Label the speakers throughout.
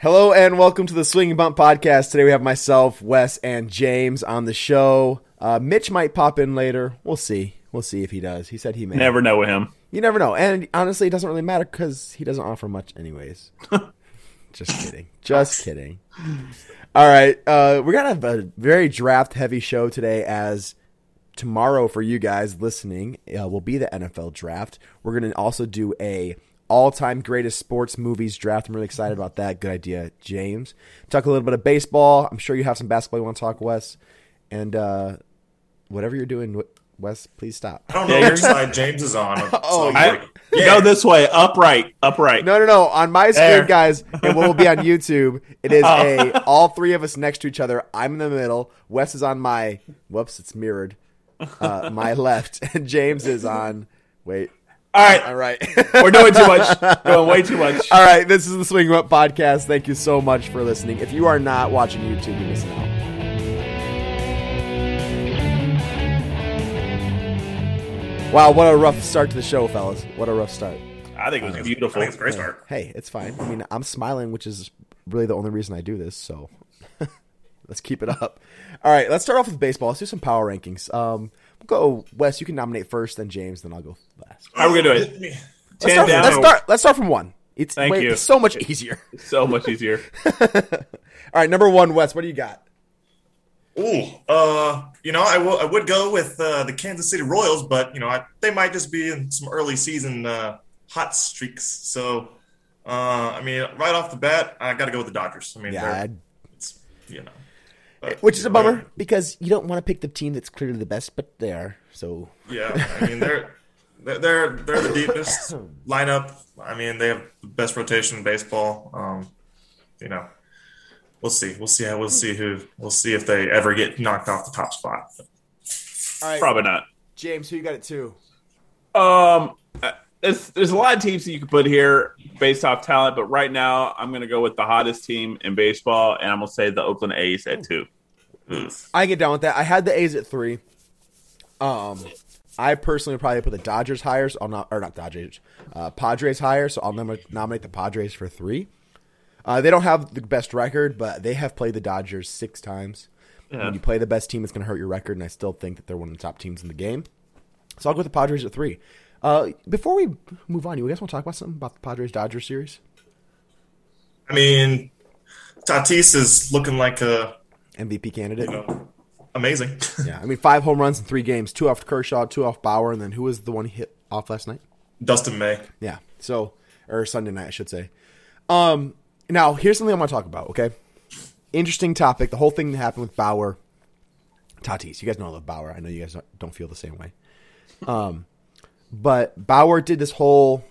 Speaker 1: Hello and welcome to the Swing and Bump podcast. Today we have myself, Wes, and James on the show. Uh, Mitch might pop in later. We'll see. We'll see if he does. He said he may.
Speaker 2: Never know him.
Speaker 1: You never know. And honestly, it doesn't really matter because he doesn't offer much, anyways. Just kidding. Just kidding. All right. Uh, we're going to have a very draft heavy show today as tomorrow for you guys listening uh, will be the NFL draft. We're going to also do a all-time greatest sports movies draft. I'm really excited about that. Good idea, James. Talk a little bit of baseball. I'm sure you have some basketball you want to talk, Wes. And uh, whatever you're doing, Wes, please stop.
Speaker 3: I don't know
Speaker 2: Yeah,
Speaker 3: which
Speaker 2: you're-
Speaker 3: side James is on.
Speaker 1: Oh,
Speaker 3: oh,
Speaker 2: I,
Speaker 3: Yeah.
Speaker 2: Go this way, upright, upright.
Speaker 1: No, no, no. On my screen,
Speaker 2: There.
Speaker 1: guys, and what will be on YouTube, it is
Speaker 2: Oh.
Speaker 1: a all three of us next to each other. I'm in the middle. Wes is on my whoops, it's mirrored. Uh, my left, and James is on. Wait,
Speaker 2: All
Speaker 1: all
Speaker 2: right,
Speaker 1: right,
Speaker 2: we're doing too much. Doing way too much.
Speaker 1: all right. This is the Swing 'Em Up podcast. Thank you so much for listening. If you are not watching YouTube, you're missing out. Wow, what a rough start to the show, fellas. What a rough start.
Speaker 2: I think it was
Speaker 3: I
Speaker 2: beautiful.
Speaker 3: think it's a great start.
Speaker 1: Hey, it's fine. I mean, I'm smiling, which is really the only reason I do this. So let's keep it up. All right, let's start off with baseball. Let's do some power rankings. Um, we'll go Wes. You can nominate first, then James, then I'll go last.
Speaker 2: How are we gonna do it?
Speaker 1: Let's
Speaker 2: Ten
Speaker 1: start,
Speaker 2: down.
Speaker 1: let's start. Let's start from one. It's
Speaker 2: Thank
Speaker 1: way-
Speaker 2: you.
Speaker 1: It's so much easier.
Speaker 2: So much easier.
Speaker 1: All right, number one, Wes. What do you got?
Speaker 3: Ooh, uh, you know, I will. I would go with uh, the Kansas City Royals, but you know, I, they might just be in some early season uh, hot streaks. So, uh, I mean, right off the bat, I got to go with the Dodgers. I mean,
Speaker 1: Yeah,
Speaker 3: they're,
Speaker 1: I'd-
Speaker 3: it's you know, but,
Speaker 1: which is
Speaker 3: you
Speaker 1: a
Speaker 3: know,
Speaker 1: bummer because you don't want to pick the team that's clearly the best, but they are. So
Speaker 3: Yeah, I mean, they're they're they're, they're the deepest lineup. I mean, they have the best rotation in baseball. Um, you know, we'll see. We'll see how we'll see who we'll see if they ever get knocked off the top spot.
Speaker 1: all right,
Speaker 2: Probably not.
Speaker 1: James, who you got it to?
Speaker 2: Um, uh, there's there's a lot of teams that you could put here based off talent, but right now I'm gonna go with the hottest team in baseball, and I'm gonna say the Oakland A's at two.
Speaker 1: I get down with that. I had the A's at three. Um, I personally would probably put the Dodgers higher. So I'll not or not Dodgers, uh, Padres higher. So I'll nom- nominate the Padres for three. Uh, they don't have the best record, but they have played the Dodgers six times. When you play the best team, it's going to hurt your record, and I still think that they're one of the top teams in the game. So I'll go with the Padres at three. Uh, before we move on, you guys want to talk about something about the Padres Dodgers series
Speaker 3: I mean, Tatis is looking like a
Speaker 1: MVP candidate?
Speaker 3: you know, amazing.
Speaker 1: Yeah, I mean five home runs in three games, two off Kershaw, two off Bauer, and then who was the one he hit off last night?
Speaker 3: Dustin May.
Speaker 1: Yeah. So or Sunday night, I should say. Um now here's something I want to talk about, okay? Interesting topic. The whole thing that happened with Bauer Tatis. You guys know I love Bauer. I know you guys don't- don't feel the same way. Um but Bauer did this whole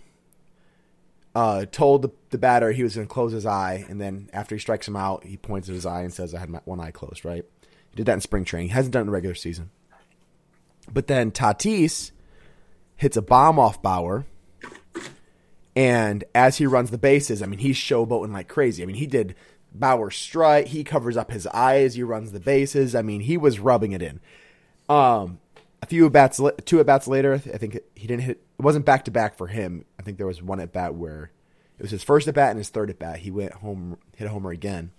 Speaker 1: uh told the, the batter he was going to close his eye and then after he strikes him out, he points at his eye and says I had my one eye closed, right? He did that in spring training. He hasn't done it in the regular season. But then Tatis hits a bomb off Bauer. And as he runs the bases, I mean, he's showboating like crazy. I mean, he did Bauer strut. He covers up his eyes. He runs the bases. I mean, he was rubbing it in. Um, a few at bats, two at bats later, I th- I think he didn't hit. It wasn't back to back for him. I think there was one at bat where it was his first at bat and his third at bat. He went home, hit a homer again.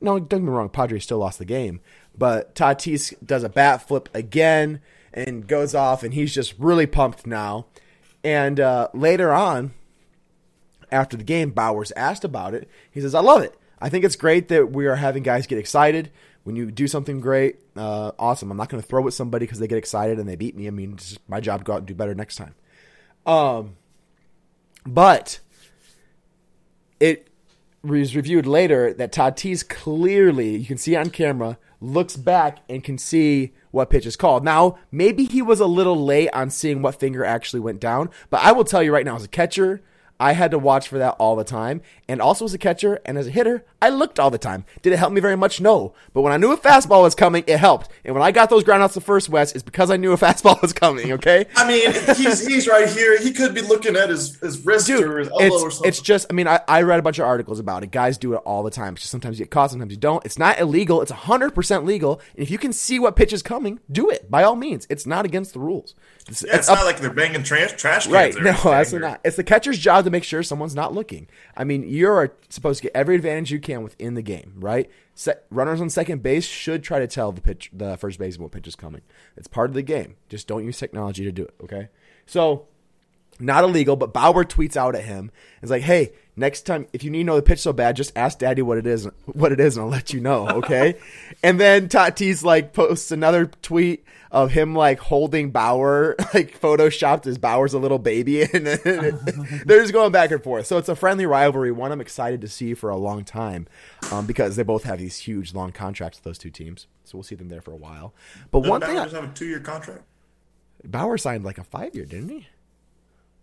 Speaker 1: No, don't get me wrong. Padres still lost the game, but Tatis does a bat flip again and goes off, and he's just really pumped now. And uh, later on, after the game, Bowers asked about it. He says, "I love it. I think it's great that we are having guys get excited when you do something great. Uh, awesome. I'm not going to throw at somebody because they get excited and they beat me. I mean, it's just my job to go out and do better next time." Um, but it was reviewed later that Tatis clearly, you can see on camera, looks back and can see what pitch is called. Now, maybe he was a little late on seeing what finger actually went down, but I will tell you right now, as a catcher, I had to watch for that all the time. And also as a catcher and as a hitter, I looked all the time. Did it help me very much? No. But when I knew a fastball was coming, it helped. And when I got those groundouts to first West, it's because I knew a fastball was coming, okay?
Speaker 3: I mean, he's he's right here. He could be looking at his his wrist or his elbow
Speaker 1: it's,
Speaker 3: or something.
Speaker 1: It's just, I mean, I, I read a bunch of articles about it. Guys do it all the time. It's just sometimes you get caught, sometimes you don't. It's not illegal. It's 100% legal. And if you can see what pitch is coming, do it by all means. It's not against the rules. It's,
Speaker 3: yeah, it's
Speaker 1: up-
Speaker 3: not like they're banging trash trash cans.
Speaker 1: right.
Speaker 3: or
Speaker 1: No,
Speaker 3: anything,
Speaker 1: absolutely
Speaker 3: or-
Speaker 1: not. It's the catcher's job to to make sure someone's not looking. I mean, you're supposed to get every advantage you can within the game, right? Set, runners on second base should try to tell the pitch, the first baseman what pitch is coming. It's part of the game. Just don't use technology to do it. Okay, so not illegal, but Bauer tweets out at him. It's like, hey, next time if you need to know the pitch so bad, just ask Daddy what it is, what it is, and I'll let you know, okay? and then Tatis like posts another tweet of him like holding Bauer, like photoshopped as Bauer's a little baby, and they're just going back and forth. So it's a friendly rivalry, one I'm excited to see for a long time, um, because they both have these huge long contracts with those two teams. So we'll see them there for a while. But
Speaker 3: Does
Speaker 1: one
Speaker 3: Bauer
Speaker 1: thing, I,
Speaker 3: just have a two-year contract?
Speaker 1: Bauer signed like a five year, didn't he?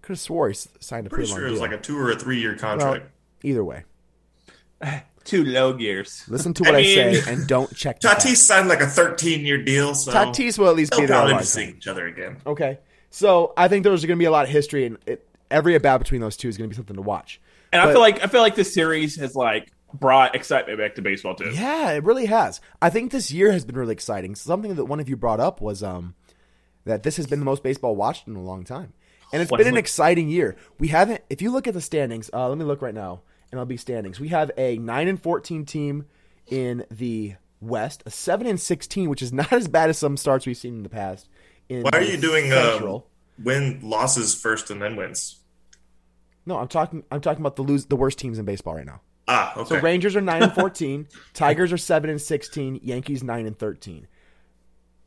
Speaker 1: Could have swore he s- signed a pretty,
Speaker 3: Pretty sure
Speaker 1: long
Speaker 3: it was
Speaker 1: deal.
Speaker 3: like a two or a three-year
Speaker 1: Well,
Speaker 3: contract.
Speaker 1: either way,
Speaker 2: Two low gears.
Speaker 1: listen to what I,
Speaker 3: I mean-
Speaker 1: say and don't check. the
Speaker 3: Tatis signed like a 13-year deal, so
Speaker 1: facts. Tatis will at least be
Speaker 3: they'll
Speaker 1: there. a
Speaker 3: probably
Speaker 1: long time.
Speaker 3: be seeing each other again.
Speaker 1: Okay, so I think there's going to be a lot of history, and it, every at bat between those two is going to be something to watch.
Speaker 2: And
Speaker 1: But-
Speaker 2: I feel like I feel like this series has like brought excitement back to baseball too.
Speaker 1: Yeah, it really has. I think this year has been really exciting. Something that one of you brought up was um, that this has been the most baseball watched in a long time, and it's
Speaker 2: What
Speaker 1: been
Speaker 2: is
Speaker 1: an
Speaker 2: it?
Speaker 1: exciting year. We haven't. If you look at the standings, uh, let me look right now. MLB standings. We have a nine and fourteen team in the West, a seven and sixteen, which is not as bad as some starts we've seen in the past. In
Speaker 3: Why are
Speaker 1: the
Speaker 3: you doing um,
Speaker 1: Central?
Speaker 3: win losses first and then wins?
Speaker 1: no, I'm talking. I'm talking about the lose the worst teams in baseball right now.
Speaker 3: Ah,
Speaker 1: So
Speaker 3: okay.
Speaker 1: Rangers are nine and fourteen, Tigers are seven and sixteen, Yankees nine and thirteen.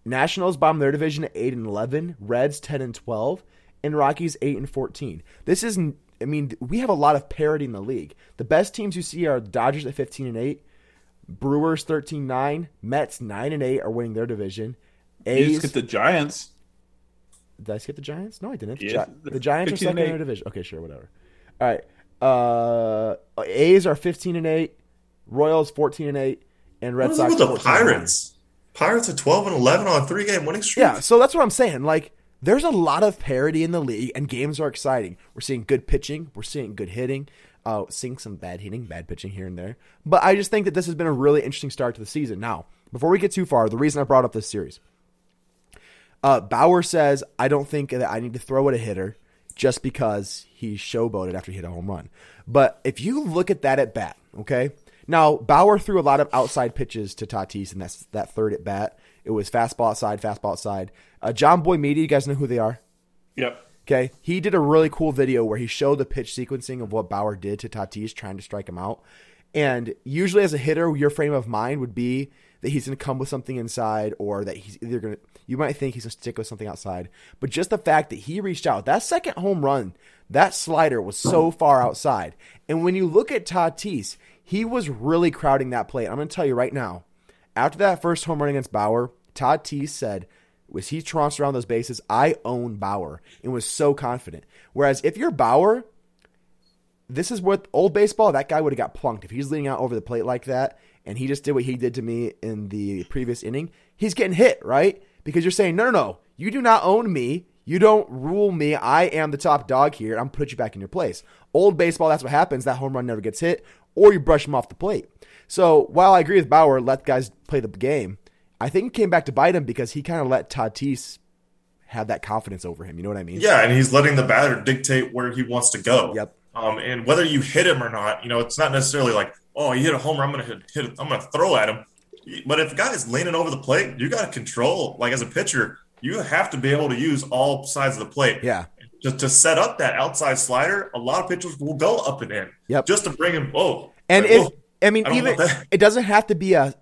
Speaker 1: Nationals bomb their division at eight and eleven, Reds ten and twelve, and Rockies eight and fourteen. This isn't. I mean, we have a lot of parity in the league. The best teams you see are Dodgers at fifteen and eight, Brewers 13-9, Mets nine and eight are winning their division.
Speaker 2: You
Speaker 1: A's
Speaker 2: just get the Giants.
Speaker 1: did I skip the Giants? No, I didn't. The
Speaker 2: Yes,
Speaker 1: Gi-
Speaker 2: the
Speaker 1: the Giants are
Speaker 2: 15 and
Speaker 1: second in their
Speaker 2: eight.
Speaker 1: division. Okay, sure, whatever. All right. Uh, A's are fifteen and eight. Royals fourteen and eight, and Red
Speaker 3: What is up
Speaker 1: Sox.
Speaker 3: with the
Speaker 1: 14 and nine.
Speaker 3: Pirates? Pirates are 12 and 11 on a three-game winning streak.
Speaker 1: Yeah, so that's what I'm saying. Like, there's a lot of parity in the league, and games are exciting. We're seeing good pitching. We're seeing good hitting. Uh, seeing some bad hitting, bad pitching here and there. But I just think that this has been a really interesting start to the season. Now, before we get too far, the reason I brought up this series, uh, Bauer says I don't think that I need to throw at a hitter just because he showboated after he hit a home run. But if you look at that at bat, okay. Now Bauer threw a lot of outside pitches to Tatis in that that third at bat. It was fastball outside, fastball outside. Uh, John Boy Media, you guys know who they are.
Speaker 2: Yep.
Speaker 1: Okay, he did a really cool video where he showed the pitch sequencing of what Bauer did to Tatis trying to strike him out. And usually, as a hitter, your frame of mind would be that he's going to come with something inside, or that he's either going to. You might think he's going to stick with something outside, but just the fact that he reached out that second home run, that slider was so far outside. And when you look at Tatis, he was really crowding that plate. I'm going to tell you right now, after that first home run against Bauer, Todd Tease said, was he trounced around those bases, I own Bauer, and was so confident. Whereas if you're Bauer, this is what old baseball, that guy would have got plunked. If he's leaning out over the plate like that, and he just did what he did to me in the previous inning, he's getting hit, right? Because you're saying, no, no, no, you do not own me. You don't rule me. I am the top dog here. I'm put you back in your place. Old baseball, that's what happens. That home run never gets hit, or you brush him off the plate. So while I agree with Bauer, let guys play the game. I think it came back to bite him because he kind of let Tatis have that confidence over him. You know what I mean?
Speaker 3: Yeah, and he's letting the batter dictate where he wants to go.
Speaker 1: Yep.
Speaker 3: Um, and whether you hit him or not, you know, it's not necessarily like, oh, he hit a home run, I'm gonna hit, hit I'm gonna throw at him. But if a guy is leaning over the plate, you gotta control. Like as a pitcher, you have to be able to use all sides of the plate.
Speaker 1: Yeah.
Speaker 3: Just to set up that outside slider, a lot of pitchers will go up and in.
Speaker 1: Yep.
Speaker 3: Just to bring him. Oh,
Speaker 1: And
Speaker 3: like,
Speaker 1: if
Speaker 3: whoa.
Speaker 1: I mean,
Speaker 3: I don't
Speaker 1: even
Speaker 3: know that.
Speaker 1: it doesn't have to be a,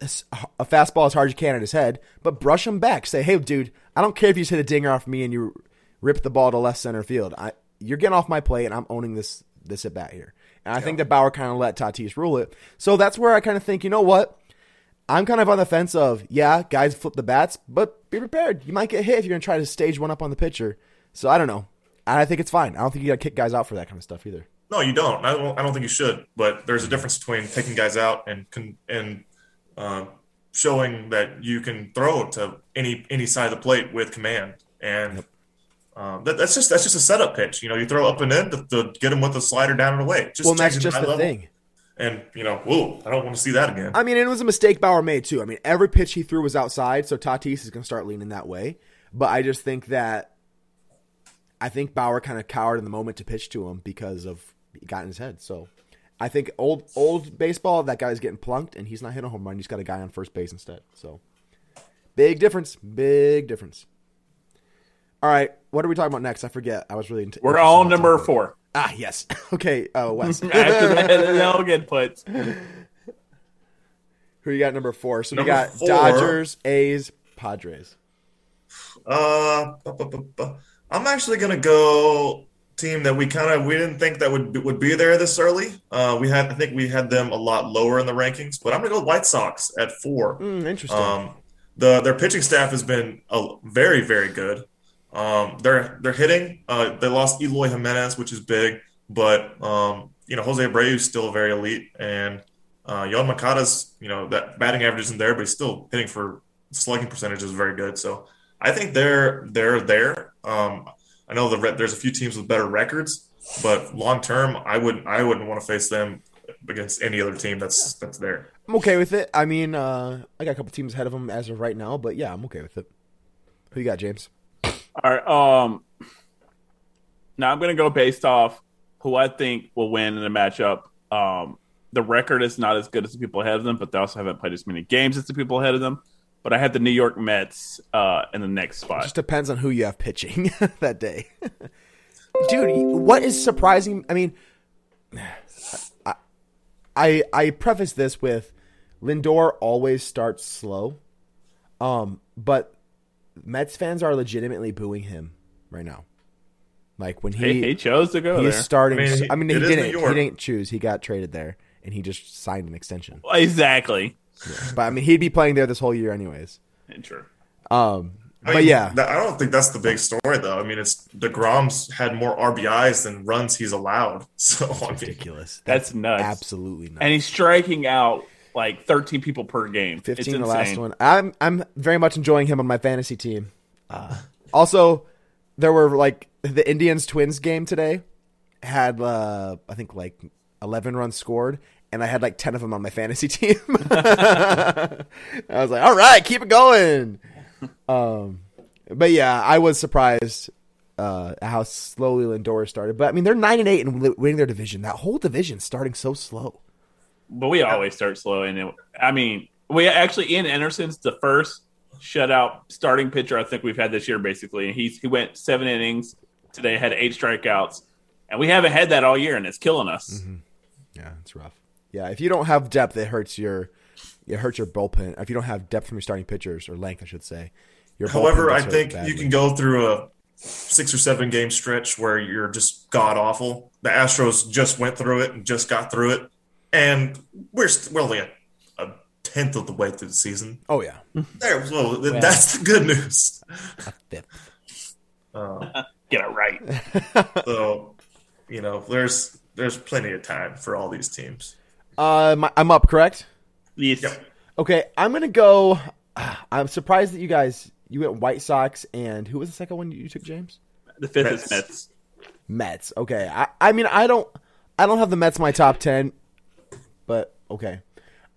Speaker 1: a fastball as hard as you can at his head, but brush him back. Say, hey, dude, I don't care if you just hit a dinger off me and you rip the ball to left center field. I, you're getting off my plate, and I'm owning this this at bat here. And I think that Bauer kind of let Tatis rule it. So that's where I kind of think, you know what? I'm kind of on the fence of, yeah, guys flip the bats, but be prepared. You might get hit if you're going to try to stage one up on the pitcher. So I don't know. I think it's fine. I don't think you got to kick guys out for that kind of stuff either.
Speaker 3: No, you don't. I don't. I don't think you should. But there's a difference between taking guys out and con- and uh, showing that you can throw to any any side of the plate with command. And um, that, that's just that's just a setup pitch. You know, you throw up and in to, to get him with a slider down and away. Just
Speaker 1: well, and that's
Speaker 3: changing
Speaker 1: just
Speaker 3: eye
Speaker 1: the
Speaker 3: level.
Speaker 1: thing.
Speaker 3: And you know, whoa, I don't want to see that again.
Speaker 1: I mean, it was a mistake Bauer made too. I mean, every pitch he threw was outside, so Tatis is going to start leaning that way. But I just think that I think Bauer kind of cowered in the moment to pitch to him because of got in his head. So I think old old baseball, that guy's getting plunked and he's not hitting a home run. He's got a guy on first base instead. So big difference. Big difference. All right, what are we talking about next? I forget. I was really. Into-
Speaker 2: We're
Speaker 1: interested
Speaker 2: all
Speaker 1: in that
Speaker 2: number
Speaker 1: topic.
Speaker 2: four.
Speaker 1: Ah, yes. Okay, uh, Wes.
Speaker 2: After that, they all get puts.
Speaker 1: Who you got number four? So
Speaker 3: Number
Speaker 1: we got
Speaker 3: four.
Speaker 1: Dodgers, A's, Padres.
Speaker 3: Uh, bu- bu- bu- bu- I'm actually gonna go team that we kind of we didn't think that would be, would be there this early. Uh, we had I think we had them a lot lower in the rankings, but I'm gonna go White Sox at four.
Speaker 1: Hmm, interesting.
Speaker 3: Um, the their pitching staff has been uh, very very good. Um, they're they're hitting. Uh, they lost Eloy Jimenez, which is big, but um, you know Jose Abreu is still very elite, and uh, Yon Makata's you know that batting average isn't there, but he's still hitting for slugging percentage is very good. So I think they're they're there. Um, I know the re- there's a few teams with better records, but long term, I wouldn't I wouldn't want to face them against any other team that's that's there.
Speaker 1: I'm okay with it. I mean, uh, I got a couple teams ahead of them as of right now, but yeah, I'm okay with it. Who you got, James?
Speaker 2: All right. Um, now I'm going to go based off who I think will win in the matchup. Um, the record is not as good as the people ahead of them, but they also haven't played as many games as the people ahead of them. But I have the New York Mets uh, in the next
Speaker 1: It
Speaker 2: spot.
Speaker 1: just depends on who you have pitching that day. Dude, what is surprising? I mean, I, I I preface this with Lindor always starts slow, um, but Mets fans are legitimately booing him right now. Like when
Speaker 2: He,
Speaker 1: he
Speaker 2: he chose to go
Speaker 1: he's
Speaker 2: there.
Speaker 1: starting.
Speaker 3: I mean,
Speaker 1: so-
Speaker 3: he-
Speaker 1: I mean, he,
Speaker 3: it is New
Speaker 1: didn't. He
Speaker 3: York.
Speaker 1: didn't choose. He got traded there, and he just signed an extension.
Speaker 2: exactly.
Speaker 1: But I mean, he'd be playing there this whole year, anyways.
Speaker 2: Sure.
Speaker 1: Um,
Speaker 3: I
Speaker 1: but
Speaker 3: mean,
Speaker 1: yeah,
Speaker 3: that- I don't think that's the big story though. I mean, it's Degrom's had more RBIs than runs he's allowed. So I mean,
Speaker 1: ridiculous.
Speaker 2: That's nuts.
Speaker 1: Absolutely nuts.
Speaker 2: And he's striking out like 13 people per game. It's
Speaker 1: Fifteen, the
Speaker 2: insane.
Speaker 1: last one. I'm I'm very much enjoying him on my fantasy team. also, there were like the Indians Twins game today had uh, I think like eleven runs scored. And I had like ten of them on my fantasy team. I was like, "All right, keep it going." Um, but yeah, I was surprised uh, how slowly Lindor started. But I mean, they're nine and eight and wi- winning their division. That whole division starting so slow.
Speaker 2: But we always start slow, and it, I mean, we actually Ian Anderson's the first shutout starting pitcher I think we've had this year, basically. And he's he went seven innings today, had eight strikeouts, and we haven't had that all year, and it's killing us.
Speaker 1: Mm-hmm. Yeah, it's rough. Yeah, if you don't have depth, it hurts your it hurts your bullpen. If you don't have depth from your starting pitchers or length, I should say. Your bullpen
Speaker 3: however, I
Speaker 1: gets hurt
Speaker 3: think
Speaker 1: badly.
Speaker 3: you can go through a six or seven game stretch where you're just god awful. The Astros just went through it and just got through it, and we're st- we're only a, a tenth of the way through the season.
Speaker 1: Oh yeah,
Speaker 3: There, well, th- that's the good news.
Speaker 1: fifth.
Speaker 3: Uh,
Speaker 2: Get it right.
Speaker 3: so, you know, there's there's plenty of time for all these teams.
Speaker 1: Uh, my, I'm up, correct?
Speaker 2: Yes.
Speaker 3: Yep.
Speaker 1: Okay, I'm gonna go. I'm surprised that you guys you went White Sox and who was the second one you took, James?
Speaker 2: The fifth
Speaker 3: Mets.
Speaker 2: is Mets.
Speaker 1: Mets. Okay. I, I mean I don't I don't have the Mets in my top ten, but okay.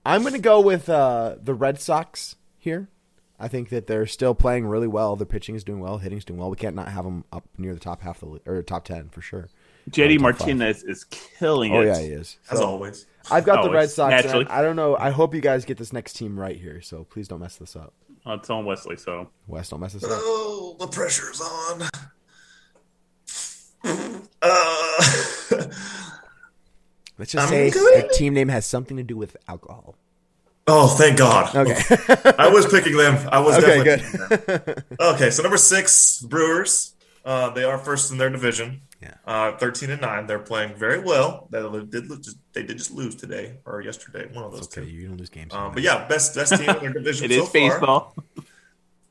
Speaker 1: I'm gonna go with uh, the Red Sox here. I think that they're still playing really well. Their pitching is doing well, hitting's doing well. We can't not have them up near the top half of the li- or top ten for sure. Top
Speaker 2: JD
Speaker 1: five.
Speaker 2: Martinez is killing
Speaker 1: Oh
Speaker 2: it.
Speaker 1: yeah, he is.
Speaker 3: As
Speaker 1: So,
Speaker 3: always.
Speaker 1: I've got the
Speaker 2: always,
Speaker 1: Red Sox.
Speaker 2: naturally.
Speaker 1: and I don't know. I hope you guys get this next team right here. So please don't mess this up.
Speaker 2: Oh, It's on Wesley, so
Speaker 1: Wes, don't mess this up.
Speaker 3: Oh, the pressure's on. Uh,
Speaker 1: Let's just
Speaker 3: I'm
Speaker 1: say
Speaker 3: good.
Speaker 1: the team name has something to do with alcohol.
Speaker 3: oh, thank God.
Speaker 1: Okay.
Speaker 3: I was picking them. I was
Speaker 1: okay.
Speaker 3: definitely picking them.
Speaker 1: Good.
Speaker 3: Okay, so number six, Brewers. Uh, they are first in their division.
Speaker 1: Yeah.
Speaker 3: Uh, 13 and 9. They're playing very well. They did, lo- just- they did just lose today or yesterday, one of those
Speaker 1: it's okay.
Speaker 3: two.
Speaker 1: You don't lose games.
Speaker 3: Um, but yeah, best best team in their division
Speaker 2: it
Speaker 3: so
Speaker 2: is
Speaker 3: far.
Speaker 2: baseball.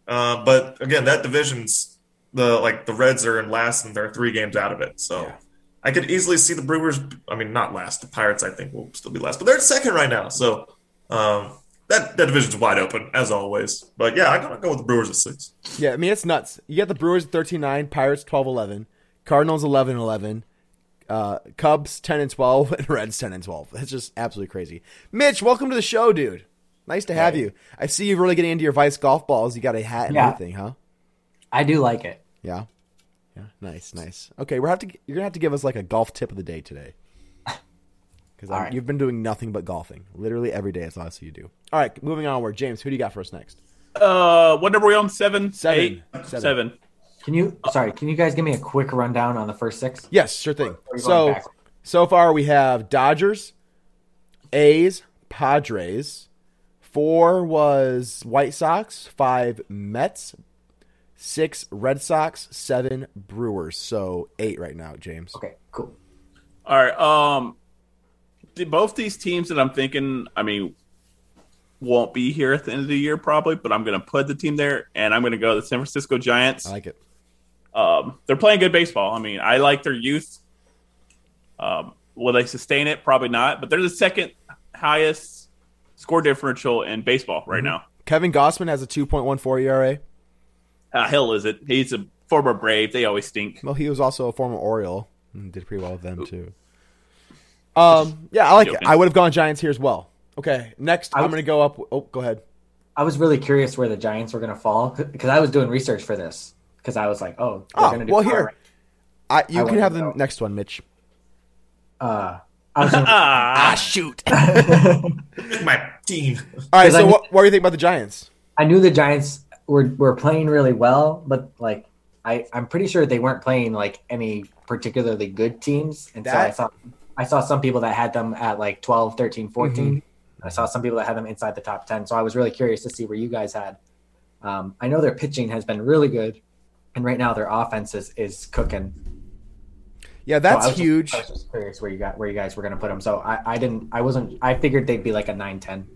Speaker 3: Uh, but again, that division's the like the Reds are in last, and they're three games out of it. So
Speaker 1: Yeah.
Speaker 3: I could easily see the Brewers. I mean, not last. The Pirates, I think, will still be last, but they're second right now. So um, that that division's wide open as always. But yeah, I'm gonna go with the Brewers at six.
Speaker 1: Yeah, I mean it's nuts. You got the Brewers at 13-9, Pirates 12-11, Cardinals 11-11, uh, Cubs 10 and 12, and Reds 10 and 12. That's just absolutely crazy. Mitch, welcome to the show, dude. Nice to have you. I see you really getting into your Vice golf balls. You got a hat and
Speaker 4: Yeah.
Speaker 1: everything, huh?
Speaker 4: I do like it.
Speaker 1: Yeah. Yeah. Nice, nice. Okay, we're have to you're gonna have to give us like a golf tip of the day today. Because
Speaker 4: All right.
Speaker 1: you've been doing nothing but golfing. Literally every day. That's all I see you do. All right, moving onward. James, who do you got for us next?
Speaker 2: Uh, what number are we on? Seven,
Speaker 1: Seven.
Speaker 2: eight,
Speaker 1: Seven.
Speaker 2: seven.
Speaker 4: Can you? Sorry, can you guys give me a quick rundown on the first six?
Speaker 1: Yes, sure thing.
Speaker 4: We're going
Speaker 1: So
Speaker 4: back.
Speaker 1: so far we have Dodgers, A's, Padres. Four was White Sox. Five Mets. Six Red Sox. Seven Brewers. So eight right now, James.
Speaker 4: Okay, cool.
Speaker 2: All right. Um, the- both these teams that I'm thinking, I mean, won't be here at the end of the year probably, but I'm going to put the team there, and I'm going to go the San Francisco Giants.
Speaker 1: I like it.
Speaker 2: Um, they're playing good baseball. I mean, I like their youth. Um, will they sustain it? Probably not. But they're the second highest score differential in baseball right now.
Speaker 1: Kevin Gossman has a 2.14 ERA.
Speaker 2: How hell is it? He's a former Brave. They always stink.
Speaker 1: Well, he was also a former Oriole and did pretty well with them too. Um, yeah, I like it.
Speaker 2: Joking.
Speaker 1: I would have gone Giants here as well. Okay, next
Speaker 4: I
Speaker 1: I'm
Speaker 4: was-
Speaker 1: going to go up. Oh, go ahead.
Speaker 4: I was really curious where the Giants were going to fall because I was doing research for this because I was like, oh, they're
Speaker 1: Oh,
Speaker 4: gonna do
Speaker 1: well
Speaker 4: power
Speaker 1: here,
Speaker 4: rank.
Speaker 1: I, you
Speaker 4: I
Speaker 1: can
Speaker 4: wanted
Speaker 1: have
Speaker 4: to
Speaker 1: the
Speaker 4: know.
Speaker 1: next one, Mitch.
Speaker 4: Uh, I was gonna-
Speaker 2: Ah,
Speaker 1: shoot!
Speaker 3: My team.
Speaker 1: All right,
Speaker 4: 'Cause
Speaker 1: so
Speaker 4: I knew-
Speaker 1: what, what do you think about the Giants?
Speaker 4: I knew the Giants were were playing really well, but like I I'm pretty sure they weren't playing like any particularly good teams. And
Speaker 1: That-
Speaker 4: so I saw I saw some people that had them at like 12, 13, 14.
Speaker 1: Mm-hmm.
Speaker 4: I saw some people that had them inside the top 10. So I was really curious to see where you guys had. Um, I know their pitching has been really good, and right now their offense is, is cooking.
Speaker 1: Yeah,
Speaker 4: So
Speaker 1: that's
Speaker 4: I was just-
Speaker 1: huge.
Speaker 4: I was just curious where you got where you guys were going to put them. So I, I didn't I wasn't I figured they'd be like a 9, 10.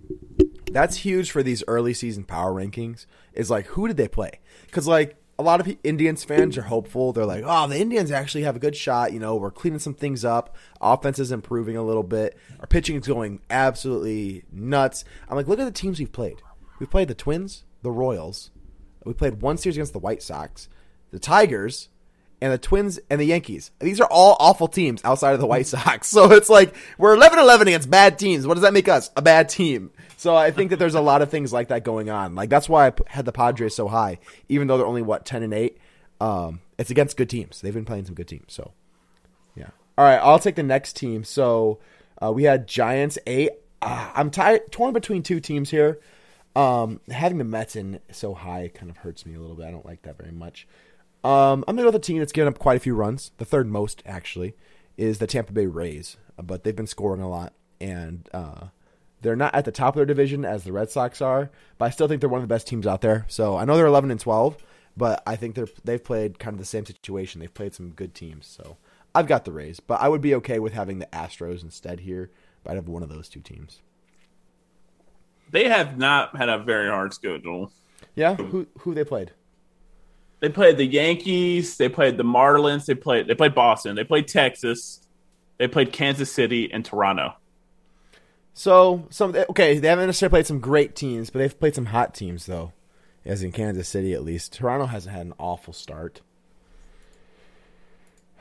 Speaker 1: that's huge for these early season power rankings. Is like who did they play? Because like a lot of pe- Indians fans are hopeful. They're like, oh, the Indians actually have a good shot. You know, we're cleaning some things up. Offense is improving a little bit. Our pitching is going absolutely nuts. I'm like, look at the teams we've played. We played the Twins, the Royals. We played one series against the White Sox, the Tigers, and the Twins and the Yankees. These are all awful teams outside of the White Sox. So it's like we're 11 11 against bad teams. What does that make us? A bad team. So I think that there's a lot of things like that going on. Like that's why I p- had the Padres so high, even though they're only what 10 and 8. Um, it's against good teams. They've been playing some good teams. So yeah. All right, I'll take the next team. So uh, we had Giants eight. Ah, I'm tired, torn between two teams here. Um, having the Mets in so high kind of hurts me a little bit. I don't like that very much. Um, I'm gonna go with a team that's given up quite a few runs. The third most actually is the Tampa Bay Rays, but they've been scoring a lot, and uh, they're not at the top of their division as the Red Sox are. But I still think they're one of the best teams out there. So I know they're 11 and 12, but I think they're they've played kind of the same situation. They've played some good teams, so I've got the Rays, but I would be okay with having the Astros instead here. But I'd have one of those two teams.
Speaker 2: they have not had a very hard schedule.
Speaker 1: Yeah, who who they played?
Speaker 2: They played the Yankees. They played the Marlins. They played they played Boston. They played Texas. They played Kansas City and Toronto.
Speaker 1: So some okay, they haven't necessarily played some great teams, but they've played some hot teams though, as in Kansas City at least. Toronto hasn't had an awful start.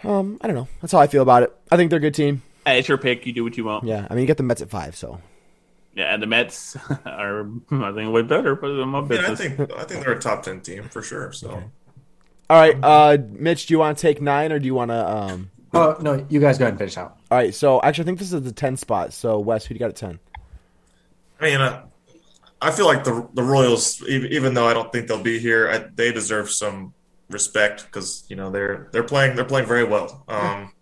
Speaker 1: Um, I don't know. That's how I feel about it. I think they're a good team.
Speaker 2: Hey, it's your pick. You do what you want.
Speaker 1: Yeah, I mean you get the Mets at five, so
Speaker 2: Yeah, and the Mets are I think way better, but it's my
Speaker 3: Yeah, I
Speaker 2: business.
Speaker 3: think I think they're a top ten team for sure. So
Speaker 1: all right, uh, Mitch, do you want to take nine or do you want to? Um,
Speaker 4: Oh, no, you guys go ahead and finish out.
Speaker 1: all right, so actually I think this is the ten spot. So Wes, who do you got at ten?
Speaker 3: I mean, uh, I feel like the the Royals, even, even though I don't think they'll be here, I, they deserve some respect because you know they're they're playing they're playing very well. Um,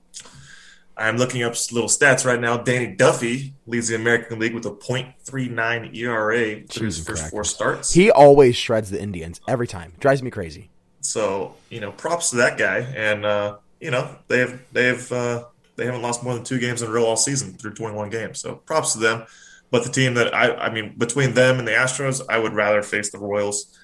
Speaker 3: I'm looking up s- little stats right now. Danny Duffy leads the American League with a .39 ERA E through his
Speaker 1: Jesus
Speaker 3: first
Speaker 1: Christ.
Speaker 3: four starts.
Speaker 1: He always shreds the Indians every time. Drives me crazy.
Speaker 3: So you know, props to that guy. And uh, you know, they've they've uh, they haven't lost more than two games in a row all season through 21 games. So props to them. But the team that I I mean, between them and the Astros, I would rather face the Royals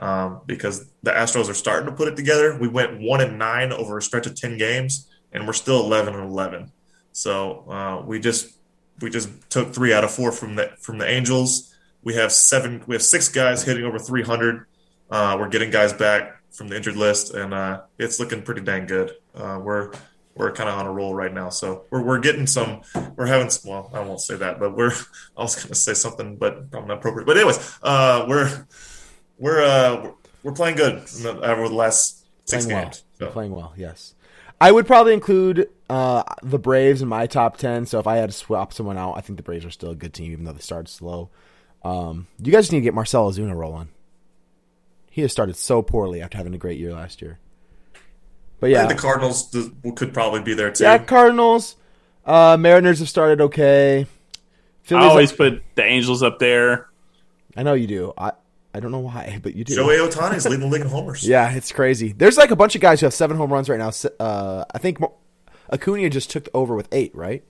Speaker 3: um, because the Astros are starting to put it together. We went one and nine over a stretch of 10 games, and we're still 11 and 11. So uh, we just we just took three out of four from the from the Angels. We have seven. We have six guys hitting over 300. Uh, we're getting guys back from the injured list, and uh, it's looking pretty dang good. Uh, we're we're kind of on a roll right now, so we're we're getting some. We're having some, well, I won't say that, but we're. I was going to say something, but probably not appropriate. But anyways, uh, we're we're uh, we're- we're playing good in the, over the last six
Speaker 1: playing well.
Speaker 3: games.
Speaker 1: They're
Speaker 3: So.
Speaker 1: Playing well, yes. I would probably include uh, the Braves in my top ten. So if I had to swap someone out, I think the Braves are still a good team, even though they started slow. Um, you guys just need to get Marcelo Zuna rolling. He has started so poorly after having a great year last year. But
Speaker 3: I
Speaker 1: yeah,
Speaker 3: think the Cardinals th- could probably be there too.
Speaker 1: yeah, Cardinals, uh, Mariners have started okay.
Speaker 2: I
Speaker 1: Phillies,
Speaker 2: always put the Angels up there.
Speaker 1: I know you do. I I don't know why, but you do.
Speaker 3: Joey Otani's leading the league in homers.
Speaker 1: Yeah, it's crazy. There's like a bunch of guys who have seven home runs right now. S- Uh, I think Mo- Acuna just took over with eight, right?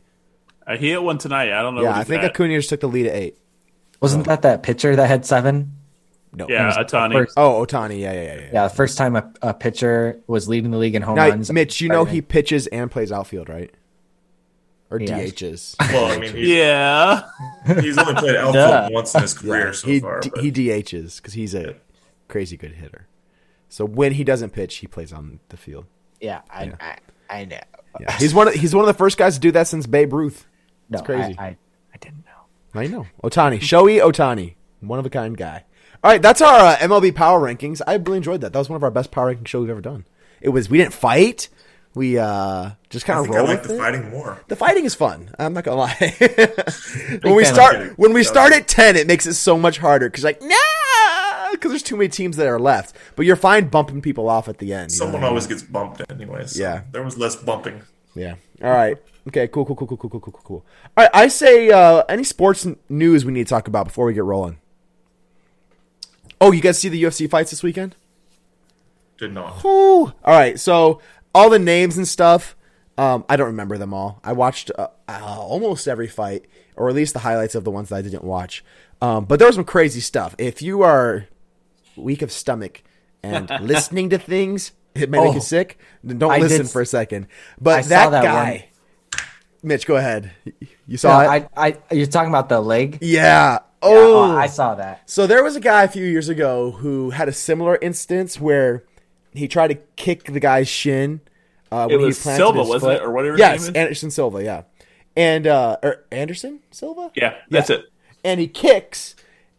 Speaker 2: Uh, he hit one tonight. I don't know.
Speaker 1: yeah,
Speaker 2: what
Speaker 1: I
Speaker 2: he's
Speaker 1: think
Speaker 2: at.
Speaker 1: Acuna just took the lead at eight.
Speaker 4: Wasn't that that pitcher that had seven?
Speaker 1: No.
Speaker 2: Yeah, Otani.
Speaker 4: First,
Speaker 1: Oh, Otani. Yeah, yeah, yeah. yeah.
Speaker 4: yeah, the first time a, a pitcher was leading the league in home
Speaker 1: Now,
Speaker 4: runs.
Speaker 1: Mitch, you know he pitches and plays outfield, right? Or
Speaker 4: Yeah.
Speaker 1: DHs.
Speaker 3: Well, I mean, he's,
Speaker 2: Yeah.
Speaker 3: he's only played
Speaker 2: Duh.
Speaker 3: outfield once in his career
Speaker 1: Yeah,
Speaker 3: so
Speaker 1: he
Speaker 3: far.
Speaker 1: d-
Speaker 3: but-
Speaker 1: he DHs because he's a crazy good hitter. So when he doesn't pitch, he plays on the field.
Speaker 4: Yeah, I, I, I know.
Speaker 1: Yeah, he's one. Of, he's one of the first guys to do that since Babe Ruth.
Speaker 4: No,
Speaker 1: crazy.
Speaker 4: I, I, I didn't know.
Speaker 1: I know. Otani. Shoei Otani. One of a kind guy. All right, that's our uh, MLB power rankings. I really enjoyed that. That was one of our best power ranking show we've ever done. It was we didn't fight. We uh just kind
Speaker 3: I
Speaker 1: of
Speaker 3: think I
Speaker 1: rolled
Speaker 3: like
Speaker 1: with
Speaker 3: the
Speaker 1: it.
Speaker 3: fighting more.
Speaker 1: The fighting is fun. I'm not gonna lie. when we
Speaker 4: fan of
Speaker 1: start
Speaker 3: fighting.
Speaker 1: when we start at ten, it makes it so much harder because like nah, because there's too many teams that are left. But you're fine bumping people off at the end. you know
Speaker 3: Someone
Speaker 1: what I mean?
Speaker 3: always gets bumped, anyways. so
Speaker 1: Yeah.
Speaker 3: There was less bumping.
Speaker 1: Yeah. All right. Okay. Cool. Cool. Cool. Cool. Cool. Cool. Cool. Cool. All right. I say uh, any sports n- news we need to talk about before we get rolling. Oh, you guys see the UFC fights this weekend?
Speaker 3: Did not.
Speaker 1: Whew. All right. So all the names and stuff. Um, I don't remember them all. I watched uh, uh, almost every fight, or at least the highlights of the ones that I didn't watch. Um, but there was some crazy stuff. If you are weak of stomach and listening to things, it may make
Speaker 4: Oh.
Speaker 1: you sick. Then don't
Speaker 4: I did
Speaker 1: listen
Speaker 4: s-
Speaker 1: for a second. But
Speaker 4: I
Speaker 1: that,
Speaker 4: saw that
Speaker 1: guy,
Speaker 4: one.
Speaker 1: Mitch, go ahead. You
Speaker 4: No,
Speaker 1: saw it?
Speaker 4: I, I, you're talking about the leg?
Speaker 1: yeah.
Speaker 4: Yeah,
Speaker 1: Oh,
Speaker 4: I saw that.
Speaker 1: so there was a guy a few years ago who had a similar instance where he tried to kick the guy's shin. Uh,
Speaker 2: It
Speaker 1: when
Speaker 2: was
Speaker 1: he planted
Speaker 2: Silva,
Speaker 1: his
Speaker 2: wasn't it?
Speaker 1: foot.
Speaker 2: Or whatever his
Speaker 1: Yes,
Speaker 2: name is?
Speaker 1: Anderson Silva. Yeah, and uh, or Anderson Silva.
Speaker 2: Yeah, that's it.
Speaker 1: And he kicks,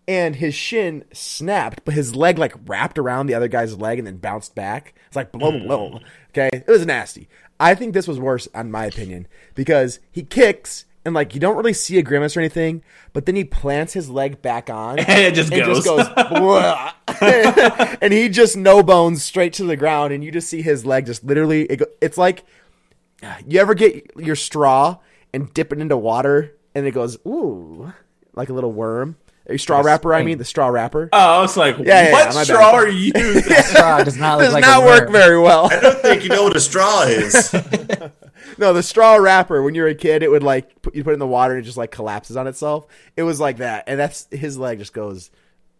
Speaker 1: and his shin snapped, but his leg like wrapped around the other guy's leg and then bounced back. It's like blah blah blah.
Speaker 2: Mm.
Speaker 1: Okay, it was nasty. I think this was worse, on my opinion, because he kicks. And like you don't really see a grimace or anything, but then he plants his leg back on,
Speaker 2: And it just
Speaker 1: and
Speaker 2: goes.
Speaker 1: just goes "Bwah." and he just no bones straight to the ground and you just see his leg just literally it, go- it's like you ever get your straw and dip it into water and it goes ooh like a little worm a straw wrapper i mean the straw wrapper
Speaker 2: oh, I was like,
Speaker 1: yeah,
Speaker 2: what
Speaker 1: yeah, my
Speaker 2: straw
Speaker 1: bad.
Speaker 2: are you? using?
Speaker 4: Straw does not look
Speaker 1: does
Speaker 4: like
Speaker 1: not
Speaker 4: a
Speaker 1: work
Speaker 4: worm.
Speaker 1: very well
Speaker 3: I don't think you know what a straw is.
Speaker 1: no the straw wrapper when you were a kid it would like put, you put it in the water and it just like collapses on itself it was like that and that's his leg just goes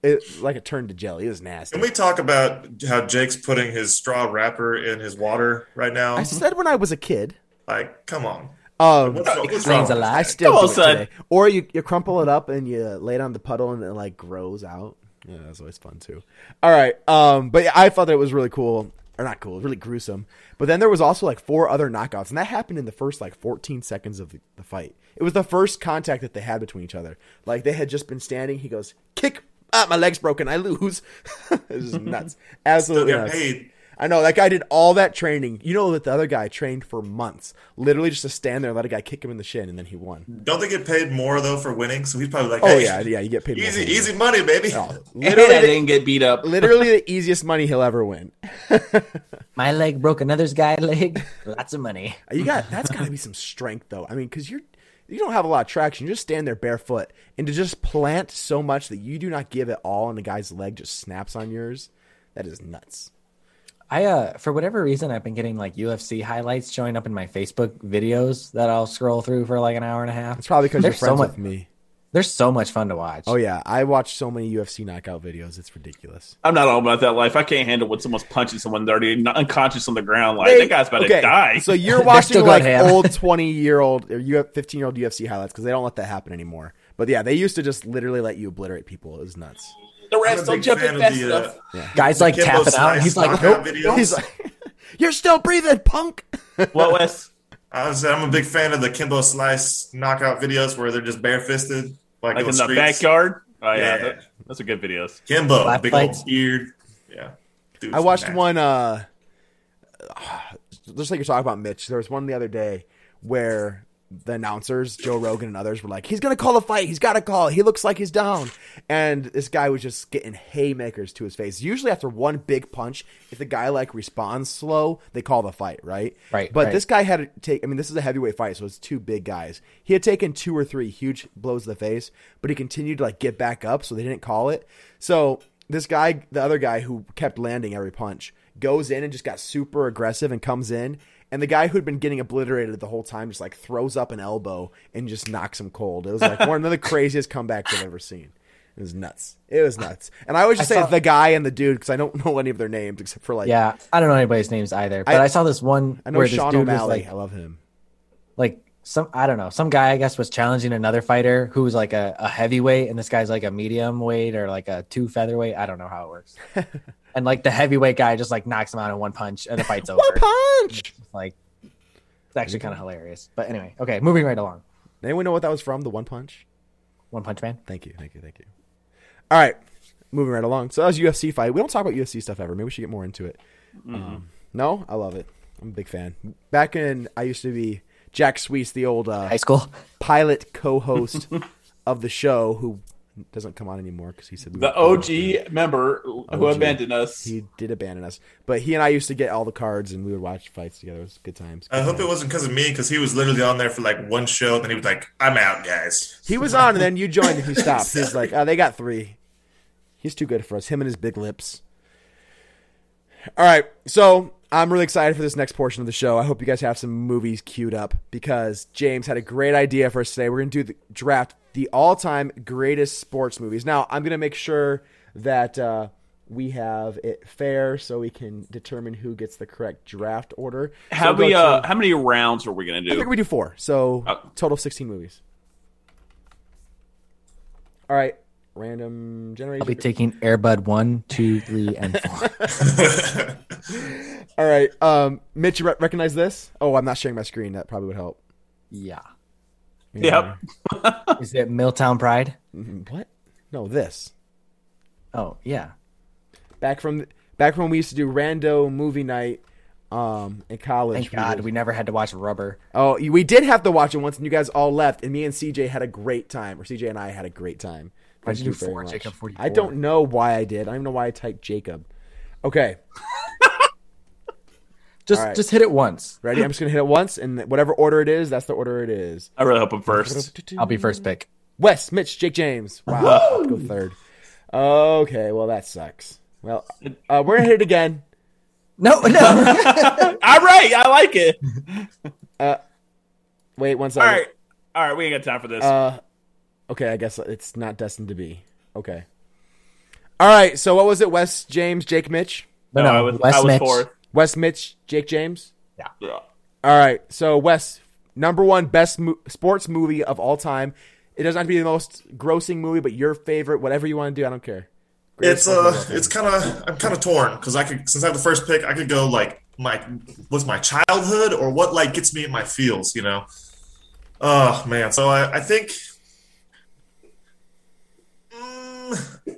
Speaker 1: it like it turned to jelly it was nasty
Speaker 3: Can we talk about how Jake's putting his straw wrapper in his water right now?
Speaker 1: i said when i was a kid
Speaker 3: Like, come on.
Speaker 1: um,
Speaker 3: What's, wrong- what's wrong?
Speaker 4: Explains a
Speaker 3: with
Speaker 1: I
Speaker 4: lot.
Speaker 1: still
Speaker 2: Come
Speaker 1: do
Speaker 2: on,
Speaker 1: it
Speaker 2: son.
Speaker 1: today. Or you, you crumple it up and you lay it on the puddle and it like grows out. Yeah, that's always fun too. All right, um, but yeah, I thought that it was really cool, or not cool, really gruesome. But then there was also like four other knockouts, and that happened in the first like 14 seconds of the, the fight. It was the first contact that they had between each other. Like they had just been standing. He goes kick. Ah, my leg's broken. I lose. it was nuts.
Speaker 3: that?
Speaker 1: Absolutely
Speaker 3: They got
Speaker 1: nuts.
Speaker 3: paid.
Speaker 1: I know that guy did all that training. You know that the other guy trained for months, literally just to stand there and let a guy kick him in the shin, and then he won.
Speaker 3: Don't they get paid more though for winning? So he's probably like,
Speaker 1: Oh
Speaker 3: hey,
Speaker 1: yeah, yeah, you get paid. more
Speaker 3: easy,
Speaker 1: for that.
Speaker 3: easy money, baby.
Speaker 1: Oh,
Speaker 2: and I
Speaker 1: literally,
Speaker 2: didn't get beat up.
Speaker 1: the, literally the easiest money he'll ever win.
Speaker 4: My leg broke another's guy leg. Lots of money.
Speaker 1: You got that's got to be some strength though. I mean, because you're you don't have a lot of traction. You just stand there barefoot and to just plant so much that you do not give at all, and the guy's leg just snaps on yours. That is nuts.
Speaker 4: I uh for whatever reason I've been getting like UFC highlights showing up in my Facebook videos that I'll scroll through for like an hour and a half.
Speaker 1: It's probably because you're
Speaker 4: There's
Speaker 1: friends
Speaker 4: so much,
Speaker 1: with me.
Speaker 4: They're so much fun to watch.
Speaker 1: Oh yeah, I watch so many UFC knockout videos. It's ridiculous.
Speaker 2: I'm not all about that life. I can't handle when someone's punching someone they're already not unconscious on the ground. Like
Speaker 1: They-
Speaker 2: that guy's about
Speaker 1: okay,
Speaker 2: to die.
Speaker 1: So you're
Speaker 4: still
Speaker 1: watching
Speaker 4: got
Speaker 1: like
Speaker 4: ham.
Speaker 1: old 20 year old or you have 15 year old UFC highlights because they don't let that happen anymore. But yeah, they used to just literally let you obliterate people. It was nuts.
Speaker 2: the
Speaker 3: I'm
Speaker 2: refs
Speaker 3: a
Speaker 2: don't
Speaker 3: big
Speaker 2: jump
Speaker 3: fan
Speaker 2: in
Speaker 3: of
Speaker 2: fast
Speaker 3: the, uh,
Speaker 2: enough.
Speaker 4: Guys like
Speaker 3: Kimbo
Speaker 4: tapping
Speaker 3: Slice
Speaker 4: out. He's like,
Speaker 3: knockout
Speaker 4: nope.
Speaker 3: videos.
Speaker 1: He's like, "You're still breathing, punk."
Speaker 3: uh,
Speaker 2: What Wes?
Speaker 3: I was, I'm a big fan of the Kimbo Slice knockout videos where they're just barefisted, like,
Speaker 2: Like
Speaker 3: on
Speaker 2: in
Speaker 3: the
Speaker 2: the
Speaker 3: streets.
Speaker 2: backyard? Oh yeah,
Speaker 3: Yeah.
Speaker 2: that- that's a good videos.
Speaker 3: Kimbo,
Speaker 4: Slap
Speaker 3: big
Speaker 4: fights.
Speaker 3: old beard. Yeah. Dude's
Speaker 1: I watched
Speaker 3: nasty.
Speaker 1: one. uh just like you're talking about, Mitch. There was one the other day where the announcers, Joe Rogan and others, were like, "He's gonna call a fight. He's got to call. He looks like he's down." And this guy was just getting haymakers to his face. Usually after one big punch, if the guy like responds slow, they call the fight, right?
Speaker 4: Right,
Speaker 1: But
Speaker 4: right.
Speaker 1: this guy had to take. I mean, this is a heavyweight fight, so it's two big guys. He had taken two or three huge blows to the face, but he continued to like get back up, so they didn't call it. So this guy, the other guy who kept landing every punch, goes in and just got super aggressive and comes in. And the guy who'd been getting obliterated the whole time just like throws up an elbow and just knocks him cold. It was like one of the craziest comebacks I've ever seen. It was nuts. It was nuts. And I always just
Speaker 4: I
Speaker 1: say
Speaker 4: saw-
Speaker 1: the guy and the dude because I don't know any of their names except for like
Speaker 4: Yeah, I don't know anybody's names either, but
Speaker 1: I-
Speaker 4: I, saw this one
Speaker 1: I know
Speaker 4: where this
Speaker 1: Sean
Speaker 4: dude was
Speaker 1: O'Malley.
Speaker 4: like,
Speaker 1: I love him.
Speaker 4: like some I don't know, some guy I guess was challenging another fighter who was like a, a heavyweight, and this guy's like a medium weight or like a two featherweight. I don't know how it works. and like the heavyweight guy just like knocks him out in one punch, and the fight's over.
Speaker 1: One punch.
Speaker 4: Like it's actually kind of hilarious. But anyway, okay, moving right along.
Speaker 1: Anyone know what that was from? The One Punch.
Speaker 4: One Punch Man.
Speaker 1: Thank you, thank you, thank you. All right, moving right along. So that was UFC fight. We don't talk about UFC stuff ever. Maybe we should get more into it. Um, no, I love it. I'm a big fan. Back in, I used to be Jack Sweets, the old uh,
Speaker 4: High school.
Speaker 1: pilot co-host of the show, who doesn't come on anymore because he said we
Speaker 2: The
Speaker 1: were co-hosts.
Speaker 2: OG member who
Speaker 1: OG.
Speaker 2: abandoned us.
Speaker 1: He did abandon us, but he and I used to get all the cards and we would watch fights together. It was good times.
Speaker 3: I hope it wasn't because of me, because he was literally on there for like one show, and then he was like, "I'm out, guys."
Speaker 1: He was on, and then you joined, and he stopped. He's like, oh, they got three. He's too good for us. Him and his big lips. All right, so I'm really excited for this next portion of the show. I hope you guys have some movies queued up because James had a great idea for us today. We're gonna do the draft the all-time greatest sports movies. Now I'm gonna make sure that uh, we have it fair so we can determine who gets the correct draft order. So
Speaker 2: how
Speaker 1: we'll
Speaker 2: we
Speaker 1: go
Speaker 2: uh
Speaker 1: to-
Speaker 2: how many rounds are we gonna
Speaker 1: I
Speaker 2: do?
Speaker 1: think we do four. So
Speaker 2: Oh.
Speaker 1: total of sixteen movies. All right, random generation.
Speaker 4: I'll be taking Airbud one, two, three, and four.
Speaker 1: All right, um, Mitch, you re- recognize this? Oh, I'm not sharing my screen. That probably would help.
Speaker 4: yeah.
Speaker 2: Yep.
Speaker 4: Is it Milltown Pride?
Speaker 1: Mhm. What? No, this.
Speaker 4: Oh yeah.
Speaker 1: Back from back from when we used to do rando movie night um, in college.
Speaker 4: Thank
Speaker 1: we
Speaker 4: God
Speaker 1: would-
Speaker 4: we never had to watch Rubber.
Speaker 1: Oh, we did have to watch it once, and you guys all left, and me and CJ had a great time, or CJ and I had a great time.
Speaker 4: Why'd
Speaker 1: Thank
Speaker 4: you do
Speaker 1: very
Speaker 4: four,
Speaker 1: much.
Speaker 4: Jacob 44?
Speaker 1: I don't know why I did. I don't even know why I typed Jacob. Okay,
Speaker 4: Just
Speaker 1: right.
Speaker 4: just hit it once.
Speaker 1: ready? I'm just gonna hit it once, and whatever order it is, that's the order it is.
Speaker 2: I really hope I'm first.
Speaker 4: I'll be first pick.
Speaker 1: Wes, Mitch, Jake James. Wow, I have to go third. Okay, well that sucks. Well, uh, we're gonna hit it again.
Speaker 4: No, no.
Speaker 2: All right, I like it.
Speaker 1: Wait one
Speaker 2: All
Speaker 1: second.
Speaker 2: right. All right, we ain't got time for this.
Speaker 1: Uh, okay, I guess it's not destined to be. Okay. All right. So what was it? Wes, James, Jake, Mitch.
Speaker 2: no,
Speaker 4: no,
Speaker 2: I was
Speaker 4: Wes
Speaker 2: I was
Speaker 4: Mitch.
Speaker 2: fourth.
Speaker 1: Wes, Mitch, Jake, James.
Speaker 2: Yeah.
Speaker 1: All right. So Wes, number one best mo- sports movie of all time. It doesn't have to be the most grossing movie, but your favorite, whatever you want to do, I don't care.
Speaker 3: It's uh, it's kind of I'm kind of torn because I could since I have the first pick, I could go like my was my childhood or what like gets me in my feels, you know. Oh man, so I I think. Mm,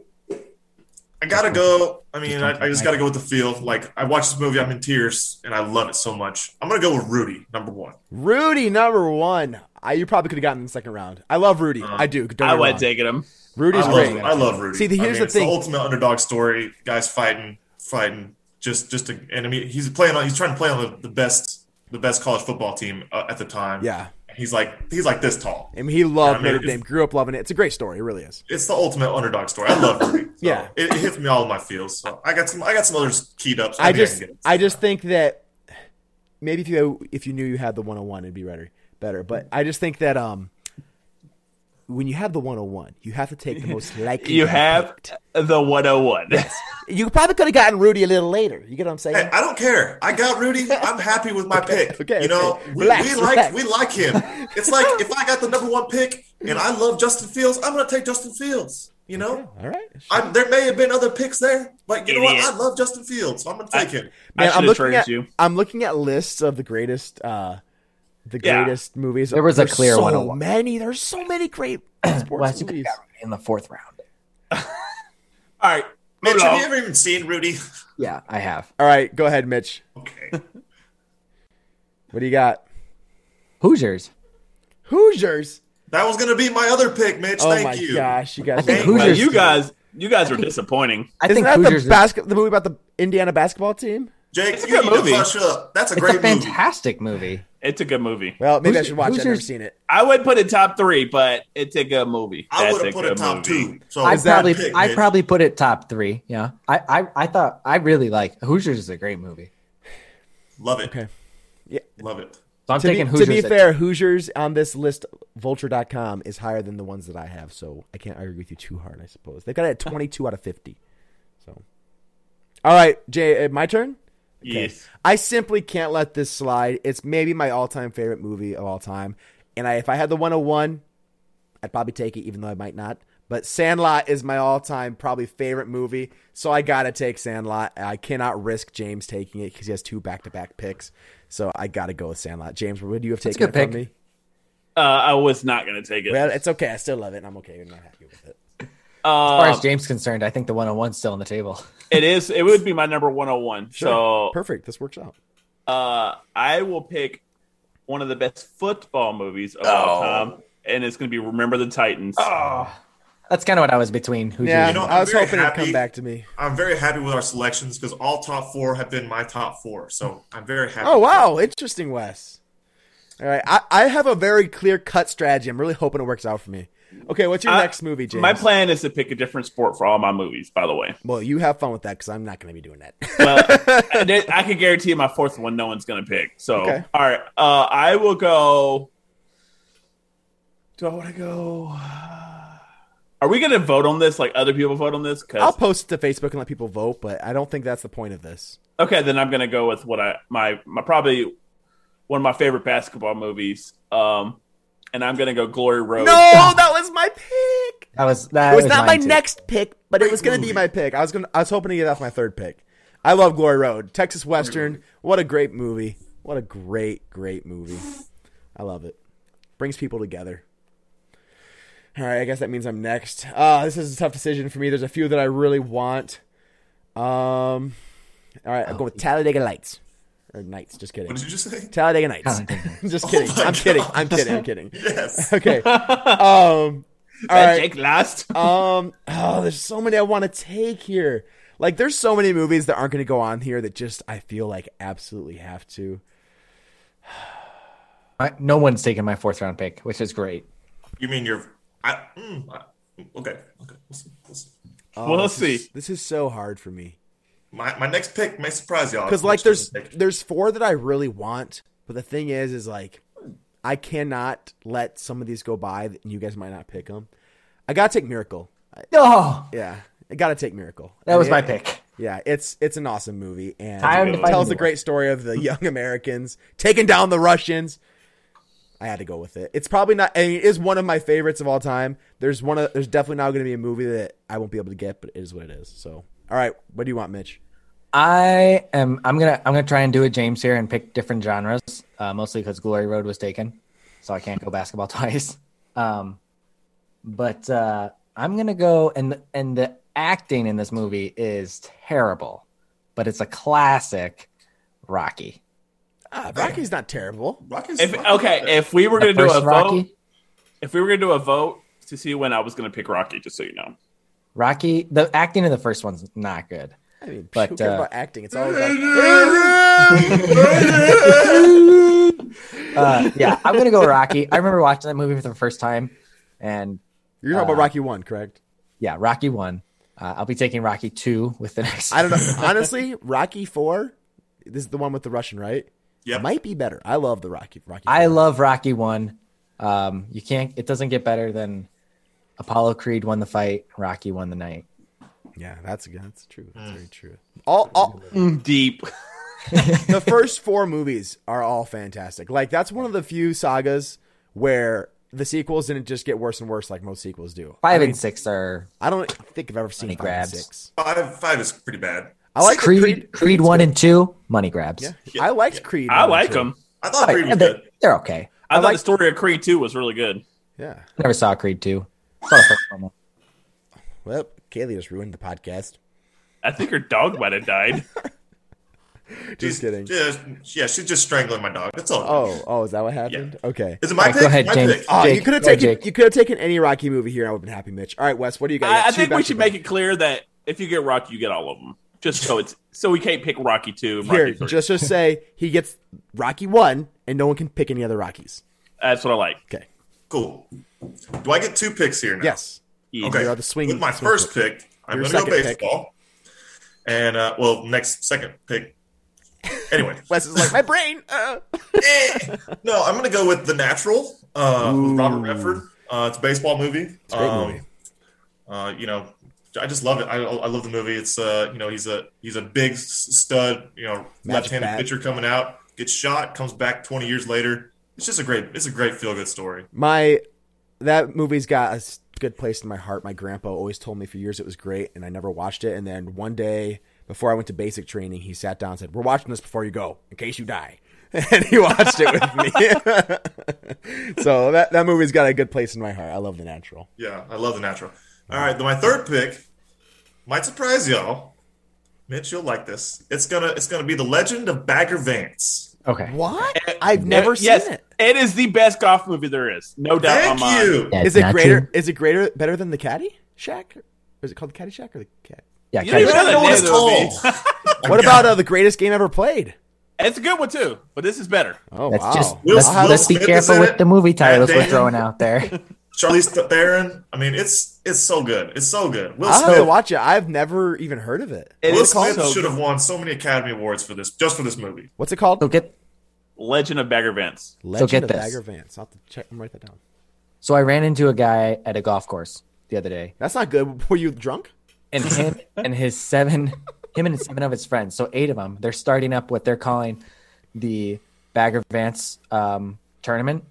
Speaker 3: I gotta go. I mean, I, I just gotta go with the feel. Like, I watched this movie, I'm in tears, and I love it so much. I'm gonna go with Rudy, number one.
Speaker 1: Rudy, number one. I, you probably could have gotten in the second round. I love Rudy. I do. Don't
Speaker 2: Uh,
Speaker 1: get
Speaker 2: I
Speaker 1: me
Speaker 2: went
Speaker 1: wrong.
Speaker 2: taking him.
Speaker 1: Rudy's
Speaker 3: I
Speaker 1: great.
Speaker 3: love, I love Rudy.
Speaker 1: See, the-
Speaker 3: I
Speaker 1: here's the
Speaker 3: it's
Speaker 1: thing.
Speaker 3: the ultimate underdog story. Guys fighting, fighting, just just to, and I mean, he's playing on. He's trying to play on the, the best, the best college football team uh, at the time.
Speaker 1: Yeah.
Speaker 3: he's like he's like this tall.
Speaker 1: I mean, he loved
Speaker 3: I mean,
Speaker 1: Notre
Speaker 3: it's-
Speaker 1: Dame. Grew up loving it. It's a great story. It really is.
Speaker 3: It's the ultimate underdog story. I love Rudy. So
Speaker 1: Yeah.
Speaker 3: it, it hits me all in my feels. So I got some. I got some others keyed up. So
Speaker 1: I
Speaker 3: think can
Speaker 1: just,
Speaker 3: get it.
Speaker 1: I just think that maybe if you if you knew you had the 101, it'd be better. Better, but I just think that um, when you have the 101, you have to take the most likely.
Speaker 2: You
Speaker 1: guy
Speaker 2: have
Speaker 1: picked.
Speaker 2: the 101.
Speaker 1: You probably could have gotten Rudy a little later. You get what I'm saying?
Speaker 3: Hey, I don't care. I got Rudy. I'm happy with my pick.
Speaker 1: okay,
Speaker 3: you know,
Speaker 1: okay.
Speaker 3: we,
Speaker 1: Relax,
Speaker 3: we like
Speaker 1: relax.
Speaker 3: we like him. It's like if I got the number one pick and I love Justin Fields, I'm gonna take Justin Fields. You know,
Speaker 1: All right.
Speaker 3: I, there may have been other picks there, but you know
Speaker 2: Idiot.
Speaker 3: what? I love Justin Fields, so I'm gonna take him.
Speaker 2: I
Speaker 1: Man, I'm
Speaker 2: should have
Speaker 1: looking
Speaker 2: traded
Speaker 1: at
Speaker 2: you.
Speaker 1: I'm looking at lists of the greatest uh the
Speaker 2: Yeah.
Speaker 1: greatest movies.
Speaker 4: There was a
Speaker 1: There's
Speaker 4: clear
Speaker 1: so
Speaker 4: 101.
Speaker 1: many. There's so many great
Speaker 4: Wes,
Speaker 1: sports
Speaker 4: you
Speaker 1: movies.
Speaker 4: picked that in the fourth round.
Speaker 2: All right.
Speaker 3: Mitch,
Speaker 2: hold
Speaker 3: have
Speaker 2: on.
Speaker 3: you ever even seen Rudy?
Speaker 4: Yeah, I have.
Speaker 1: All right, go ahead, Mitch.
Speaker 3: Okay.
Speaker 1: What do you got?
Speaker 4: Hoosiers.
Speaker 1: Hoosiers.
Speaker 3: That was going to be my other pick, Mitch.
Speaker 1: Oh
Speaker 3: Thank
Speaker 1: my
Speaker 3: you.
Speaker 1: gosh, you guys.
Speaker 4: I think
Speaker 1: are-
Speaker 2: Well,
Speaker 4: Hoosiers-
Speaker 2: you guys, you guys were disappointing.
Speaker 4: I
Speaker 1: Isn't
Speaker 4: think
Speaker 1: that
Speaker 4: Hoosiers.
Speaker 1: the
Speaker 4: is-
Speaker 1: basket? The movie about the Indiana basketball team.
Speaker 3: Jake,
Speaker 2: It's a
Speaker 3: you
Speaker 2: good
Speaker 3: need
Speaker 2: movie.
Speaker 3: to hush up. That's a
Speaker 4: it's
Speaker 3: great
Speaker 4: a fantastic movie.
Speaker 2: It's a good movie.
Speaker 1: Well, maybe I
Speaker 4: Hoosier-
Speaker 1: should watch it. I've never
Speaker 4: Hoosiers-
Speaker 1: seen it.
Speaker 2: I would put it top three, but it's a good movie.
Speaker 3: movie. I
Speaker 2: That's
Speaker 3: would have
Speaker 2: a
Speaker 3: put it
Speaker 2: good movie.
Speaker 3: top two. So
Speaker 4: I
Speaker 3: it's Oh, that
Speaker 4: probably,
Speaker 3: pick,
Speaker 4: I
Speaker 3: Mitch.
Speaker 4: probably put it top three. Yeah, I, I, I thought I really like Hoosiers is a great movie.
Speaker 3: love it.
Speaker 1: Okay. Yeah.
Speaker 3: Love it.
Speaker 4: So I'm
Speaker 1: To be,
Speaker 4: taking
Speaker 1: to
Speaker 4: Hoosiers.
Speaker 1: be
Speaker 4: at-
Speaker 1: fair, Hoosiers on this list, vulture.com, is higher than the ones that I have, so I can't argue with you too hard, I suppose. They've got it at 22 out of 50. So, All right, Jay, uh, my turn?
Speaker 2: Yes.
Speaker 1: I simply can't let this slide. It's maybe my all-time favorite movie of all time, and I, if I had the 101, I'd probably take it, even though I might not. But Sandlot is my all-time probably favorite movie, so I gotta take Sandlot. I cannot risk James taking it because he has two back-to-back picks, so I gotta go with Sandlot. James, would you have
Speaker 4: That's a
Speaker 1: taken it
Speaker 4: good
Speaker 1: from
Speaker 4: pick.
Speaker 1: me?
Speaker 2: Uh, I was not going to take it.
Speaker 1: Well, it's okay. I still love it. and I'm okay. I'm not happy with it.
Speaker 2: Uh,
Speaker 4: as far as
Speaker 1: um,
Speaker 4: James concerned, I think the 101's still on the table.
Speaker 2: it is. It would be my number one hundred one. So
Speaker 1: perfect. This works out.
Speaker 2: uh, I will pick one of the best football movies of
Speaker 3: Oh.
Speaker 2: all time, and it's going to be Remember the Titans.
Speaker 3: Oh,
Speaker 4: That's kind of what I was between Hoosiers.
Speaker 1: Yeah,
Speaker 4: and-
Speaker 3: know,
Speaker 1: I
Speaker 3: I'm
Speaker 1: was
Speaker 3: very
Speaker 1: hoping it'd
Speaker 3: happy-
Speaker 1: come back to me.
Speaker 3: I'm very happy with our selections because all top four have been my top four. So I'm very happy.
Speaker 1: Oh wow, interesting, Wes. All right, I, I have a very clear cut strategy. I'm really hoping it works out for me. Okay, what's your
Speaker 2: I-
Speaker 1: next movie, James?
Speaker 2: My plan is to pick a different sport for all my movies. By the way,
Speaker 1: Well, you have fun with that because I'm not going to be doing that.
Speaker 2: Well, I, did- I can guarantee you my fourth one, no one's going to pick. So,
Speaker 1: Okay.
Speaker 2: all right, uh, I will go. Do I want to go? Are we going to vote on this? Like other people vote on this?
Speaker 1: I'll
Speaker 2: Because
Speaker 1: post it to Facebook and let people vote, but I don't think that's the point of this.
Speaker 2: okay, then I'm going to go with what I my my probably one of my favorite basketball movies. Um, and I'm going to go Glory Road.
Speaker 1: No, that was my pick.
Speaker 4: that was that
Speaker 1: It was
Speaker 4: was
Speaker 1: not my
Speaker 4: mine too.
Speaker 1: next pick, but it
Speaker 3: Great
Speaker 1: was going to be
Speaker 3: movie.
Speaker 1: my pick. I was going. to I was hoping to get off my third pick. I love Glory Road, Texas Western. What a great movie! What a great, great movie. I love it. Brings people together. All right, I guess that means I'm next. Uh, this is a tough decision for me. There's a few that I really want. Um, all right, I'll go
Speaker 4: Oh.
Speaker 1: with Talladega Lights or Nights. Just kidding.
Speaker 3: What did you just say?
Speaker 1: Talladega Nights.
Speaker 4: Talladega
Speaker 1: just
Speaker 3: Oh
Speaker 1: kidding.
Speaker 3: my
Speaker 1: I'm kidding. I'm
Speaker 3: gosh.
Speaker 1: kidding. I'm kidding.
Speaker 3: Yes.
Speaker 1: Okay. Um. All
Speaker 2: That
Speaker 1: right.
Speaker 2: Jake last.
Speaker 1: Um, oh, there's so many I want to take here. Like, there's so many movies that aren't going to go on here that just I feel like absolutely have to.
Speaker 4: I- no one's taken my fourth round pick, which is great.
Speaker 3: You mean your? I, mm, I, mm, okay. Okay. We'll see, we'll see.
Speaker 1: Oh,
Speaker 2: We'll
Speaker 1: this is-
Speaker 2: see.
Speaker 1: this is so hard for me
Speaker 3: My my next pick may surprise y'all.
Speaker 1: because like there's
Speaker 3: Mitch doesn't pick.
Speaker 1: there's four that I really want, but the thing is, is like I cannot let some of these go by. that You guys might not pick them. I gotta take Miracle. I-
Speaker 4: Oh,
Speaker 1: yeah, I gotta take Miracle.
Speaker 4: that
Speaker 1: I
Speaker 4: was
Speaker 1: mean,
Speaker 4: my
Speaker 1: it-
Speaker 4: pick.
Speaker 1: Yeah, it's it's an awesome movie and
Speaker 2: to
Speaker 4: Time
Speaker 1: it
Speaker 2: fight
Speaker 1: tells
Speaker 4: the
Speaker 1: the great story of the young Americans taking down the Russians. I had to go with it. It's probably not. I mean, it is one of my favorites of all time. There's one. Of, there's definitely not going to be a movie that I won't be able to get, but it is what it is. So, all right, what do you want, Mitch?
Speaker 4: I am. I'm gonna. I'm gonna try and do a James here and pick different genres, uh, mostly because Glory Road was taken, so I can't go basketball twice. Um, but uh, I'm gonna go and and the acting in this movie is terrible, but it's a classic. Rocky.
Speaker 1: Ah, Rocky's not terrible.
Speaker 3: Rocky's,
Speaker 2: If,
Speaker 3: Rocky's
Speaker 2: okay, if we were
Speaker 4: The
Speaker 2: going to do
Speaker 4: first
Speaker 2: a
Speaker 4: Rocky.
Speaker 2: vote, if we were going to do a vote to see when I was going to pick Rocky, just so you know.
Speaker 4: Rocky. The acting in the first one's not good.
Speaker 1: I mean,
Speaker 4: But,
Speaker 1: who cares
Speaker 4: uh,
Speaker 1: about acting? It's all about.
Speaker 4: Uh, yeah, I'm gonna go Rocky. I remember watching that movie for the first time, and
Speaker 1: You're talking about
Speaker 4: Uh,
Speaker 1: Rocky one, correct?
Speaker 4: yeah, Rocky one. Uh, I'll be taking Rocky two with the next.
Speaker 1: I don't know. Honestly, Rocky four. This is the one with the Russian, right?
Speaker 3: Yep.
Speaker 1: Might be better. I love the Rocky. Rocky.
Speaker 4: I
Speaker 1: four.
Speaker 4: love Rocky one. Um, you can't. It doesn't get better than Apollo Creed won the fight. Rocky won the night.
Speaker 1: Yeah, that's that's true. That's
Speaker 2: Mm.
Speaker 1: very true. All, all
Speaker 2: Deep.
Speaker 1: the first four movies are all fantastic. Like that's one of the few sagas where the sequels didn't just get worse and worse like most sequels do.
Speaker 4: Five
Speaker 1: I, mean,
Speaker 4: and six are
Speaker 1: I don't think I've ever seen
Speaker 4: Money
Speaker 1: five and
Speaker 4: grabs.
Speaker 1: six.
Speaker 3: five five is pretty bad.
Speaker 1: I like
Speaker 4: Creed.
Speaker 1: Creed.
Speaker 4: Creed, one and two money grabs.
Speaker 1: Yeah,
Speaker 3: Yeah,
Speaker 1: I liked Creed.
Speaker 2: I
Speaker 1: one and
Speaker 2: like
Speaker 1: two.
Speaker 2: him.
Speaker 3: I thought Creed was
Speaker 4: Like, they're,
Speaker 3: good.
Speaker 4: they're okay.
Speaker 2: I, thought
Speaker 1: like-
Speaker 2: the story of Creed 2 was really good.
Speaker 1: Yeah.
Speaker 4: I never saw Creed two. Saw the first one.
Speaker 1: Well, Kaylee just ruined the podcast.
Speaker 2: I think her dog might have died.
Speaker 1: Just kidding.
Speaker 3: Just, yeah, she's just strangling my dog. That's all.
Speaker 1: Oh, oh, is that what happened? Okay.
Speaker 3: Is it my
Speaker 4: All right, go
Speaker 3: pick?
Speaker 4: ahead,
Speaker 3: my
Speaker 4: James.
Speaker 3: pick.
Speaker 1: Oh,
Speaker 4: Jake,
Speaker 1: you could have
Speaker 4: go,
Speaker 1: taken
Speaker 4: Jake.
Speaker 1: you could have taken any Rocky movie here. and I would have been happy, Mitch. All right, Wes, what do you got? You got
Speaker 2: I, I
Speaker 1: two
Speaker 2: think we
Speaker 1: back-to-back.
Speaker 2: should make it clear that if you get Rocky, you get all of them. Just so it's so we can't pick Rocky two. And Rocky
Speaker 1: here.
Speaker 2: three.
Speaker 1: Just just say he gets Rocky one, and no one can pick any other Rockies.
Speaker 2: That's what I like.
Speaker 1: Okay.
Speaker 3: Cool. Do I get two picks here now?
Speaker 1: Yes.
Speaker 2: Yeah.
Speaker 3: Okay.
Speaker 1: You're the swing-
Speaker 3: With my
Speaker 1: swing
Speaker 3: first pick, I'm
Speaker 1: Your
Speaker 3: going to go
Speaker 1: second pick.
Speaker 3: baseball. And, uh, well, next, second pick. Anyway.
Speaker 1: Wes is like my brain. Uh.
Speaker 3: Eh. no, I'm going to go with The Natural uh, with
Speaker 1: Ooh.
Speaker 3: Robert Redford. Uh, it's a baseball movie. Um,
Speaker 1: a great movie.
Speaker 3: Uh, you know, I just love it. I, I love the movie. It's uh, you know, he's a he's a big s- stud. You know, left-handed
Speaker 1: bat.
Speaker 3: pitcher coming out, gets shot, comes back 20 years later. It's just a great. It's a great feel-good story.
Speaker 1: My that movie's got a s- good place in my heart. My grandpa always told me for years it was great, and I never watched it. And then one day before I went to basic training, he sat down and said, "We're watching this before you go, in case you die." And he watched it with me. so that that movie's got a good place in my heart. I love The Natural.
Speaker 3: Yeah, I love the natural. All right, then my third pick might surprise y'all. Mitch, you'll like this. It's gonna it's gonna be the Legend of Bagger Vance.
Speaker 4: Okay.
Speaker 1: What? I've never
Speaker 2: Uh,
Speaker 1: seen
Speaker 2: yes,
Speaker 1: it.
Speaker 2: It is the best golf movie there is. No doubt on
Speaker 3: Thank
Speaker 2: mine.
Speaker 3: you.
Speaker 4: Yeah,
Speaker 1: Is it
Speaker 4: Nacho.
Speaker 1: greater? Is it greater better than the Caddy Shack? Or is it called the Caddy Shack or the Cat?
Speaker 4: Yeah,
Speaker 2: You don't even
Speaker 4: Caddy-
Speaker 3: I
Speaker 2: know
Speaker 3: don't know
Speaker 2: that
Speaker 3: what it's
Speaker 2: name of the
Speaker 3: called.
Speaker 1: What about uh, the greatest game ever played?
Speaker 2: It's a good one too, but this is better.
Speaker 1: Oh
Speaker 4: Let's
Speaker 1: wow!
Speaker 4: just
Speaker 3: Will-
Speaker 4: let's,
Speaker 3: Will
Speaker 4: let's be
Speaker 3: Smith is
Speaker 4: careful
Speaker 3: in
Speaker 4: with
Speaker 3: it.
Speaker 4: the movie titles
Speaker 3: Matt
Speaker 4: we're
Speaker 3: Damon.
Speaker 4: throwing out there.
Speaker 3: Charlize Theron? I mean, it's it's so good. It's so good. Will
Speaker 1: I'll have to
Speaker 3: Smith,
Speaker 1: watch it. I've never even heard of it.
Speaker 2: It
Speaker 3: Will
Speaker 2: is called
Speaker 3: Smith should have won so many Academy Awards for this, just for this movie.
Speaker 1: What's it called?
Speaker 4: So get
Speaker 2: Legend of Bagger Vance.
Speaker 1: Legend
Speaker 4: get
Speaker 1: of
Speaker 4: this.
Speaker 1: Bagger Vance. I'll have to check and write that down.
Speaker 4: so I ran into a guy at a golf course the other day.
Speaker 1: That's not good. Were you drunk?
Speaker 4: and him and his seven him and seven of his friends so eight of them they're starting up what they're calling the bagger vance um, tournament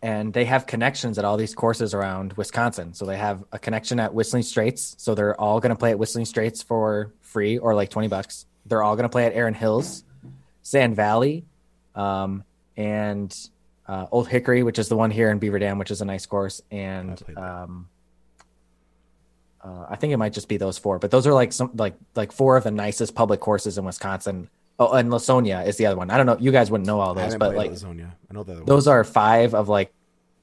Speaker 4: and they have connections at all these courses around wisconsin so they have a connection at whistling straits so they're all going to play at whistling straits for free or like 20 bucks they're all going to play at Erin hills sand valley um, and uh, old hickory which is the one here in beaver dam which is a nice course and
Speaker 1: played that.
Speaker 4: um, uh, I think it might just be those four, but those are like some like like four of the nicest public courses in Wisconsin. Oh, and Lasonia is the other one. I don't know. You guys wouldn't know all
Speaker 1: I
Speaker 4: those,
Speaker 1: haven't
Speaker 4: but
Speaker 1: played
Speaker 4: like
Speaker 1: Lasonia. I know the other one.
Speaker 4: those are five of like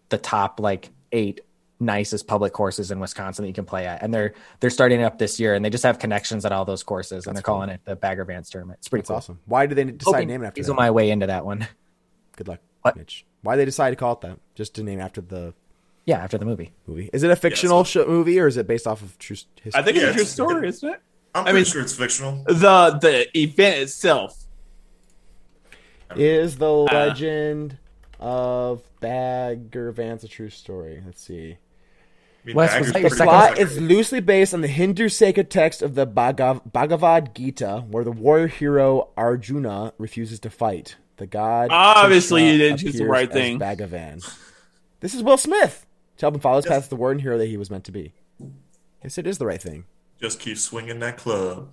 Speaker 4: the top like eight nicest public courses in Wisconsin that you can play at. And they're they're starting up this year, and they just have connections at all those courses, and they're calling it the Bagger Vance tournament. It's pretty
Speaker 1: That's
Speaker 4: cool.
Speaker 1: awesome. Why did they decide to
Speaker 4: Hoping
Speaker 1: name it after
Speaker 4: these
Speaker 1: that?
Speaker 4: are my way into that one.
Speaker 1: good luck,
Speaker 4: What?
Speaker 1: Mitch. Why they decide to call it that? Just to name after the
Speaker 4: Yeah, after the movie.
Speaker 1: movie. Is it a fictional show, movie or is it based off of true s- history?
Speaker 2: I think
Speaker 3: Yeah,
Speaker 2: it's a true
Speaker 3: it's-
Speaker 2: story, isn't it?
Speaker 3: I'm
Speaker 2: I
Speaker 3: pretty
Speaker 2: mean-
Speaker 3: sure it's fictional.
Speaker 2: The the event itself.
Speaker 1: is the
Speaker 3: Ah.
Speaker 1: legend of Bagger Vance a true story? Let's see.
Speaker 3: I mean,
Speaker 4: Wes,
Speaker 3: Bagger's
Speaker 4: was that
Speaker 1: The
Speaker 4: your
Speaker 3: pretty
Speaker 4: second
Speaker 1: plot
Speaker 3: good.
Speaker 1: is loosely based on the Hindu sacred text of the Bhagav- Bhagavad Gita, where the warrior hero Arjuna refuses to fight. The god
Speaker 2: Obviously,
Speaker 1: Krishna
Speaker 2: you didn't choose the
Speaker 1: appears
Speaker 2: right
Speaker 1: as
Speaker 2: thing.
Speaker 1: Bhagavan. This is Will Smith. To help him follow his path as the warrior hero that he was meant to be. Yes, it is the right thing.
Speaker 3: Just keep swinging that club,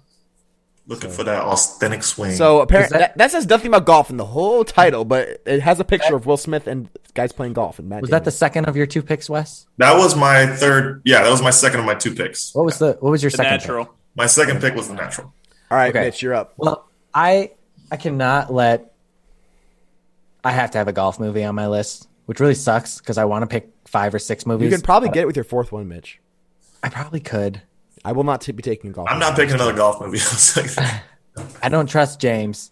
Speaker 3: looking for that authentic swing.
Speaker 1: So apparently,
Speaker 4: that-
Speaker 1: that, that says nothing about golf in the whole title, but it has a picture of Will Smith and guys playing golf. And Matt
Speaker 4: Was that the
Speaker 1: Damon.
Speaker 4: second of your two picks, Wes?
Speaker 3: that was my third. Yeah, that was my second of my two picks.
Speaker 4: What was the what was your
Speaker 2: The
Speaker 4: second? pick?
Speaker 2: natural.
Speaker 3: My second pick was the natural.
Speaker 1: All right,
Speaker 4: Okay.
Speaker 1: Mitch, you're up.
Speaker 4: Well, I I cannot let I have to have a golf movie on my list, which really sucks because I want to pick five or six movies.
Speaker 1: You can probably get it with your fourth one, Mitch.
Speaker 4: I probably could.
Speaker 1: I will not t- be taking golf.
Speaker 3: I'm not picking another golf movie. I was like,
Speaker 4: I don't trust James,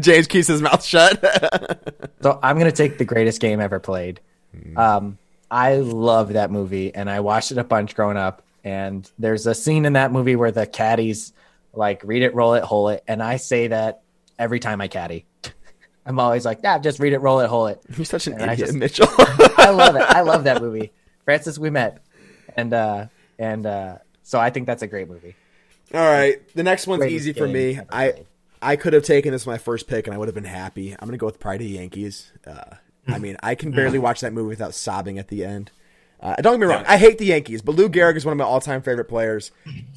Speaker 1: James keeps his mouth shut.
Speaker 4: so I'm gonna take the greatest game ever played.
Speaker 1: Hmm.
Speaker 4: Um, I love that movie, and I watched it a bunch growing up. And there's a scene in that movie where the caddies like read it, roll it, hole it, and I say that every time I caddy. I'm always like, yeah, just read it, roll it, hole it.
Speaker 1: You're such an
Speaker 4: And I
Speaker 1: idiot,
Speaker 4: just-
Speaker 1: Mitchell.
Speaker 4: I love it. I love that movie. Francis, we met, and uh, and uh, so I think that's a great movie.
Speaker 1: All right, the next one's
Speaker 4: Greatest
Speaker 1: easy for
Speaker 4: game
Speaker 1: me.
Speaker 4: ever
Speaker 1: I
Speaker 4: played.
Speaker 1: I could have taken this my first pick, and I would have been happy. I'm gonna go with Pride of the Yankees. Uh, I mean, I can barely watch that movie without sobbing at the end. Uh, don't get me wrong, I hate the Yankees, but Lou Gehrig is one of my all-time favorite players,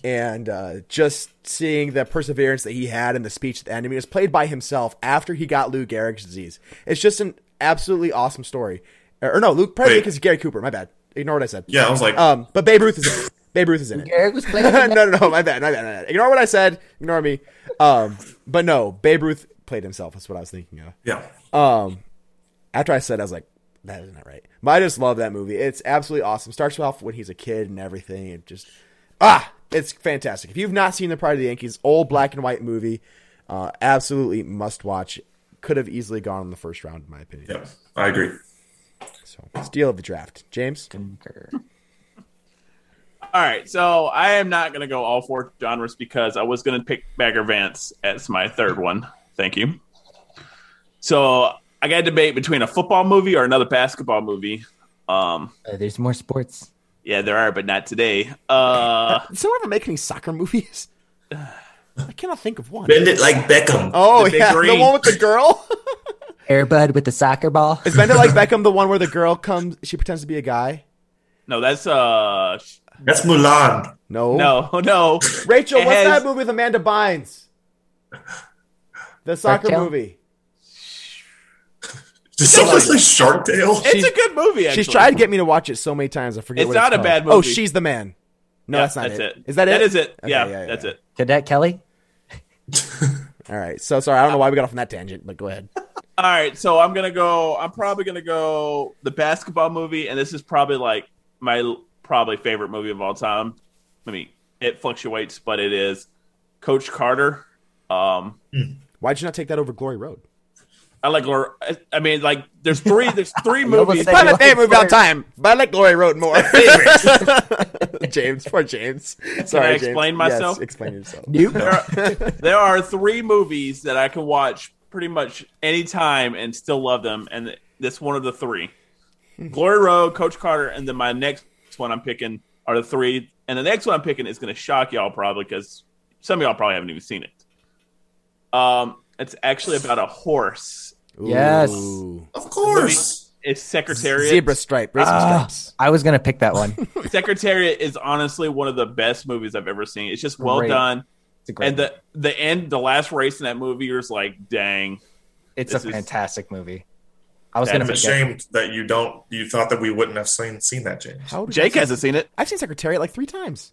Speaker 1: and uh, just seeing the perseverance that he had in the speech at the end. I mean, it was played by himself after he got Lou Gehrig's disease. It's just an absolutely awesome story. Or, or no, Luke Pride of the
Speaker 3: Wait.
Speaker 1: Yankees is Gary Cooper. My bad. Ignore what I said.
Speaker 3: yeah, I was like,
Speaker 1: Um, but Babe Ruth is in it. Babe Ruth is in it.
Speaker 4: Eric was playing.
Speaker 1: no, no, no. My bad. My bad. My bad. Ignore what I said. Ignore me. Um, but no, Babe Ruth played himself. That's what I was thinking of.
Speaker 3: Yeah.
Speaker 1: Um, after I said, I was like, that is not right. But I just love that movie. It's absolutely awesome. Starts off when he's a kid and everything. It just ah, it's fantastic. If you've not seen the Pride of the Yankees, old black and white movie, uh, absolutely must watch. Could have easily gone in the first round, in my opinion.
Speaker 3: Yep. I agree.
Speaker 1: So steal of the draft, James.
Speaker 2: All right, so I am not going to go all four genres because I was going to pick Bagger Vance as my third one. Thank you. So I got to debate between a football movie or another basketball movie. Um,
Speaker 4: Uh, there's more sports.
Speaker 2: yeah, there are, but not today. Uh,
Speaker 1: Did someone ever make any soccer movies? I cannot think of one.
Speaker 3: Bend it like Beckham.
Speaker 1: Oh
Speaker 3: The big
Speaker 1: yeah, the
Speaker 3: green.
Speaker 1: one with the girl.
Speaker 4: Airbud with the soccer ball.
Speaker 1: Is Bend It Like Beckham the one where the girl comes? She pretends to be a guy.
Speaker 2: no, that's uh, sh-
Speaker 3: That's Mulan.
Speaker 1: No,
Speaker 2: no, no.
Speaker 1: Rachel,
Speaker 2: It
Speaker 1: what's
Speaker 2: has-
Speaker 1: that movie with Amanda Bynes? The soccer
Speaker 4: Tail?
Speaker 1: movie.
Speaker 3: Did someone say Shark Tale?
Speaker 1: She's-
Speaker 2: it's a good movie. Actually.
Speaker 1: She's tried to get me to watch it so many times. I forget.
Speaker 2: It's
Speaker 1: what
Speaker 2: not a
Speaker 1: called.
Speaker 2: bad
Speaker 1: Oh,
Speaker 2: movie.
Speaker 1: she's the man. No,
Speaker 2: Yeah,
Speaker 1: that's not it.
Speaker 2: it.
Speaker 1: Is that it?
Speaker 2: That is it.
Speaker 1: Okay,
Speaker 2: yeah,
Speaker 1: yeah, yeah,
Speaker 2: that's
Speaker 1: yeah.
Speaker 2: it.
Speaker 4: Cadet Kelly.
Speaker 1: All right. So sorry, I don't know why we got off on that tangent, but go ahead.
Speaker 2: All right, so I'm gonna go. I'm probably gonna go the basketball movie, and this is probably like my l- probably favorite movie of all time. I mean, it fluctuates, but it is Coach Carter. Um,
Speaker 1: Why'd you not take that over Glory Road?
Speaker 2: I like. Lor- I- I mean, like there's three. There's three
Speaker 4: You almost
Speaker 2: movies.
Speaker 4: said- Probably my favorite movie of all
Speaker 1: time, but I like Glory Road more. James, poor James. Sorry, James.
Speaker 2: explain
Speaker 1: Yes,
Speaker 2: myself?
Speaker 1: explain yourself.
Speaker 2: There are, there are three movies that I can watch pretty much any time and still love them, and that's one of the three. Glory Road, Coach Carter, and then my next one I'm picking are the three. And the next one I'm picking is going to shock y'all probably because some of y'all probably haven't even seen it. Um, it's actually about a horse.
Speaker 4: Yes.
Speaker 1: Ooh.
Speaker 3: Of course.
Speaker 2: It's Secretariat.
Speaker 1: Zebra stripe, racing
Speaker 4: Ah.
Speaker 1: stripes.
Speaker 4: I was gonna pick that one.
Speaker 2: Secretariat is honestly one of the best movies I've ever seen. It's just well
Speaker 4: Great.
Speaker 2: done.
Speaker 4: It's a great.
Speaker 2: And the the end, the last race in that movie was like, dang.
Speaker 4: it's a
Speaker 2: this is-
Speaker 4: fantastic movie. I was gonna
Speaker 2: That's
Speaker 3: I'm
Speaker 4: pick it.
Speaker 3: ashamed that you don't. You thought that we wouldn't have seen seen that, James.
Speaker 1: How did
Speaker 2: Jake
Speaker 1: I see-
Speaker 2: hasn't seen it.
Speaker 1: I've seen Secretariat like three times.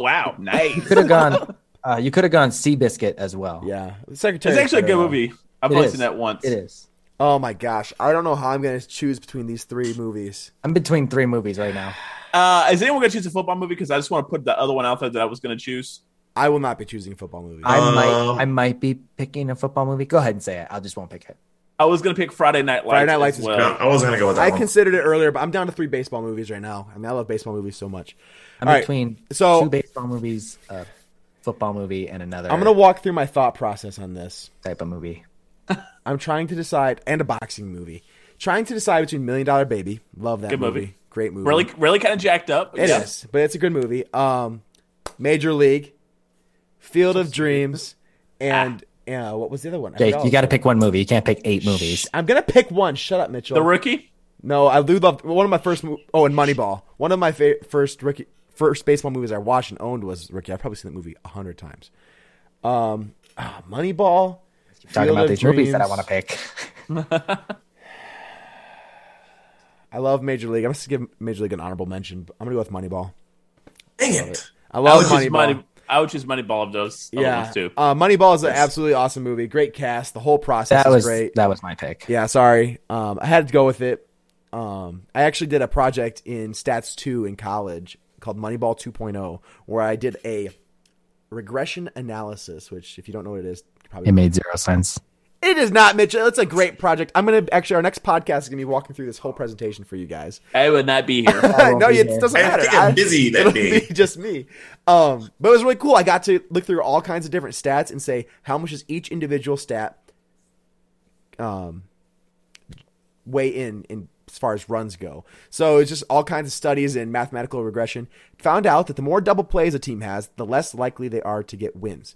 Speaker 2: Wow, nice.
Speaker 4: Could have gone. Uh, you could have gone Seabiscuit as well.
Speaker 1: Yeah,
Speaker 2: It's
Speaker 1: Secretariat.
Speaker 2: actually a good movie. I've
Speaker 4: It
Speaker 2: only
Speaker 4: is.
Speaker 2: seen that once.
Speaker 4: It is.
Speaker 1: Oh my gosh, I don't know how I'm gonna choose between these three movies.
Speaker 4: I'm between three movies right now.
Speaker 2: Uh, is anyone going to choose a football movie? Because I just want to put the other one out there that I was going to choose.
Speaker 1: I will not be choosing a football movie.
Speaker 4: I
Speaker 3: Um,
Speaker 4: might. I might be picking a football movie. Go ahead and say it. I just won't pick it.
Speaker 2: I was going to pick Friday Night Lights.
Speaker 1: Friday Night Lights
Speaker 2: as
Speaker 1: is
Speaker 2: well.
Speaker 3: No, I wasn't gonna go with that
Speaker 1: I
Speaker 3: one.
Speaker 1: considered it earlier, but I'm down to three baseball movies right now. I mean, I love baseball movies so much.
Speaker 4: I'm
Speaker 1: All right,
Speaker 4: between
Speaker 1: so-
Speaker 4: two baseball movies, a football movie, and another
Speaker 1: I'm gonna walk through my thought process on this.
Speaker 4: type of movie.
Speaker 1: I'm trying to decide, and a boxing movie. Trying to decide between Million Dollar Baby, love that
Speaker 2: Good
Speaker 1: movie.
Speaker 2: movie.
Speaker 1: great movie.
Speaker 2: Really, really kind of jacked up.
Speaker 1: It is, but it's a good movie. Um, Major League, Field of Dreams, and uh, what was the other one? I
Speaker 4: Jake,
Speaker 1: forgot.
Speaker 4: you got to pick one movie. You can't pick eight movies.
Speaker 1: I'm gonna pick one. Shut up, Mitchell.
Speaker 2: The Rookie.
Speaker 1: No, I do love one of my first. Mo- oh, and Moneyball. One of my fa- first rookie, first baseball movies I watched and owned was Rookie. I've probably seen that movie a hundred times. Um, ah, Moneyball.
Speaker 4: Talking
Speaker 1: Field
Speaker 4: about
Speaker 1: of
Speaker 4: these movies that I
Speaker 1: Dreams.
Speaker 4: want to pick.
Speaker 1: I love Major League. I'm just gonna give Major League an honorable mention. But I'm gonna go with Moneyball.
Speaker 3: Dang it!
Speaker 1: I love
Speaker 2: I would choose
Speaker 1: Moneyball.
Speaker 2: Money. I would choose Moneyball of those other
Speaker 1: yeah,
Speaker 2: ones too.
Speaker 1: Uh, Moneyball is an absolutely awesome movie. Great cast. The whole process
Speaker 4: That
Speaker 1: is
Speaker 4: was
Speaker 1: great.
Speaker 4: that was my pick.
Speaker 1: Yeah, sorry. Um, I had to go with it. Um, I actually did a project in Stats 2 in college called Moneyball 2.0, where I did a regression analysis, which, if you don't know what it is, you probably
Speaker 4: It made zero sense.
Speaker 1: it is not, Mitchell. It's a great project. I'm going to actually, our next podcast is going to be walking through this whole presentation for you guys.
Speaker 2: I would not be here.
Speaker 4: I won't
Speaker 1: no,
Speaker 4: be
Speaker 1: it
Speaker 4: there.
Speaker 1: doesn't
Speaker 3: I
Speaker 1: matter.
Speaker 3: think I'm
Speaker 1: I-
Speaker 3: busy
Speaker 1: It'll
Speaker 3: that
Speaker 1: be
Speaker 3: day.
Speaker 1: just me. Um, but it was really cool. I got to look through all kinds of different stats and say how much does each individual stat um, weigh in in as far as runs go. So it's just all kinds of studies and mathematical regression. Found out that the more double plays a team has, the less likely they are to get wins.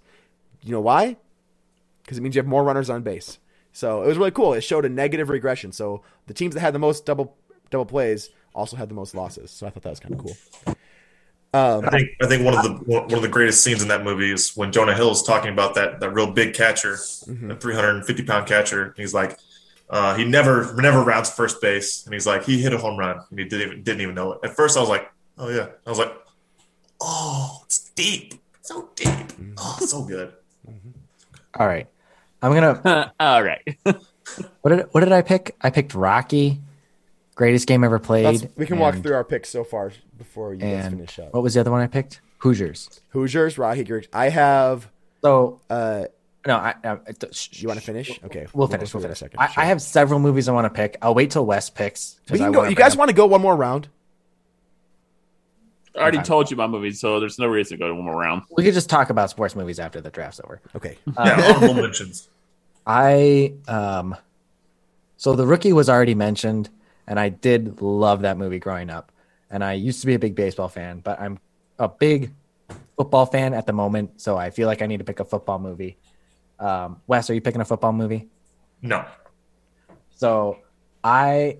Speaker 1: You know why? Because it means you have more runners on base. So it was really cool. It showed a negative regression. So the teams that had the most double double plays also had the most losses. So I thought that was kind of cool. Um,
Speaker 3: I think I think one of the one of the greatest scenes in that movie is when Jonah Hill is talking about that that real big catcher, that 350 pound catcher. And he's like, uh, he never never rounds first base, and he's like, he hit a home run, and he didn't even, didn't even know it. At first, I was like, oh yeah, I was like, Oh, it's deep. So deep. Oh, so good.
Speaker 4: All right. I'm gonna
Speaker 2: All right.
Speaker 4: what did what did I pick? I picked Rocky, greatest game ever played.
Speaker 1: Let's, we can walk
Speaker 4: and-
Speaker 1: through our picks so far before you guys
Speaker 4: And oh.
Speaker 1: finish up.
Speaker 4: what was the other one I picked? Hoosiers.
Speaker 1: Hoosiers, Rocky Greeks. I have.
Speaker 4: So
Speaker 1: Uh,
Speaker 4: no, I, I sh- sh-
Speaker 1: you want to finish? Okay,
Speaker 4: We'll
Speaker 1: go
Speaker 4: finish.
Speaker 1: through
Speaker 4: We'll
Speaker 1: that in
Speaker 4: finish.
Speaker 1: second.
Speaker 4: I,
Speaker 1: Sure.
Speaker 4: I have several movies I want to pick. I'll wait till Wes picks. 'cause
Speaker 1: We
Speaker 4: I
Speaker 1: can go,
Speaker 4: wanna
Speaker 1: you
Speaker 4: bring
Speaker 1: guys
Speaker 4: up-
Speaker 1: want to go one more round?
Speaker 2: I already
Speaker 4: Okay.
Speaker 2: told you my movies, so there's no reason to go to one more round.
Speaker 4: We could just talk about sports movies after the draft's over.
Speaker 1: Okay.
Speaker 3: Yeah, honorable mentions.
Speaker 4: I um so the rookie was already mentioned and I did love that movie growing up. And I used to be a big baseball fan, but I'm a big football fan at the moment, so I feel like I need to pick a football movie. Um Wes, are you picking a football movie?
Speaker 3: No.
Speaker 4: So I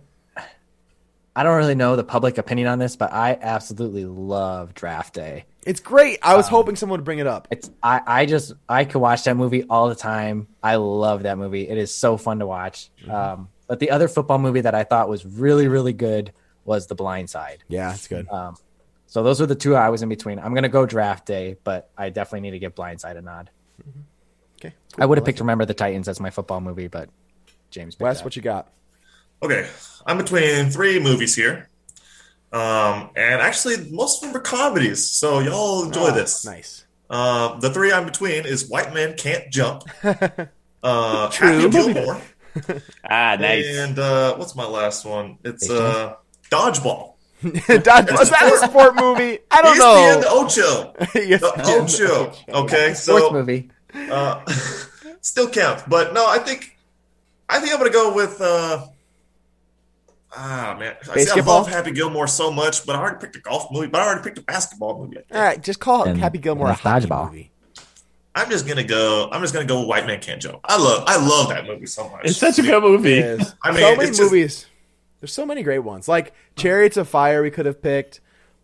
Speaker 4: I don't really know the public opinion on this, but I absolutely love Draft Day.
Speaker 1: It's great. I
Speaker 4: Um,
Speaker 1: was hoping someone would bring it up.
Speaker 4: It's I I just I could watch that movie all the time. I love that movie. It is so fun to watch.
Speaker 1: Mm-hmm.
Speaker 4: Um, but the other football movie that I thought was really really good was The Blind Side.
Speaker 1: Yeah, it's good.
Speaker 4: Um, so those were the two I was in between. I'm gonna go Draft Day, but I definitely need to give Blind Side a nod.
Speaker 1: Okay.
Speaker 4: I would have picked Remember the Titans as my football movie, but James. picked
Speaker 1: Wes,
Speaker 4: that.
Speaker 1: what you got?
Speaker 3: Okay, I'm between three movies here. Um, and actually, most of them are comedies, so y'all enjoy this.
Speaker 1: Nice.
Speaker 3: Uh, the three I'm between is White Man Can't Jump, uh,
Speaker 1: True.
Speaker 3: Happy Gilmore,
Speaker 2: Ah, nice.
Speaker 3: and uh, what's my last one? It's uh, Dodgeball.
Speaker 1: Dodge, was that a sport movie? I don't
Speaker 3: He's the
Speaker 1: know.
Speaker 3: Ocho.
Speaker 1: Yes,
Speaker 3: The
Speaker 1: Jim.
Speaker 3: Ocho. Okay,
Speaker 4: Fourth
Speaker 3: so
Speaker 4: movie.
Speaker 3: uh, still counts, but no, I think I think I'm gonna go with. Uh, Ah man, I, see, I
Speaker 1: Basketball?
Speaker 3: love Happy Gilmore so much, but I already picked a golf movie, but I already picked a basketball movie.
Speaker 1: All right, just call
Speaker 4: And-
Speaker 1: Happy Gilmore a
Speaker 4: and
Speaker 1: hockey
Speaker 4: dodgeball.
Speaker 1: movie.
Speaker 3: I'm just gonna go. I'm just gonna go. with White Man Can't Jump. I love. I love that movie so much.
Speaker 2: It's such a good movie.
Speaker 1: Yes.
Speaker 3: I mean,
Speaker 1: so many
Speaker 3: it's just-
Speaker 1: movies. There's so many great ones. Like Chariots of Fire, we could have picked.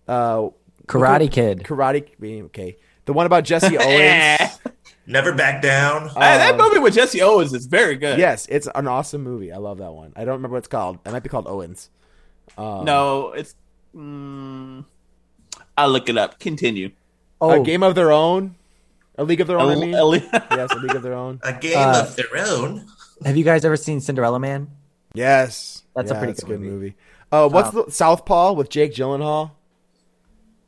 Speaker 1: Uh,
Speaker 4: Karate Kid.
Speaker 1: Karate. Okay. The one about Jesse Owens.
Speaker 3: Never back down.
Speaker 2: Ah,
Speaker 1: Um,
Speaker 2: that movie with Jesse Owens is very good.
Speaker 1: Yes, it's an awesome movie. I love that one. I don't remember what it's called. It might be called Owens. Uh-huh.
Speaker 2: No, it's. Mm, I'll look it up. Continue.
Speaker 4: Oh,
Speaker 1: A Game of Their Own. A League of Their Own. I mean.
Speaker 2: Ellie-
Speaker 1: yes, A League of Their Own.
Speaker 3: a game
Speaker 4: Uh,
Speaker 3: of their own.
Speaker 4: Have you guys ever seen Cinderella Man?
Speaker 1: Yes,
Speaker 4: That's a pretty good
Speaker 1: movie.
Speaker 4: movie.
Speaker 1: Uh, what's the Southpaw with Jake Gyllenhaal?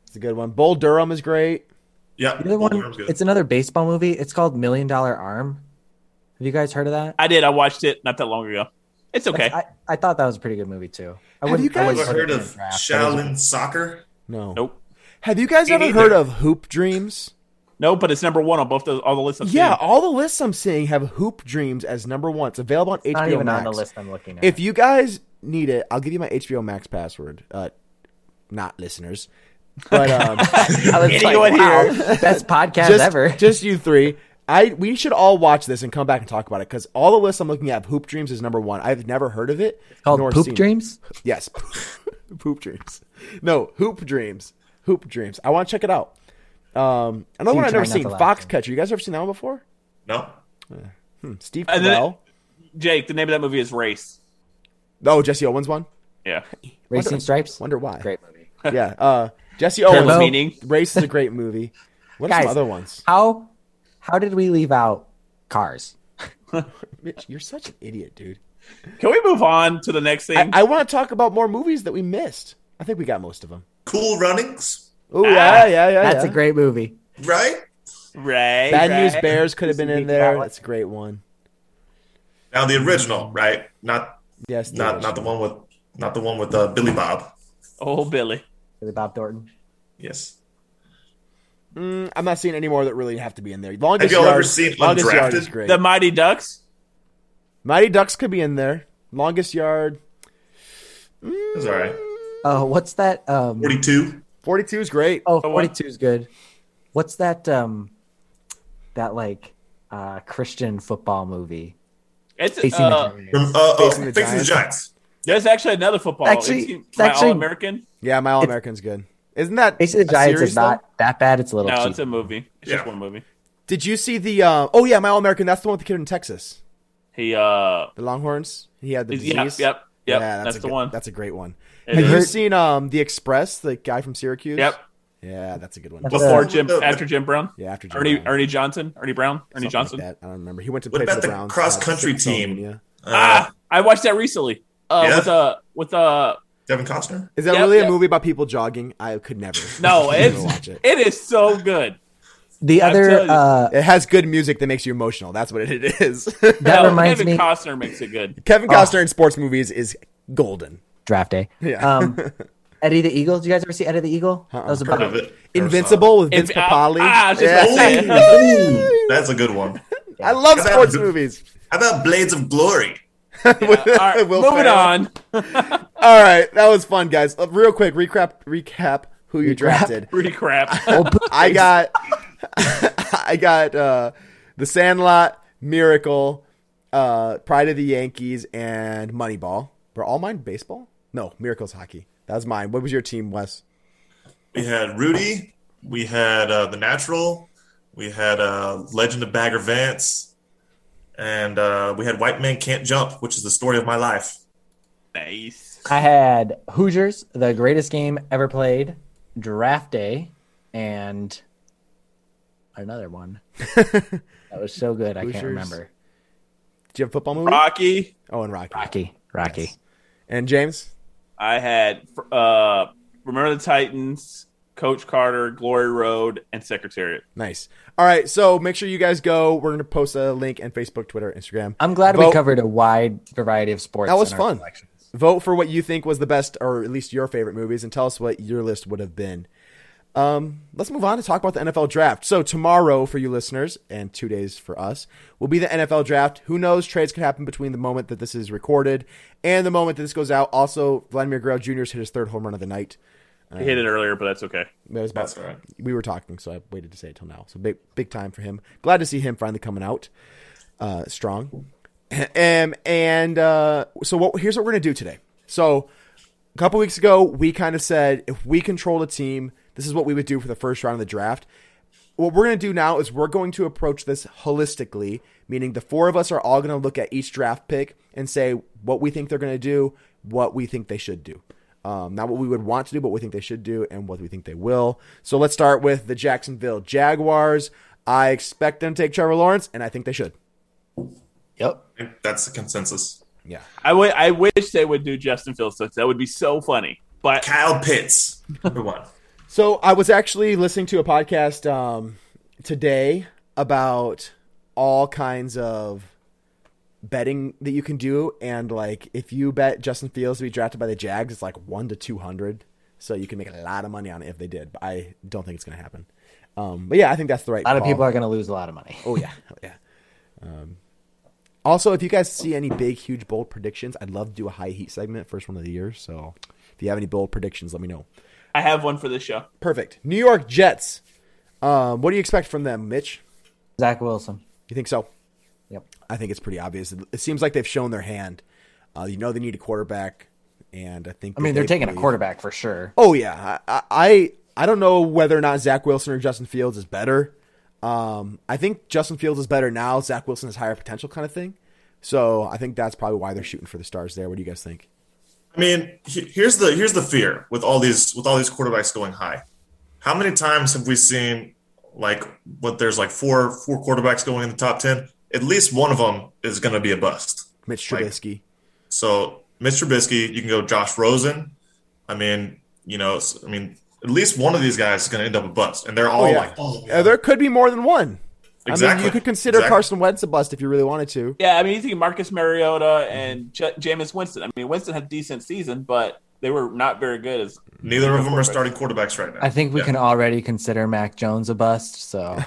Speaker 1: It's a good one. Bull Durham is great.
Speaker 3: Yeah,
Speaker 4: The other one,
Speaker 3: Bulldog's good.
Speaker 4: it's another baseball movie. It's called Million Dollar Arm. Have you guys heard of that?
Speaker 2: I did. I watched it not that long ago. It's okay.
Speaker 4: I, I thought that was a pretty good movie too. I
Speaker 1: Have
Speaker 4: wouldn't-
Speaker 1: you
Speaker 4: I wouldn't
Speaker 1: guys-
Speaker 3: ever heard
Speaker 4: put it in the
Speaker 3: of
Speaker 4: draft, but it was-
Speaker 3: Shaolin Soccer?
Speaker 1: No.
Speaker 2: nope.
Speaker 1: Have you guys
Speaker 3: Me
Speaker 1: ever
Speaker 3: neither.
Speaker 1: heard of Hoop Dreams?
Speaker 2: No, but it's number one on both the, all the lists. I've
Speaker 1: Yeah,
Speaker 2: seen.
Speaker 1: all the lists I'm seeing have Hoop Dreams as number one. It's available on HBO
Speaker 4: Not even
Speaker 1: Max.
Speaker 4: on the list I'm looking at.
Speaker 1: If you guys need it, I'll give you my HBO Max password. Uh, not listeners, but um,
Speaker 4: I was like,
Speaker 2: anyone
Speaker 4: wow,
Speaker 2: here-
Speaker 4: best podcast
Speaker 1: just
Speaker 4: ever.
Speaker 1: just you three. I we should all watch this and come back and talk about it because all the lists I'm looking at, Hoop Dreams is number one. I've never heard of it.
Speaker 4: called
Speaker 1: nor
Speaker 4: Poop
Speaker 1: seen it.
Speaker 4: Dreams.
Speaker 1: Yes, poop dreams. No, hoop dreams. Hoop dreams. I want to check it out. Um, another
Speaker 4: You
Speaker 1: one I've
Speaker 4: try
Speaker 1: never
Speaker 4: not
Speaker 1: seen,
Speaker 4: to laugh.
Speaker 1: Foxcatcher. You guys ever seen that one before?
Speaker 3: No.
Speaker 1: Hmm, Steve
Speaker 2: And then-
Speaker 1: Carell.
Speaker 2: Jake, the name of that movie is Race.
Speaker 1: Oh, Jesse Owens one.
Speaker 2: Yeah.
Speaker 4: Racing Stripes.
Speaker 1: Wonder why?
Speaker 4: Great movie.
Speaker 1: Yeah, uh, Jesse
Speaker 2: Terrible
Speaker 1: Owens.
Speaker 2: meaning.
Speaker 1: Race is a great movie. What are some
Speaker 4: Guys.
Speaker 1: other ones?
Speaker 4: How how did we leave out Cars?
Speaker 1: Mitch, you're such an idiot, dude.
Speaker 2: Can we move on to the next thing?
Speaker 1: I, I want to talk about more movies that we missed. I think we got most of them.
Speaker 3: Cool runnings,
Speaker 1: Oh
Speaker 2: Ah,
Speaker 1: yeah, yeah, yeah.
Speaker 4: That's
Speaker 1: yeah.
Speaker 4: a great movie.
Speaker 3: right?
Speaker 2: right.
Speaker 1: Bad News
Speaker 2: right.
Speaker 1: Bears could have been in
Speaker 4: Speaking of that
Speaker 1: there.
Speaker 4: one.
Speaker 1: That's a great one.
Speaker 3: Now the original, right? Not
Speaker 1: Yes, the
Speaker 3: not not the one with not the one with uh, Billy Bob.
Speaker 2: Oh, Billy.
Speaker 4: With Bob Thornton.
Speaker 3: Yes.
Speaker 1: Mm, I'm not seeing any more that really have to be in there. Longest
Speaker 3: Have y'all
Speaker 1: yard,
Speaker 3: ever seen
Speaker 1: longest yard
Speaker 3: Undrafted?
Speaker 1: is great.
Speaker 2: The Mighty Ducks.
Speaker 1: Mighty Ducks could be in there. Longest yard,
Speaker 3: It's all right.
Speaker 4: Oh, what's that? Um,
Speaker 3: Forty-two.
Speaker 1: 42 is great.
Speaker 4: Oh,
Speaker 2: Oh, what?
Speaker 4: 42 is good. What's that um that like uh Christian football movie?
Speaker 2: It's
Speaker 4: Facing
Speaker 2: uh,
Speaker 4: the Giants.
Speaker 3: From, uh, oh,
Speaker 1: Facing
Speaker 3: Facing
Speaker 1: the
Speaker 3: the
Speaker 1: Giants.
Speaker 3: Giants.
Speaker 2: there's actually another football.
Speaker 4: Actually-
Speaker 2: It's-
Speaker 4: it's
Speaker 2: my
Speaker 4: actually-
Speaker 2: All American.
Speaker 1: Yeah, My All American's good. Isn't that
Speaker 4: Facing the
Speaker 1: a
Speaker 4: Giants
Speaker 1: series,
Speaker 4: is not that bad. It's a little
Speaker 2: No,
Speaker 4: cheap.
Speaker 2: it's a movie. It's just
Speaker 3: Yeah.
Speaker 2: one movie.
Speaker 1: though? Did you see the? Uh, oh yeah, My All American. That's the one with the kid in Texas,
Speaker 2: He uh,
Speaker 1: the Longhorns. He had the
Speaker 2: is,
Speaker 1: disease.
Speaker 2: yep, yep, yep.
Speaker 1: Yeah,
Speaker 2: that's,
Speaker 1: a
Speaker 2: the
Speaker 1: good-
Speaker 2: one.
Speaker 1: That's a great one.
Speaker 2: It
Speaker 1: have you
Speaker 4: is.
Speaker 1: seen um the Express, the guy from Syracuse?
Speaker 2: yep.
Speaker 1: Yeah, that's a good one.
Speaker 4: That's
Speaker 1: Just-
Speaker 4: a-
Speaker 2: Before
Speaker 4: Uh,
Speaker 2: Jim,
Speaker 3: the- the-
Speaker 2: after Jim Brown,
Speaker 1: yeah, after Jim
Speaker 2: Ernie
Speaker 1: Brown.
Speaker 2: Ernie Johnson, Ernie Brown, Ernie
Speaker 1: Um, Something like
Speaker 2: Johnson.
Speaker 1: that. I don't remember. He went to
Speaker 3: What
Speaker 1: play
Speaker 3: about
Speaker 1: for
Speaker 3: the
Speaker 1: the Browns. uh,
Speaker 3: cross-country
Speaker 1: six,
Speaker 3: team?
Speaker 1: Yeah.
Speaker 3: Uh,
Speaker 2: ah, I watched that recently. Uh,
Speaker 3: Yeah?
Speaker 2: with uh with uh
Speaker 3: Devin Costner.
Speaker 1: Is that
Speaker 2: Yep,
Speaker 1: really
Speaker 2: yep.
Speaker 1: a movie about people jogging? I could never.
Speaker 2: No,
Speaker 1: I could never
Speaker 2: it's-
Speaker 1: watch it.
Speaker 2: it is so good.
Speaker 4: The
Speaker 2: I'm
Speaker 4: other
Speaker 2: telling you.
Speaker 4: uh,
Speaker 1: It has good music that makes you emotional. That's what it is.
Speaker 4: that
Speaker 2: No,
Speaker 4: reminds
Speaker 2: Kevin
Speaker 4: me
Speaker 2: Costner makes it good.
Speaker 1: Kevin
Speaker 4: Oh.
Speaker 1: Costner in sports movies is golden.
Speaker 4: draft day.
Speaker 1: Yeah.
Speaker 4: Um, Eddie the Eagle. Did you guys ever see Eddie the Eagle?
Speaker 1: Uh-uh.
Speaker 4: That was
Speaker 3: Heard
Speaker 4: about
Speaker 3: of it.
Speaker 1: Invincible with Vince
Speaker 2: If- ah,
Speaker 1: Papali.
Speaker 2: ah, I was just
Speaker 1: Yeah.
Speaker 2: about to say.
Speaker 3: Ooh, Oh! that's a good one.
Speaker 1: I love
Speaker 3: Come on,
Speaker 1: sports
Speaker 3: dude.
Speaker 1: movies.
Speaker 3: How about Blades of Glory?
Speaker 2: All right,
Speaker 1: Will
Speaker 2: moving
Speaker 1: Ferrell.
Speaker 2: on.
Speaker 1: All right, that was fun, guys. Uh, Real quick, recap recap who you
Speaker 4: Recap.
Speaker 1: drafted.
Speaker 2: Pretty crap.
Speaker 1: I got I got uh The Sandlot, Miracle, uh Pride of the Yankees and Moneyball. Were all mine baseball? No, Miracle's hockey. That was mine. What was your team, Wes?
Speaker 3: We had Rudy. We had uh, The Natural. We had uh, Legend of Bagger Vance. And uh, we had White Man Can't Jump, which is the story of my life.
Speaker 2: nice.
Speaker 4: I had Hoosiers, the greatest game ever played, Draft Day, and another one that was so good I
Speaker 1: Hoosiers.
Speaker 4: can't remember.
Speaker 1: Did you have a football movie?
Speaker 2: Rocky.
Speaker 1: Oh, and Rocky.
Speaker 4: Rocky, Rocky.
Speaker 1: And James?
Speaker 2: I had uh Remember the Titans, Coach Carter, Glory Road, and Secretariat.
Speaker 1: Nice. All right, so make sure you guys go. We're going to post a link and Facebook, Twitter, Instagram.
Speaker 4: I'm glad
Speaker 1: Vote-
Speaker 4: we covered a wide variety of sports.
Speaker 1: That was
Speaker 4: in our
Speaker 1: fun.
Speaker 4: selections.
Speaker 1: Vote for what you think was the best, or at least your favorite movies, and tell us what your list would have been. Um, let's move on to talk about the NFL draft. So tomorrow for you listeners, and two days for us, will be the NFL draft. Who knows? Trades could happen between the moment that this is recorded and the moment that this goes out. Also, Vladimir Guerrero Jr. 's hit his third home run of the night.
Speaker 2: He hit it earlier, but that's okay.
Speaker 1: That was about-
Speaker 3: That's all right.
Speaker 1: We were talking, so I waited to say it till now. So big, big time for him. Glad to see him finally coming out uh, strong. Um, and uh, so what, here's what we're gonna do today. So a couple weeks ago, we kind of said if we controlled a team, this is what we would do for the first round of the draft. What we're going to do now is we're going to approach this holistically, meaning the four of us are all going to look at each draft pick and say what we think they're going to do, what we think they should do. Um, not what we would want to do, but what we think they should do and what we think they will. So let's start with the Jacksonville Jaguars. I expect them to take Trevor Lawrence, and I think they should.
Speaker 4: Yep.
Speaker 3: I think That's the consensus.
Speaker 1: Yeah.
Speaker 2: I would. I wish they would do Justin Fields. That would be so funny. But
Speaker 3: Kyle Pitts, number one.
Speaker 1: So I was actually listening to a podcast um, today about all kinds of betting that you can do, and like if you bet Justin Fields to be drafted by the Jags, it's like one to two hundred. So you can make a lot of money on it if they did. But I don't think it's going to happen. Um, but yeah, I think that's the right.
Speaker 4: A lot of
Speaker 1: call.
Speaker 4: people are going to lose a lot of money.
Speaker 1: Oh yeah, oh, yeah. Um, also, if you guys see any big, huge, bold predictions, I'd love to do a high heat segment, first one of the year. So if you have any bold predictions, let me know.
Speaker 2: I have one for this show.
Speaker 1: Perfect. New York Jets. Um, what do you expect from them, Mitch?
Speaker 4: Zach Wilson.
Speaker 1: You think so?
Speaker 4: Yep.
Speaker 1: I think it's pretty obvious. It seems like they've shown their hand. Uh, you know they need a quarterback, and I think
Speaker 4: I mean,
Speaker 1: that
Speaker 4: they're
Speaker 1: they
Speaker 4: taking a
Speaker 1: believe-
Speaker 4: quarterback for sure.
Speaker 1: Oh yeah, I, I I don't know whether or not Zach Wilson or Justin Fields is better. Um, I think Justin Fields is better now. Zach Wilson has higher potential, kind of thing. So I think that's probably why they're shooting for the stars there. What do you guys think?
Speaker 3: I mean, he- here's the here's the fear with all these with all these quarterbacks going high. How many times have we seen like what there's like four four quarterbacks going in the top ten? At least one of them is going to be a bust.
Speaker 1: Mitch
Speaker 3: Like-
Speaker 1: Trubisky.
Speaker 3: So Mr. Trubisky, you can go Josh Rosen. I mean, you know, s- I mean, at least one of these guys is going to end up a bust, and they're all
Speaker 1: yeah.
Speaker 3: like, oh,
Speaker 1: Uh, there could be more than one. I mean,
Speaker 3: Exactly.
Speaker 1: you could consider
Speaker 3: Exactly.
Speaker 1: Carson Wentz a bust if you really wanted to.
Speaker 2: Yeah, I mean, you think Marcus Mariota and J- Jameis Winston. I mean, Winston had a decent season, but they were not very good. As
Speaker 3: neither of them are starting quarterbacks right now.
Speaker 4: I think we
Speaker 3: Yeah.
Speaker 4: can already consider Mac Jones a bust. So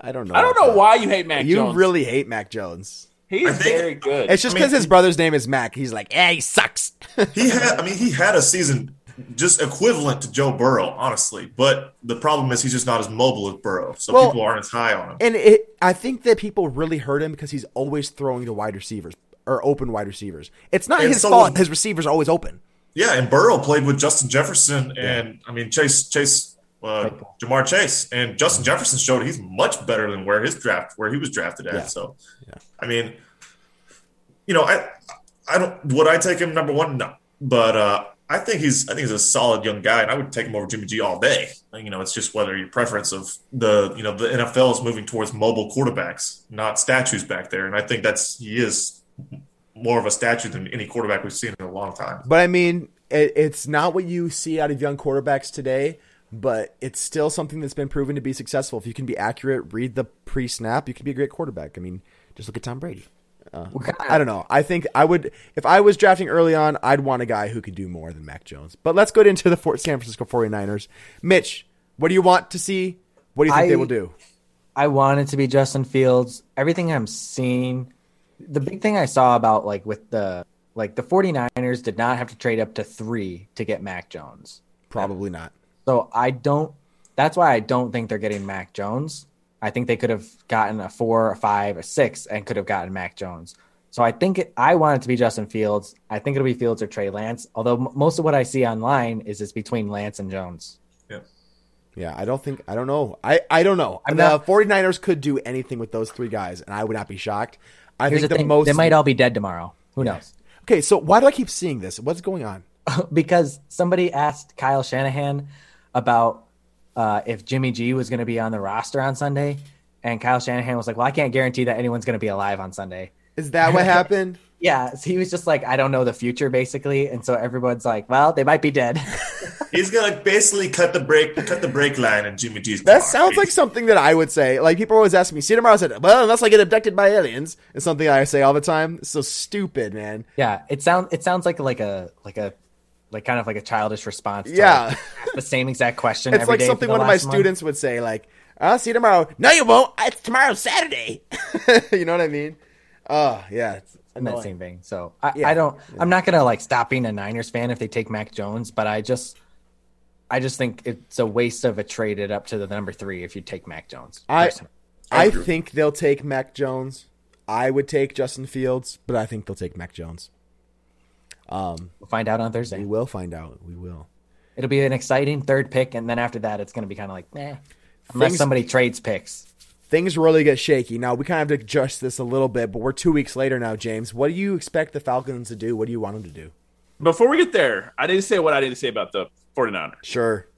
Speaker 1: I don't know.
Speaker 2: I don't
Speaker 1: about
Speaker 2: know
Speaker 1: that.
Speaker 2: why you hate Mac
Speaker 1: You
Speaker 2: Jones.
Speaker 1: really hate Mac Jones.
Speaker 2: he's
Speaker 3: I think-
Speaker 2: very good.
Speaker 1: It's just
Speaker 3: I mean,
Speaker 1: because his brother's name is Mac. He's like, yeah, he sucks.
Speaker 3: He had, I mean, he had a season just equivalent to Joe Burrow, honestly. But the problem is he's just not as mobile as Burrow, so
Speaker 1: Well-
Speaker 3: people aren't as high on him.
Speaker 1: and it, I think that people really hurt him because he's always throwing to wide receivers or open wide receivers. It's not
Speaker 3: And
Speaker 1: his
Speaker 3: so
Speaker 1: fault.
Speaker 3: was-
Speaker 1: his receivers are always open.
Speaker 3: Yeah, and Burrow played with Justin Jefferson, and I mean Chase Chase. Uh, Jamar Chase and Justin Jefferson showed he's much better than where his draft where he was drafted at.
Speaker 1: Yeah.
Speaker 3: So, I mean, you know, I I don't would I take him number one? No, but uh, I think he's I think he's a solid young guy, and I would take him over Jimmy G all day. Like, You know, it's just whether your preference of the you know the NFL is moving towards mobile quarterbacks, not statues back there, and I think that's he is more of a statue than any quarterback we've seen in a long time.
Speaker 1: But I mean, it, it's not what you see out of young quarterbacks today, but it's still something that's been proven to be successful. If you can be accurate, read the pre snap, you can be a great quarterback. I mean, just look at Tom Brady. Uh, I don't know. I think I would, if I was drafting early on, I'd want a guy who could do more than Mac Jones. But let's go into the Fort San Francisco 49ers. Mitch, what do you want to see? What do you think
Speaker 4: I-
Speaker 1: they will do?
Speaker 4: I want it to be Justin Fields. Everything I'm seeing, the big thing I saw about like with the like the 49ers did not have to trade up to 3 to get Mac Jones.
Speaker 1: Probably not.
Speaker 4: So I don't. That's why I don't think they're getting Mac Jones. I think they could have gotten a four, a five, a six, and could have gotten Mac Jones. So I think it, I want it to be Justin Fields. I think it'll be Fields or Trey Lance. Although m- most of what I see online is it's between Lance and Jones.
Speaker 1: Yeah, I don't think I don't know. I I don't know.
Speaker 4: I'm
Speaker 1: the
Speaker 4: not-
Speaker 1: 49ers could do anything with those three guys and I would not be shocked. I
Speaker 4: Here's
Speaker 1: think
Speaker 4: the
Speaker 1: the
Speaker 4: thing:
Speaker 1: most
Speaker 4: they might all be dead tomorrow. Who knows?
Speaker 1: Okay, so why do I keep seeing this? What's going on?
Speaker 4: because somebody asked Kyle Shanahan about uh, if Jimmy G was going to be on the roster on Sunday, and Kyle Shanahan was like, "Well, I can't guarantee that anyone's going to be alive on Sunday."
Speaker 1: Is that what happened?
Speaker 4: Yeah, so he was just like, I don't know the future, basically, and so everyone's like, well, they might be dead.
Speaker 3: He's gonna basically cut the break cut the break line in Jimmy G's.
Speaker 1: That
Speaker 3: car.
Speaker 1: sounds like something that I would say. Like people always ask me, see you tomorrow I said, well, unless I get abducted by aliens, it's something I say all the time. It's so stupid, man.
Speaker 4: yeah, it sounds it sounds like like a like a like kind of like a childish response. To
Speaker 1: Yeah.
Speaker 4: like, ask the same exact question.
Speaker 1: It's
Speaker 4: every
Speaker 1: like
Speaker 4: day for
Speaker 1: something
Speaker 4: the
Speaker 1: one of my
Speaker 4: last month.
Speaker 1: students would say, like, I'll see you tomorrow. No, you won't. It's tomorrow Saturday. you know what I mean? Oh, yeah. It's
Speaker 4: in that
Speaker 1: annoying.
Speaker 4: same vein. So I,
Speaker 1: Yeah.
Speaker 4: I don't. I'm not gonna like stop being a Niners fan if they take Mac Jones, but I just, I just think it's a waste of a trade it up to the number three if you take Mac Jones.
Speaker 1: I-
Speaker 4: personally.
Speaker 1: I think they'll take Mac Jones. I would take Justin Fields, but I think they'll take Mac Jones.
Speaker 4: we'll find out on
Speaker 1: We
Speaker 4: Thursday.
Speaker 1: will find out. We will.
Speaker 4: It'll be an exciting third pick, and then after that, it's gonna be kind of like, eh, unless
Speaker 1: Things-
Speaker 4: somebody trades picks.
Speaker 1: Things really get shaky. Now, we kind of have to adjust this a little bit, but we're two weeks later now, James. What do you expect the Falcons to do? What do you want them to do?
Speaker 2: Before we get there, I need to say what I need to say about the 49ers.
Speaker 1: Sure.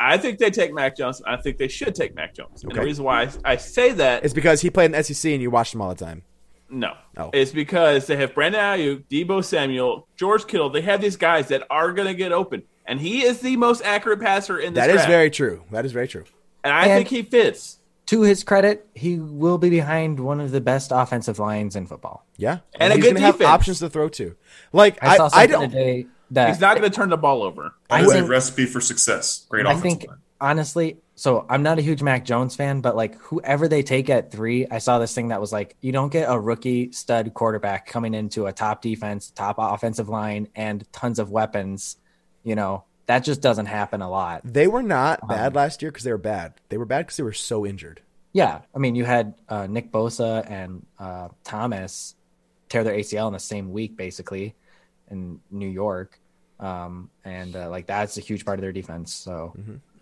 Speaker 2: I think they take Mac Jones. I think they should take Mac Jones. And the
Speaker 1: Okay.
Speaker 2: reason why I, I say that
Speaker 1: It's because he played in the SEC and you watched him all the time.
Speaker 2: No.
Speaker 1: Oh.
Speaker 2: It's because they have Brandon Ayuk, Debo Samuel, George Kittle. They have these guys that are going to get open, and he is the most accurate passer in this
Speaker 1: That is
Speaker 2: draft.
Speaker 1: very true. That is very true.
Speaker 2: and I
Speaker 4: And-
Speaker 2: think he fits.
Speaker 4: To his credit, he will be behind one of the best offensive lines in football.
Speaker 1: Yeah.
Speaker 2: And a
Speaker 1: he's
Speaker 2: good
Speaker 1: gonna have
Speaker 2: defense.
Speaker 1: options to throw to. Like,
Speaker 4: I,
Speaker 1: I,
Speaker 4: saw
Speaker 1: I,
Speaker 4: something
Speaker 1: don't.
Speaker 4: today that
Speaker 2: He's not going to turn the ball over.
Speaker 3: That
Speaker 4: I
Speaker 3: is a
Speaker 4: think-
Speaker 3: recipe for success. Great
Speaker 4: I
Speaker 3: offensive
Speaker 4: think
Speaker 3: line.
Speaker 4: honestly, so I'm not a huge Mac Jones fan, but like whoever they take at three, I saw this thing that was like, you don't get a rookie stud quarterback coming into a top defense, top offensive line, and tons of weapons. You know, that just doesn't happen a lot.
Speaker 1: They were not bad last year because they were bad. They were bad because they were so injured.
Speaker 4: Yeah, I mean, you had uh, Nick Bosa and uh, Thomas tear their ACL in the same week, basically, in New York, um, and uh, like that's a huge part of their defense. So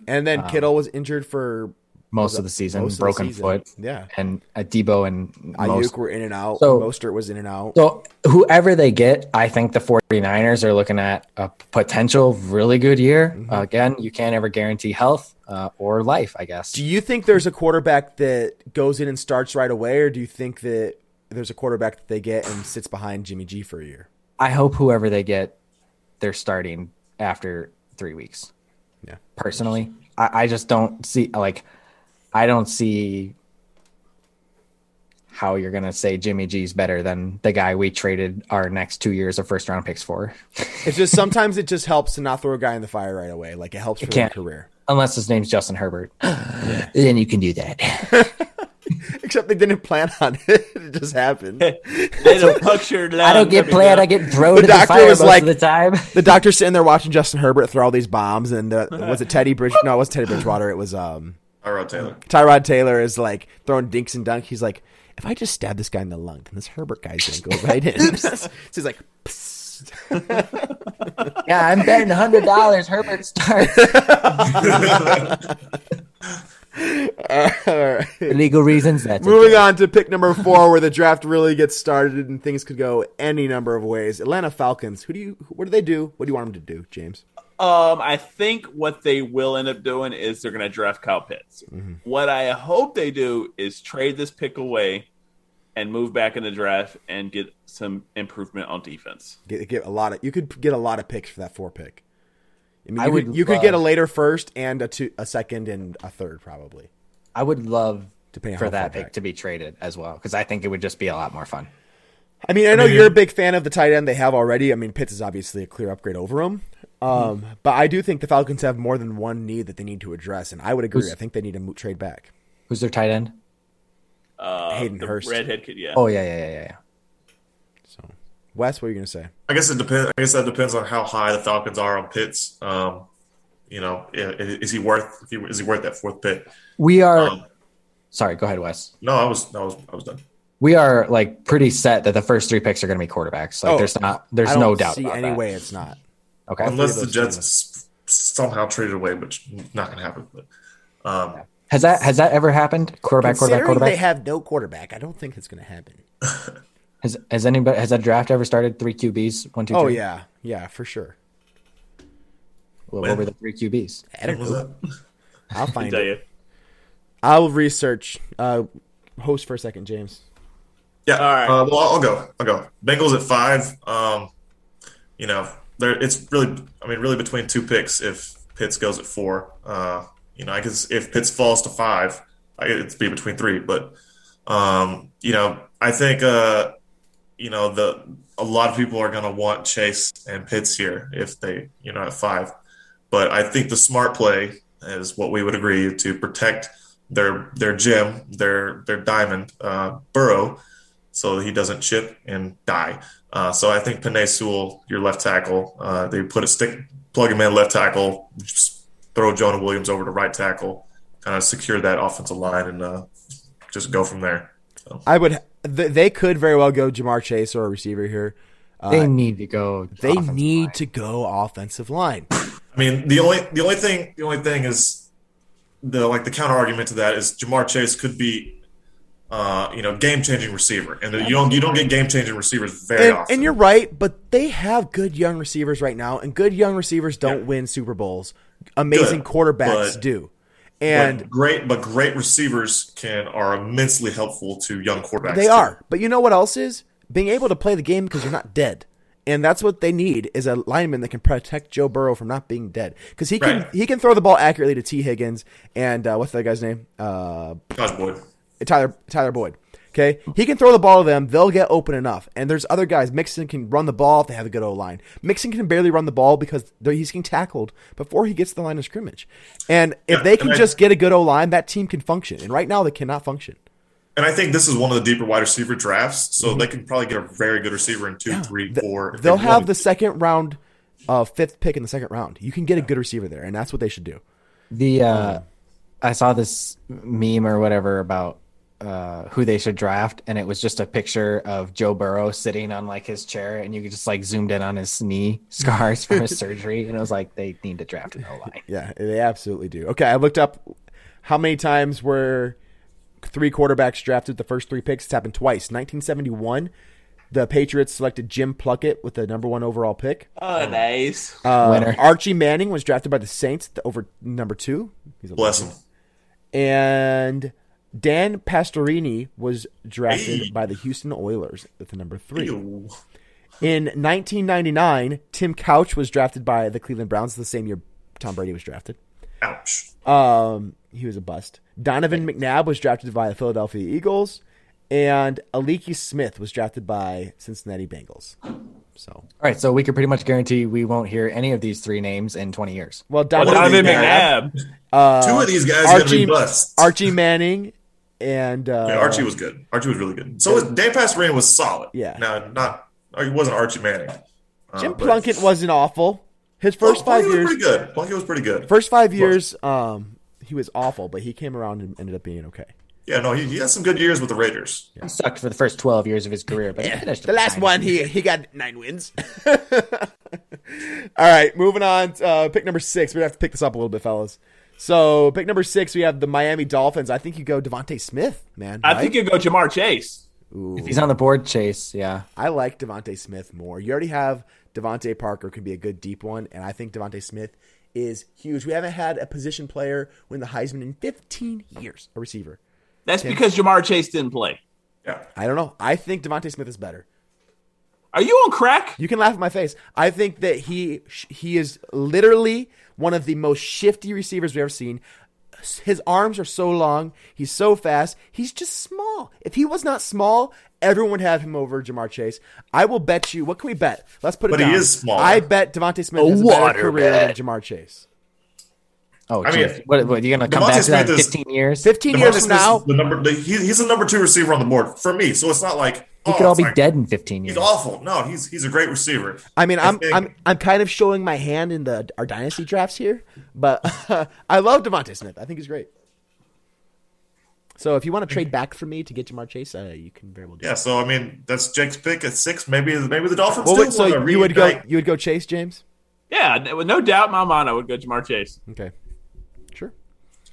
Speaker 1: And then Kittle was injured for
Speaker 4: most of the season,
Speaker 1: most of the
Speaker 4: broken
Speaker 1: season.
Speaker 4: foot.
Speaker 1: Yeah.
Speaker 4: and uh, Debo and
Speaker 1: Ayuk
Speaker 4: most.
Speaker 1: were in and out.
Speaker 4: So-
Speaker 1: Mostert was in and out.
Speaker 4: So whoever they get, I think the 49ers are looking at a potential really good year. Uh, again, you can't ever guarantee health uh, or life, I guess.
Speaker 1: do you think there's a quarterback that goes in and starts right away, or do you think that there's a quarterback that they get and sits behind Jimmy G for a year?
Speaker 4: I hope whoever they get, they're starting after three weeks.
Speaker 1: Yeah.
Speaker 4: Personally, I, I just don't see like I don't see how you're gonna say Jimmy G's better than the guy we traded our next two years of first round picks for,
Speaker 1: It's just sometimes it just helps to not throw a guy in the fire right away. Like it helps for their
Speaker 4: can't.
Speaker 1: career.
Speaker 4: unless his name's Justin Herbert. Then you can do that.
Speaker 1: Except they didn't plan on it. It just happened.
Speaker 2: They don't puncture.
Speaker 4: I don't get played. I get thrown
Speaker 1: The
Speaker 4: to the
Speaker 1: doctor
Speaker 4: fire
Speaker 1: was
Speaker 4: most
Speaker 1: like-
Speaker 4: of the time.
Speaker 1: the doctor's sitting there watching Justin Herbert throw all these bombs, and the, was it Teddy Bridge? No, it wasn't Teddy Bridgewater. It was um,
Speaker 3: Tyrod Taylor.
Speaker 1: Tyrod Taylor is like throwing dinks and dunk. He's like, if I just stab this guy in the lung, then this Herbert guy's gonna go right in. so he's like, "Psst."
Speaker 4: Yeah, I'm betting hundred dollars. Herbert starts.
Speaker 1: oh Uh, all right.
Speaker 4: For legal reasons. That's
Speaker 1: Moving on to pick number four, where the draft really gets started and things could go any number of ways. Atlanta Falcons. Who do you? What do they do? What do you want them to do, James?
Speaker 2: Um, I think what they will end up doing is they're going to draft Kyle Pitts.
Speaker 1: Mm-hmm.
Speaker 2: What I hope they do is trade this pick away and move back in the draft and get some improvement on defense.
Speaker 1: Get, get a lot of. You could get a lot of picks for that four pick. I, mean,
Speaker 4: I
Speaker 1: you
Speaker 4: would
Speaker 1: Could, you could get a
Speaker 4: love-
Speaker 1: later first and a two, a second and a third probably.
Speaker 4: I would love
Speaker 1: Depending on
Speaker 4: for
Speaker 1: how far
Speaker 4: that
Speaker 1: back.
Speaker 4: pick to be traded as well because I think it would just be a lot more fun.
Speaker 1: I mean, I know you're a big fan of the tight end they have already. I mean, Pitts is obviously a clear upgrade over him. Um,
Speaker 4: Mm-hmm.
Speaker 1: But I do think the Falcons have more than one need that they need to address, and I would agree.
Speaker 4: Who's-
Speaker 1: I think they need to mo- trade back.
Speaker 4: Who's their tight end?
Speaker 2: Uh,
Speaker 1: Hayden
Speaker 2: the
Speaker 1: Hurst.
Speaker 2: redhead kid, yeah.
Speaker 4: Oh yeah, yeah, yeah, yeah, yeah.
Speaker 1: So, Wes, what are you going to say?
Speaker 3: I guess it depends. I guess that depends on how high the Falcons are on Pitts. Um, you know, i- i- is he worth? if he- Is he worth that fourth pick?
Speaker 4: We are.
Speaker 3: Um,
Speaker 4: sorry, go ahead, Wes.
Speaker 3: no, I was, I was, I was done.
Speaker 4: We are like pretty set that the first three picks are going to be quarterbacks. Like
Speaker 1: Oh,
Speaker 4: there's not, there's
Speaker 1: I don't
Speaker 4: no doubt.
Speaker 1: See
Speaker 4: about
Speaker 1: any
Speaker 4: that.
Speaker 1: way it's not.
Speaker 4: Okay.
Speaker 3: Unless
Speaker 1: three
Speaker 3: the
Speaker 1: of those
Speaker 3: Jets
Speaker 1: teams.
Speaker 3: s- somehow traded away, which not going to happen. But um,
Speaker 4: Has that has that ever happened? Quarterback, quarterback,
Speaker 1: Considering
Speaker 4: quarterback.
Speaker 1: they have no quarterback, I don't think it's going to happen.
Speaker 4: has has anybody has that draft ever started three QBs? One, two,
Speaker 1: Oh
Speaker 4: three?
Speaker 1: yeah, yeah, for sure.
Speaker 4: Well, what were the three QBs?
Speaker 1: I don't
Speaker 3: what was
Speaker 1: know.
Speaker 3: that?
Speaker 1: I'll
Speaker 2: I
Speaker 1: find
Speaker 2: tell
Speaker 1: it.
Speaker 2: you.
Speaker 1: I'll research. Uh, host for a second, James.
Speaker 3: Yeah.
Speaker 2: All right.
Speaker 3: Uh, well, I'll go. I'll go. Bengals at five. Um, you know, there it's really. I mean, really between two picks. If Pitts goes at four, uh, you know, I guess if Pitts falls to five, I, it'd be between three. But um, you know, I think uh, you know the a lot of people are going to want Chase and Pitts here if they you know at five. But I think the smart play is what we would agree to protect their their gem, their their diamond, uh, Burrow so he doesn't chip and die. Uh, so I think Panay Sewell, your left tackle, uh, they put a stick, plug him in left tackle, just throw Jonah Williams over to right tackle, kind of secure that offensive line and uh, just go from there.
Speaker 1: I would. Th- they could very well go Jamar Chase or a receiver here.
Speaker 4: They need to go.
Speaker 1: They
Speaker 4: offensive
Speaker 1: need
Speaker 4: line.
Speaker 1: to go offensive line.
Speaker 3: I mean, the only the only thing the only thing is the like the counter argument to that is Jamar Chase could be. Uh, you know, game changing receiver, and you don't you don't get game changing receivers very
Speaker 1: And,
Speaker 3: often.
Speaker 1: and you're right, but they have good young receivers right now, and good young receivers don't win Super Bowls. Amazing
Speaker 3: Good,
Speaker 1: quarterbacks
Speaker 3: but-
Speaker 1: do.
Speaker 3: but
Speaker 1: And
Speaker 3: great, but great receivers can are immensely helpful to young quarterbacks.
Speaker 1: they
Speaker 3: too.
Speaker 1: are. But you know what else is? Being able to play the game because you're not dead. And that's what they need is a lineman that can protect Joe Burrow from not being dead because he can
Speaker 3: Right.
Speaker 1: he can throw the ball accurately to T Higgins and uh, what's that guy's name uh,
Speaker 3: Gosh, boy.
Speaker 1: Tyler Tyler Boyd. Okay, he can throw the ball to them; they'll get open enough. And there's other guys. Mixon can run the ball if they have a good O line. Mixon can barely run the ball because they're- he's getting tackled before he gets to the line of scrimmage. And if
Speaker 3: Yeah,
Speaker 1: they can
Speaker 3: and I-
Speaker 1: just get a good O line, that team can function. And right now, they cannot function.
Speaker 3: And I think this is one of the deeper wide receiver drafts, so they can probably get a very good receiver in two, three,
Speaker 1: Th-
Speaker 3: four. if
Speaker 1: Mm-hmm. They'll
Speaker 3: they
Speaker 1: have
Speaker 3: wanted.
Speaker 1: the second round, uh, fifth pick in the second round. You can get a good receiver there, and that's what they should do.
Speaker 4: The uh, I saw this meme or whatever about uh, who they should draft, and it was just a picture of Joe Burrow sitting on like his chair, and you could just like zoomed in on his knee scars from his surgery, and it was like they need to draft an O line.
Speaker 1: Yeah, they absolutely do. Okay, I looked up how many times were three quarterbacks drafted the first three picks. It's happened twice. 1971, the Patriots selected Jim Plunkett with the number one overall pick.
Speaker 2: Oh, nice.
Speaker 1: Uh,
Speaker 4: Winner.
Speaker 1: Archie Manning was drafted by the Saints th- over number two. He's a
Speaker 3: bless them.
Speaker 1: And Dan Pastorini was drafted
Speaker 3: Hey.
Speaker 1: by the Houston Oilers with the number three. In 1999, Tim Couch was drafted by the Cleveland Browns the same year Tom Brady was drafted.
Speaker 3: Ouch.
Speaker 1: Um, he was a bust. Donovan McNabb was drafted by the Philadelphia Eagles, and Aliki Smith was drafted by Cincinnati Bengals. So,
Speaker 4: All right, so we could pretty much guarantee we won't hear any of these three names in 20 years.
Speaker 1: well,
Speaker 2: Well,
Speaker 1: Donovan,
Speaker 2: Donovan
Speaker 1: McNabb,
Speaker 2: McNabb.
Speaker 1: uh,
Speaker 3: two of these guys are going to
Speaker 1: Archie,
Speaker 3: be busts.
Speaker 1: Archie Manning, and uh,
Speaker 3: Yeah, Archie was good. Archie was really good. So was, Dan Passerine was solid.
Speaker 1: Yeah.
Speaker 3: No, not. or He wasn't Archie Manning. Uh,
Speaker 1: Jim
Speaker 3: but-
Speaker 1: Plunkett wasn't awful. His first
Speaker 3: Oh, Plunkett
Speaker 1: five
Speaker 3: was
Speaker 1: years,
Speaker 3: pretty good. Plunkett was pretty good.
Speaker 1: first five years, um, he was awful, but he came around and ended up being okay.
Speaker 3: yeah, no, he, he had some good years with the Raiders.
Speaker 4: He sucked for the first 12 years of his career, but he finished
Speaker 1: The last
Speaker 4: fine.
Speaker 1: one, he he got nine wins. All right, moving on. To, uh, pick number six. We have to pick this up a little bit, fellas. So pick number six, we have the Miami Dolphins. I think you go Devonte Smith, man.
Speaker 2: I
Speaker 1: right?
Speaker 2: think you go Jamar Chase.
Speaker 1: Ooh.
Speaker 4: If he's on the board, Chase. Yeah.
Speaker 1: I like Devonte Smith more. You already have Devonte Parker could be a good deep one, and I think Devonte Smith is huge. We haven't had a position player win the Heisman in 15 years, a receiver.
Speaker 2: That's because Jamar Chase didn't play.
Speaker 3: Yeah.
Speaker 1: I don't know. I think Devonte Smith is better.
Speaker 2: Are you on crack?
Speaker 1: You can laugh at my face. I think that he he is literally one of the most shifty receivers we've ever seen. His arms are so long. He's so fast. He's just small. If he was not small, everyone would have him over Jamar Chase. I will bet you. What can we bet? Let's put it.
Speaker 3: But he
Speaker 1: down.
Speaker 3: is smaller.
Speaker 1: I bet Devonte Smith
Speaker 4: A
Speaker 1: has a better
Speaker 4: water
Speaker 1: career
Speaker 4: bet.
Speaker 1: than Jamar Chase.
Speaker 4: Oh,
Speaker 3: I mean,
Speaker 4: geez. what, what, you're going to come
Speaker 3: Devontae
Speaker 4: back to that in
Speaker 3: Smith is-
Speaker 4: 15 years?
Speaker 1: Fifteen
Speaker 3: Devontae
Speaker 1: years
Speaker 3: Smith's
Speaker 1: from now,
Speaker 3: the number, the, he, he's the number two receiver on the board for me. So it's not like
Speaker 4: He
Speaker 3: oh,
Speaker 4: could all
Speaker 3: it's
Speaker 4: be
Speaker 3: like,
Speaker 4: dead in 15 years.
Speaker 3: He's awful. No, he's he's a great receiver.
Speaker 1: I mean, I'm
Speaker 3: think-
Speaker 1: I'm I'm kind of showing my hand in the our dynasty drafts here, but I love Devonte Smith. I think he's great. So if you want to trade back for me to get Jamar Chase, uh, you can very well do.
Speaker 3: Yeah. So I mean, that's Jake's pick at six. Maybe maybe the Dolphins
Speaker 1: Well,
Speaker 3: do
Speaker 1: wait, so
Speaker 3: want to
Speaker 1: you would go
Speaker 3: reunite.
Speaker 1: you would go Chase James?
Speaker 2: Yeah, n- with no doubt in my mind, I would go Jamar Chase.
Speaker 1: Okay, sure.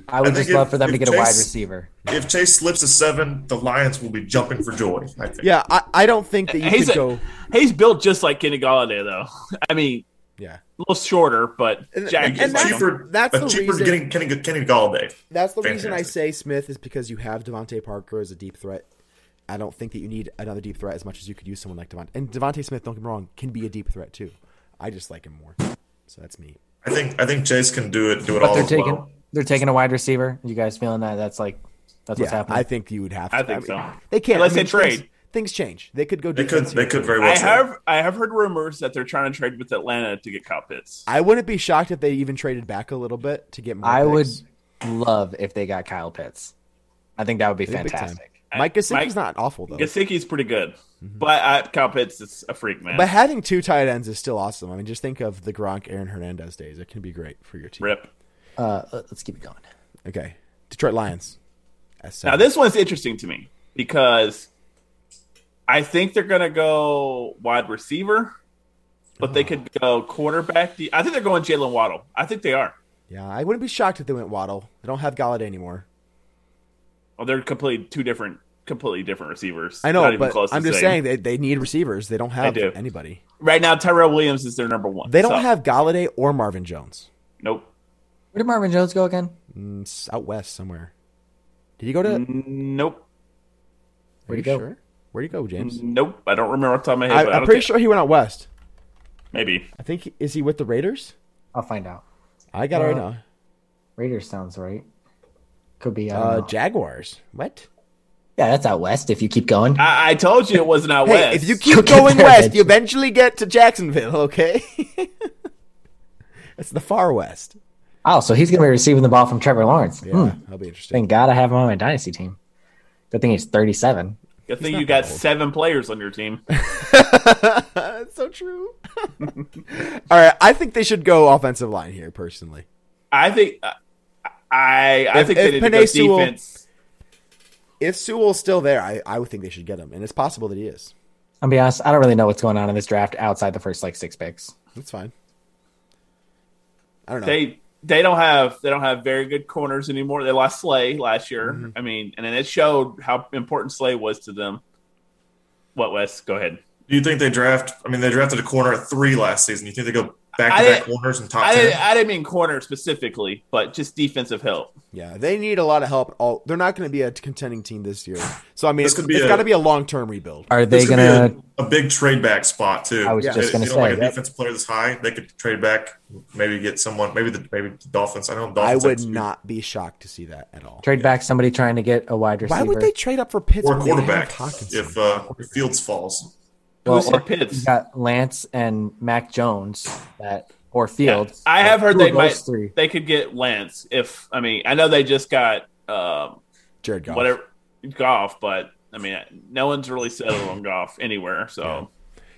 Speaker 4: I would
Speaker 3: I
Speaker 4: just
Speaker 3: think
Speaker 4: love
Speaker 3: if-
Speaker 4: for them to
Speaker 3: if
Speaker 4: get a wide
Speaker 3: Chase-
Speaker 4: receiver.
Speaker 3: If Chase slips to seven, the Lions will be jumping for joy. I think.
Speaker 1: Yeah, I, I don't think that you
Speaker 2: He's
Speaker 1: could
Speaker 2: a-
Speaker 1: go.
Speaker 2: He's built just like Kenny Galladay, though. I mean,
Speaker 1: Yeah,
Speaker 2: a little shorter, but
Speaker 1: And-
Speaker 2: Jack
Speaker 3: And,
Speaker 2: just like
Speaker 1: that's-
Speaker 2: him.
Speaker 3: cheaper,
Speaker 1: that's
Speaker 3: but
Speaker 1: the
Speaker 3: cheaper
Speaker 1: reason-
Speaker 3: getting Kenny, Kenny Galladay.
Speaker 1: that's the reason I
Speaker 3: Fantastic.
Speaker 1: say Smith is because you have Devonte Parker as a deep threat. I don't think that you need another deep threat as much as you could use someone like Devonte. And Devonte Smith, don't get me wrong, can be a deep threat too. I just like him more. So that's me.
Speaker 3: I think I think Chase can do it. Do it
Speaker 4: But
Speaker 3: all
Speaker 4: they're
Speaker 3: as
Speaker 4: taking
Speaker 3: well.
Speaker 4: they're taking a wide receiver. You guys feeling that? That's like that's what's
Speaker 1: Yeah,
Speaker 4: happening.
Speaker 1: I think you would have. To,
Speaker 2: I think
Speaker 1: mean,
Speaker 2: so.
Speaker 1: They can't.
Speaker 2: Unless
Speaker 1: I mean,
Speaker 2: they trade.
Speaker 1: Things, things change. They could go.
Speaker 3: They could
Speaker 1: defense
Speaker 3: they
Speaker 1: here,
Speaker 3: could
Speaker 1: too.
Speaker 3: very well.
Speaker 2: I
Speaker 3: trade.
Speaker 2: have I have heard rumors that they're trying to trade with Atlanta to get Kyle Pitts.
Speaker 1: I wouldn't be shocked if they even traded back a little bit to get more.
Speaker 4: I would
Speaker 1: picks.
Speaker 4: love if they got Kyle Pitts. I think that would be
Speaker 1: Big time.
Speaker 4: fantastic.
Speaker 1: Mike Gesicki's
Speaker 2: Mike-
Speaker 1: not awful though.
Speaker 2: Gasicki's pretty good, but I, Kyle Pitts is a freak, man.
Speaker 1: Mm-hmm. But having two tight ends is still awesome. I mean, just think of the Gronk, Aaron Hernandez days. It can be great for your team.
Speaker 2: Rip.
Speaker 4: Uh, let- let's keep it going.
Speaker 1: Okay, Detroit Lions. As
Speaker 2: Now this one's interesting to me because I think they're gonna go wide receiver, but
Speaker 1: Uh-huh.
Speaker 2: they could go quarterback. The- I think they're going Jalen Waddle. I think they are.
Speaker 1: yeah, I wouldn't be shocked if they went Waddle. They don't have Galladay anymore.
Speaker 2: Well, Oh, they're completely two different, completely different receivers.
Speaker 1: I know,
Speaker 2: Not even
Speaker 1: but
Speaker 2: close to
Speaker 1: I'm just saying
Speaker 2: same.
Speaker 1: they, they need receivers. They don't have
Speaker 2: do.
Speaker 1: anybody.
Speaker 2: Right now, Tyrell Williams is their number one.
Speaker 1: They don't
Speaker 2: So,
Speaker 1: have Galladay or Marvin Jones.
Speaker 2: Nope.
Speaker 4: Where did Marvin Jones go again?
Speaker 1: Mm, s- out west somewhere. Did he go to?
Speaker 2: Nope.
Speaker 1: Mm, Where'd
Speaker 4: he go?
Speaker 1: Sure? Where'd he go, James?
Speaker 2: Nope. I don't remember off the top of my head.
Speaker 1: I,
Speaker 2: but I
Speaker 1: I'm
Speaker 2: don't
Speaker 1: pretty
Speaker 2: think-
Speaker 1: sure he went out west.
Speaker 2: Maybe.
Speaker 1: I think he- is he with the Raiders?
Speaker 4: I'll find out.
Speaker 1: I got it right now.
Speaker 4: Raiders sounds right. Could be. I don't
Speaker 1: Uh,
Speaker 4: know.
Speaker 1: Jaguars. What?
Speaker 4: yeah, that's out west. If you keep going,
Speaker 2: I, I told you it wasn't out
Speaker 1: Hey,
Speaker 2: west.
Speaker 1: if you keep
Speaker 4: Go get
Speaker 1: going
Speaker 4: there,
Speaker 1: west,
Speaker 4: bitch.
Speaker 1: you eventually get to Jacksonville. Okay. It's the far west.
Speaker 4: oh, so he's gonna be receiving the ball from Trevor Lawrence.
Speaker 1: Yeah,
Speaker 4: Hmm.
Speaker 1: that'll be interesting.
Speaker 4: Thank God I have him on my dynasty team. Good thing he's 37.
Speaker 2: Good thing you got seven players on your team.
Speaker 1: That's so true. All right, I think they should go offensive line here. Personally,
Speaker 2: I think I I, I
Speaker 1: If-
Speaker 2: think they
Speaker 1: if
Speaker 2: need to go
Speaker 1: Panay Sewell-
Speaker 2: defense.
Speaker 1: if Sewell's still there, I, I would think they should get him, and it's possible that he is.
Speaker 4: I'll be honest. I don't really know what's going on in this draft outside the first like six picks.
Speaker 1: That's fine. I don't know.
Speaker 2: They they don't have they don't have very good corners anymore. They lost Slay last year.
Speaker 1: Mm-hmm.
Speaker 2: I mean, and then it showed how important Slay was to them. What Wes? Go ahead.
Speaker 3: Do you think they draft? I mean, they drafted a corner at three last season. You think they go back
Speaker 2: I
Speaker 3: to back
Speaker 2: didn't-
Speaker 3: corners and top
Speaker 2: I
Speaker 3: ten?
Speaker 2: didn't, I didn't mean corner specifically, but just defensive help.
Speaker 1: Yeah, they need a lot of help. All they're not going to be a contending team this year, so I mean,
Speaker 3: This
Speaker 1: it's,
Speaker 3: could be
Speaker 1: it's
Speaker 3: a-
Speaker 1: got to be a long term rebuild.
Speaker 4: Are
Speaker 3: This
Speaker 4: they
Speaker 3: could
Speaker 4: gonna?
Speaker 3: be a, a big trade back spot too.
Speaker 4: I was
Speaker 1: Yeah.
Speaker 3: If
Speaker 4: just
Speaker 3: they
Speaker 4: gonna
Speaker 3: don't like
Speaker 4: say
Speaker 3: a
Speaker 4: that,
Speaker 3: defensive player this high, they could trade back, maybe get someone, maybe the maybe the Dolphins. I know the
Speaker 1: I
Speaker 3: Dolphins.
Speaker 1: would
Speaker 3: have-
Speaker 1: not be shocked to see that at all.
Speaker 4: trade back somebody trying to get a wide receiver.
Speaker 1: Why would they trade up for Pitts
Speaker 3: or
Speaker 1: when they have
Speaker 3: quarterback
Speaker 1: Hawkinson?
Speaker 3: if uh, if Fields falls.
Speaker 4: Well,
Speaker 2: Who said
Speaker 4: or-
Speaker 2: Pitts?
Speaker 4: You got Lance and Mac Jones that or Fields.
Speaker 2: I have heard
Speaker 4: Who are
Speaker 2: they might
Speaker 4: those three.
Speaker 2: they could get Lance if I mean I know they just got um,
Speaker 1: Jared Goff.
Speaker 2: whatever golf, but I mean no one's really settled on golf anywhere. So.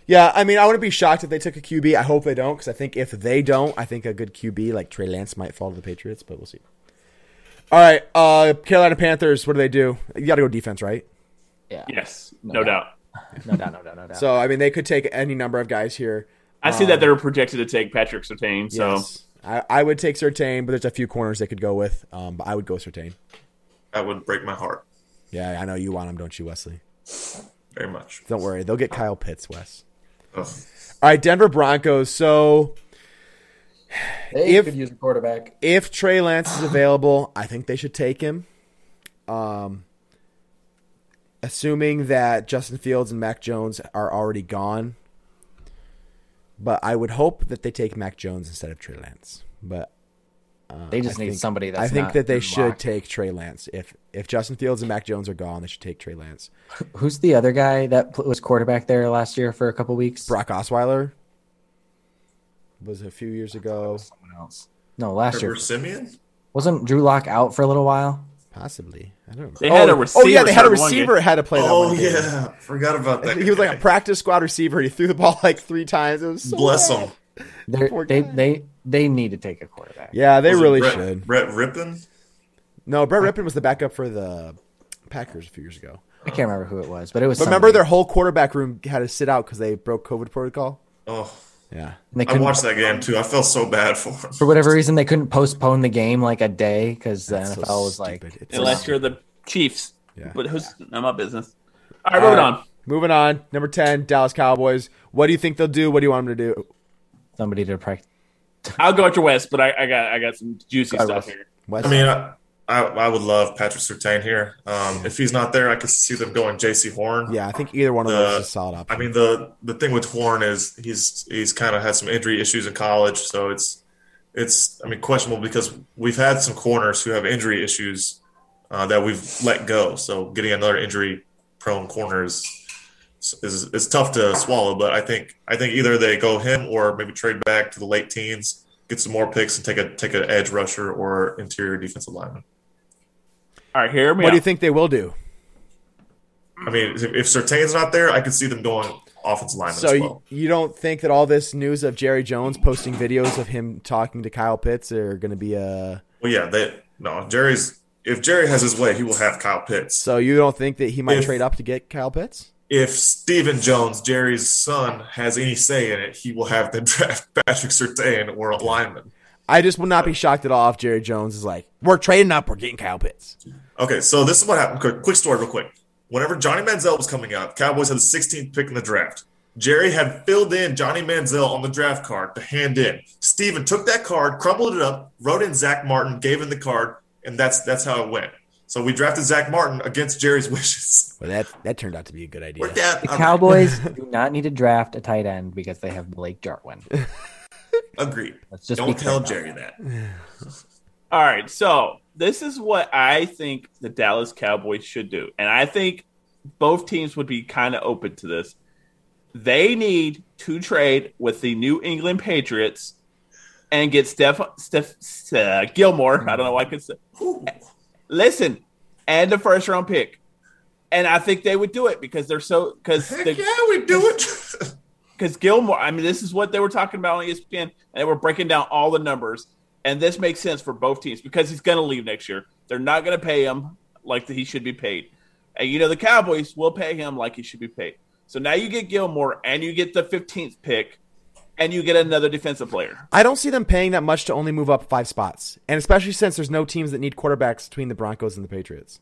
Speaker 1: Yeah, I mean, I wouldn't be shocked if they took a QB. I hope they don't, because I think if they don't, I think a good QB like Trey Lance might fall to the Patriots, but we'll see. All right, uh, Carolina Panthers. What do they do? You got to go defense, right?
Speaker 4: Yeah.
Speaker 2: Yes, no,
Speaker 4: No
Speaker 2: doubt.
Speaker 4: No doubt. No doubt. No doubt.
Speaker 1: So I mean, they could take any number of guys here.
Speaker 2: I see that they're projected to take Patrick Sertain. So
Speaker 1: Yes. I, I would take Sertain, but there's a few corners they could go with. Um, but I would go Sertain.
Speaker 3: That would break my heart
Speaker 1: Yeah, I know you want him, don't you, Wesley?
Speaker 3: very much. Uh,
Speaker 1: Don't worry, they'll get Kyle Pitts, Wes.
Speaker 3: Ugh.
Speaker 1: All right, Denver Broncos. So
Speaker 4: They
Speaker 1: If-
Speaker 4: could use a quarterback.
Speaker 1: if Trey Lance is available, I think they should take him. Um, assuming that Justin Fields and Mac Jones are already gone, but I would hope that they take Mac Jones instead of Trey Lance. But
Speaker 4: They just
Speaker 1: Uh, I
Speaker 4: need
Speaker 1: think-
Speaker 4: somebody that's
Speaker 1: I think
Speaker 4: not
Speaker 1: that they should
Speaker 4: locked.
Speaker 1: take Trey Lance. If if Justin Fields and Mac Jones are gone, they should take Trey Lance.
Speaker 4: Who's the other guy that pl- was quarterback there last year for a couple weeks?
Speaker 1: Brock Osweiler was a few years ago,
Speaker 4: Someone else. No, last
Speaker 3: Trevor
Speaker 4: year
Speaker 3: Simeon?
Speaker 4: wasn't Drew Lock out for a little while?
Speaker 1: possibly. I don't know.
Speaker 2: They had a
Speaker 1: Oh yeah,
Speaker 2: receiver
Speaker 1: they had a
Speaker 2: for one game.
Speaker 1: receiver. Had to play. That
Speaker 3: Oh
Speaker 1: one game.
Speaker 3: yeah, forgot about that.
Speaker 1: He was like a
Speaker 3: guy.
Speaker 1: practice squad receiver. He threw the ball like three times. It was so
Speaker 3: bless
Speaker 1: bad.
Speaker 3: him.
Speaker 4: They're-
Speaker 1: Poor
Speaker 4: They
Speaker 1: guy.
Speaker 4: they they need to take a quarterback.
Speaker 1: Yeah, they
Speaker 3: Was it
Speaker 1: really
Speaker 3: Brett,
Speaker 1: should.
Speaker 3: Brett Rippin.
Speaker 1: No, Brett Rippon was the backup for the Packers a few years ago.
Speaker 4: I can't remember who it was, but it was.
Speaker 1: But remember,
Speaker 4: somebody.
Speaker 1: their whole quarterback room had to sit out because they broke COVID protocol.
Speaker 3: Oh,
Speaker 1: Yeah,
Speaker 4: And they
Speaker 3: I
Speaker 4: couldn't-
Speaker 3: watched that game too. I felt so bad for him.
Speaker 4: for whatever reason they couldn't postpone the game like a day because the
Speaker 1: That's so
Speaker 4: NFL was like
Speaker 1: stupid. It's so
Speaker 2: unless you're the Chiefs.
Speaker 1: Yeah.
Speaker 2: But who's not my business? All right, moving
Speaker 1: All right.
Speaker 2: on.
Speaker 1: Moving on, number ten, Dallas Cowboys. What do you think they'll do? What do you want them to do?
Speaker 4: somebody to practice.
Speaker 2: I'll go with your West, but I, I got I got some juicy
Speaker 4: All right,
Speaker 2: stuff
Speaker 4: Wes.
Speaker 2: here.
Speaker 1: Wes?
Speaker 3: I mean, I, I, I would love Patrick Sertain here. Um, if he's not there, I could see them going J.C. Horn.
Speaker 1: yeah, I think either one of those
Speaker 3: Uh,
Speaker 1: is a solid
Speaker 3: I
Speaker 1: option.
Speaker 3: mean the the thing with Horn is he's he's kind of had some injury issues in college, so it's it's I mean questionable because we've had some corners who have injury issues uh, that we've let go. So getting another injury prone corner is, is is tough to swallow. But I think I think either they go him or maybe trade back to the late teens, get some more picks, and take a take an edge rusher or interior defensive lineman.
Speaker 2: All right, hear me.
Speaker 1: what do you
Speaker 2: out.
Speaker 1: think they will do?
Speaker 3: I mean, if, if Sertain's not there, I could see them going offensive lineman
Speaker 1: So
Speaker 3: as
Speaker 1: you-
Speaker 3: well.
Speaker 1: you don't think that all this news of Jerry Jones posting videos of him talking to Kyle Pitts are going to be uh, a
Speaker 3: Well, yeah, they no Jerry's. If Jerry has his way, he will have Kyle Pitts.
Speaker 1: So you don't think that he might
Speaker 3: If-
Speaker 1: trade up to get Kyle Pitts?
Speaker 3: If Stephen Jones, Jerry's son, has any say in it, he will have them draft Patrick Sertain or a lineman.
Speaker 1: I just will not be shocked at all if Jerry Jones is like, we're trading up, we're getting Kyle Pitts.
Speaker 3: Okay, so this is what happened. Quick, quick story, real quick. Whenever Johnny Manziel was coming up, Cowboys had the 16th pick in the draft. Jerry had filled in Johnny Manziel on the draft card to hand in. Steven took that card, crumbled it up, wrote in Zach Martin, gave him the card, and that's that's how it went. So we drafted Zach Martin against Jerry's wishes.
Speaker 1: Well, that that turned out to be a good idea.
Speaker 3: Worked out.
Speaker 4: The
Speaker 3: I'm-
Speaker 4: Cowboys do not need to draft a tight end because they have Blake Jarwin.
Speaker 3: Agreed.
Speaker 4: Let's just be
Speaker 3: Don't
Speaker 4: clear
Speaker 3: tell
Speaker 4: about
Speaker 3: Jerry
Speaker 4: that.
Speaker 3: that.
Speaker 2: All right, so this is what I think the Dallas Cowboys should do. And I think both teams would be kind of open to this. They need to trade with the New England Patriots and get Steph, Steph uh, Gilmore. I don't know why I could say.
Speaker 3: Ooh.
Speaker 2: Listen, and the first round pick. And I think they would do it because they're so because
Speaker 3: Heck
Speaker 2: the,
Speaker 3: yeah, we do it.
Speaker 2: because Gilmore, I mean, this is what they were talking about on E ESPN, and they were breaking down all the numbers. And this makes sense for both teams because he's going to leave next year. They're not going to pay him like he should be paid. And you know, the Cowboys will pay him like he should be paid. So now you get Gilmore and you get the 15th pick and you get another defensive player.
Speaker 1: I don't see them paying that much to only move up five spots. And especially since there's no teams that need quarterbacks between the Broncos and the Patriots.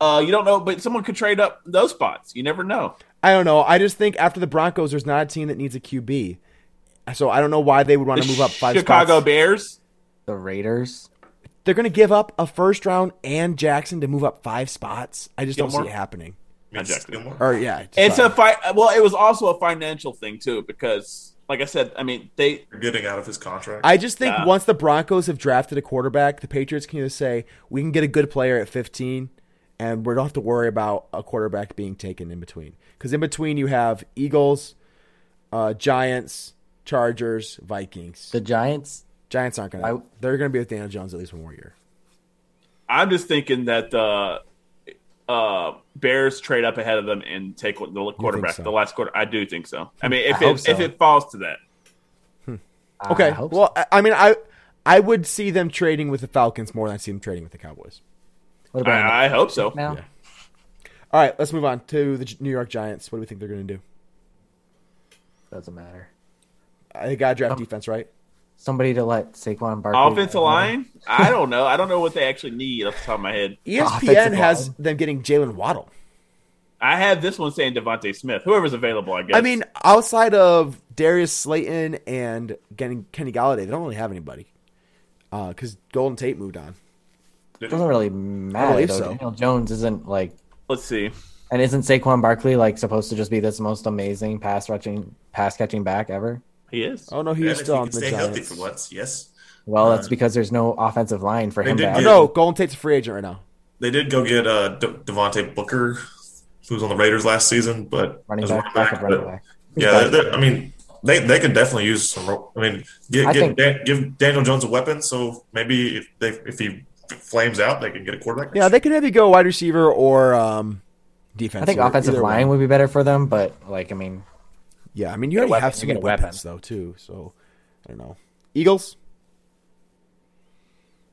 Speaker 2: Uh, you don't know, but someone could trade up those spots. You never know.
Speaker 1: I don't know. I just think after the Broncos, there's not a team that needs a QB. So I don't know why they would want
Speaker 2: The
Speaker 1: to move up five
Speaker 2: Chicago
Speaker 1: spots.
Speaker 2: Bears.
Speaker 4: The Raiders.
Speaker 1: They're going to give up a first round and Jackson to move up five spots. I just don't see
Speaker 2: Gilmore?
Speaker 1: it happening.
Speaker 3: Mean
Speaker 2: Jackson.
Speaker 3: Gilmore?
Speaker 1: Or yeah,
Speaker 2: It's
Speaker 1: sorry.
Speaker 2: a fi- well, it was also a financial thing too because, like I said, I mean they
Speaker 3: You're getting out of his contract.
Speaker 1: I just think
Speaker 2: Yeah.
Speaker 1: once the Broncos have drafted a quarterback, the Patriots can either say we can get a good player at 15, and we don't have to worry about a quarterback being taken in between. Because in between you have Eagles, uh, Giants, Chargers, Vikings.
Speaker 4: The Giants.
Speaker 1: Giants aren't gonna.
Speaker 4: I-
Speaker 1: they're gonna be with Daniel Jones at least one more year.
Speaker 2: I'm just thinking that the uh, Bears trade up ahead of them and take what- the quarterback,
Speaker 1: so?
Speaker 2: the last quarter. I do think so. I mean, if
Speaker 4: I hope
Speaker 2: it, if
Speaker 4: so.
Speaker 2: it falls to that,
Speaker 4: I
Speaker 1: Okay.
Speaker 4: hope so.
Speaker 1: well, I, I mean, I I would see them trading with the Falcons more than I see them trading with the Cowboys.
Speaker 4: What about
Speaker 2: I, I hope so.
Speaker 4: now?
Speaker 1: Yeah. All right, let's move on to the J- New York Giants. What do we think they're gonna do?
Speaker 4: Doesn't matter.
Speaker 3: Um,
Speaker 1: Uh, They got to draft defense, right?
Speaker 4: somebody to let Saquon Barkley.
Speaker 2: Offensive line? I don't know. I don't know what they actually need off the top of my head.
Speaker 1: ESPN has
Speaker 4: line.
Speaker 1: them getting Jalen Waddle.
Speaker 2: I have this one saying Devontae Smith, whoever's available, I guess.
Speaker 1: I mean, outside of Darius Slayton and Kenny Kenny Galladay, they don't really have anybody. Because Golden Tate moved on.
Speaker 4: It doesn't really matter.
Speaker 1: believe
Speaker 4: Though.
Speaker 1: so.
Speaker 4: Daniel Jones isn't like,
Speaker 2: let's see.
Speaker 4: and isn't Saquon Barkley like supposed to just be this most amazing pass catching pass catching back ever?
Speaker 2: He is.
Speaker 1: Oh no, he
Speaker 3: Yeah,
Speaker 1: was
Speaker 3: if
Speaker 1: still
Speaker 3: he
Speaker 1: on
Speaker 3: can
Speaker 1: the
Speaker 3: stay healthy
Speaker 1: Giants.
Speaker 3: for once, yes.
Speaker 4: Well,
Speaker 3: Uh,
Speaker 4: that's because there's no offensive line for
Speaker 3: they
Speaker 4: him.
Speaker 3: did
Speaker 4: To
Speaker 1: Oh
Speaker 3: get-
Speaker 4: out-
Speaker 1: no, Golden Tate's a free agent right now.
Speaker 3: They did go get uh, De- Devontae Booker, who was on the Raiders last season, but
Speaker 4: running
Speaker 3: as
Speaker 4: back, backup
Speaker 3: but-
Speaker 4: running back.
Speaker 3: Yeah, they're, they're- I mean, they they could definitely use some. ro- I mean,
Speaker 4: I
Speaker 3: give give,
Speaker 4: think-
Speaker 3: Dan, give Daniel Jones a weapon, so maybe if they if he flames out, they can get a quarterback.
Speaker 1: Yeah, they could have you go wide receiver or um, defense.
Speaker 4: I think
Speaker 1: or
Speaker 4: offensive
Speaker 1: either one.
Speaker 4: line would be better for them, but like I mean,
Speaker 1: Yeah, I mean you
Speaker 4: Get a
Speaker 1: already
Speaker 4: weapon,
Speaker 1: have
Speaker 4: you
Speaker 1: so
Speaker 4: get
Speaker 1: many
Speaker 4: a weapon.
Speaker 1: weapons though too. So I don't know. Eagles.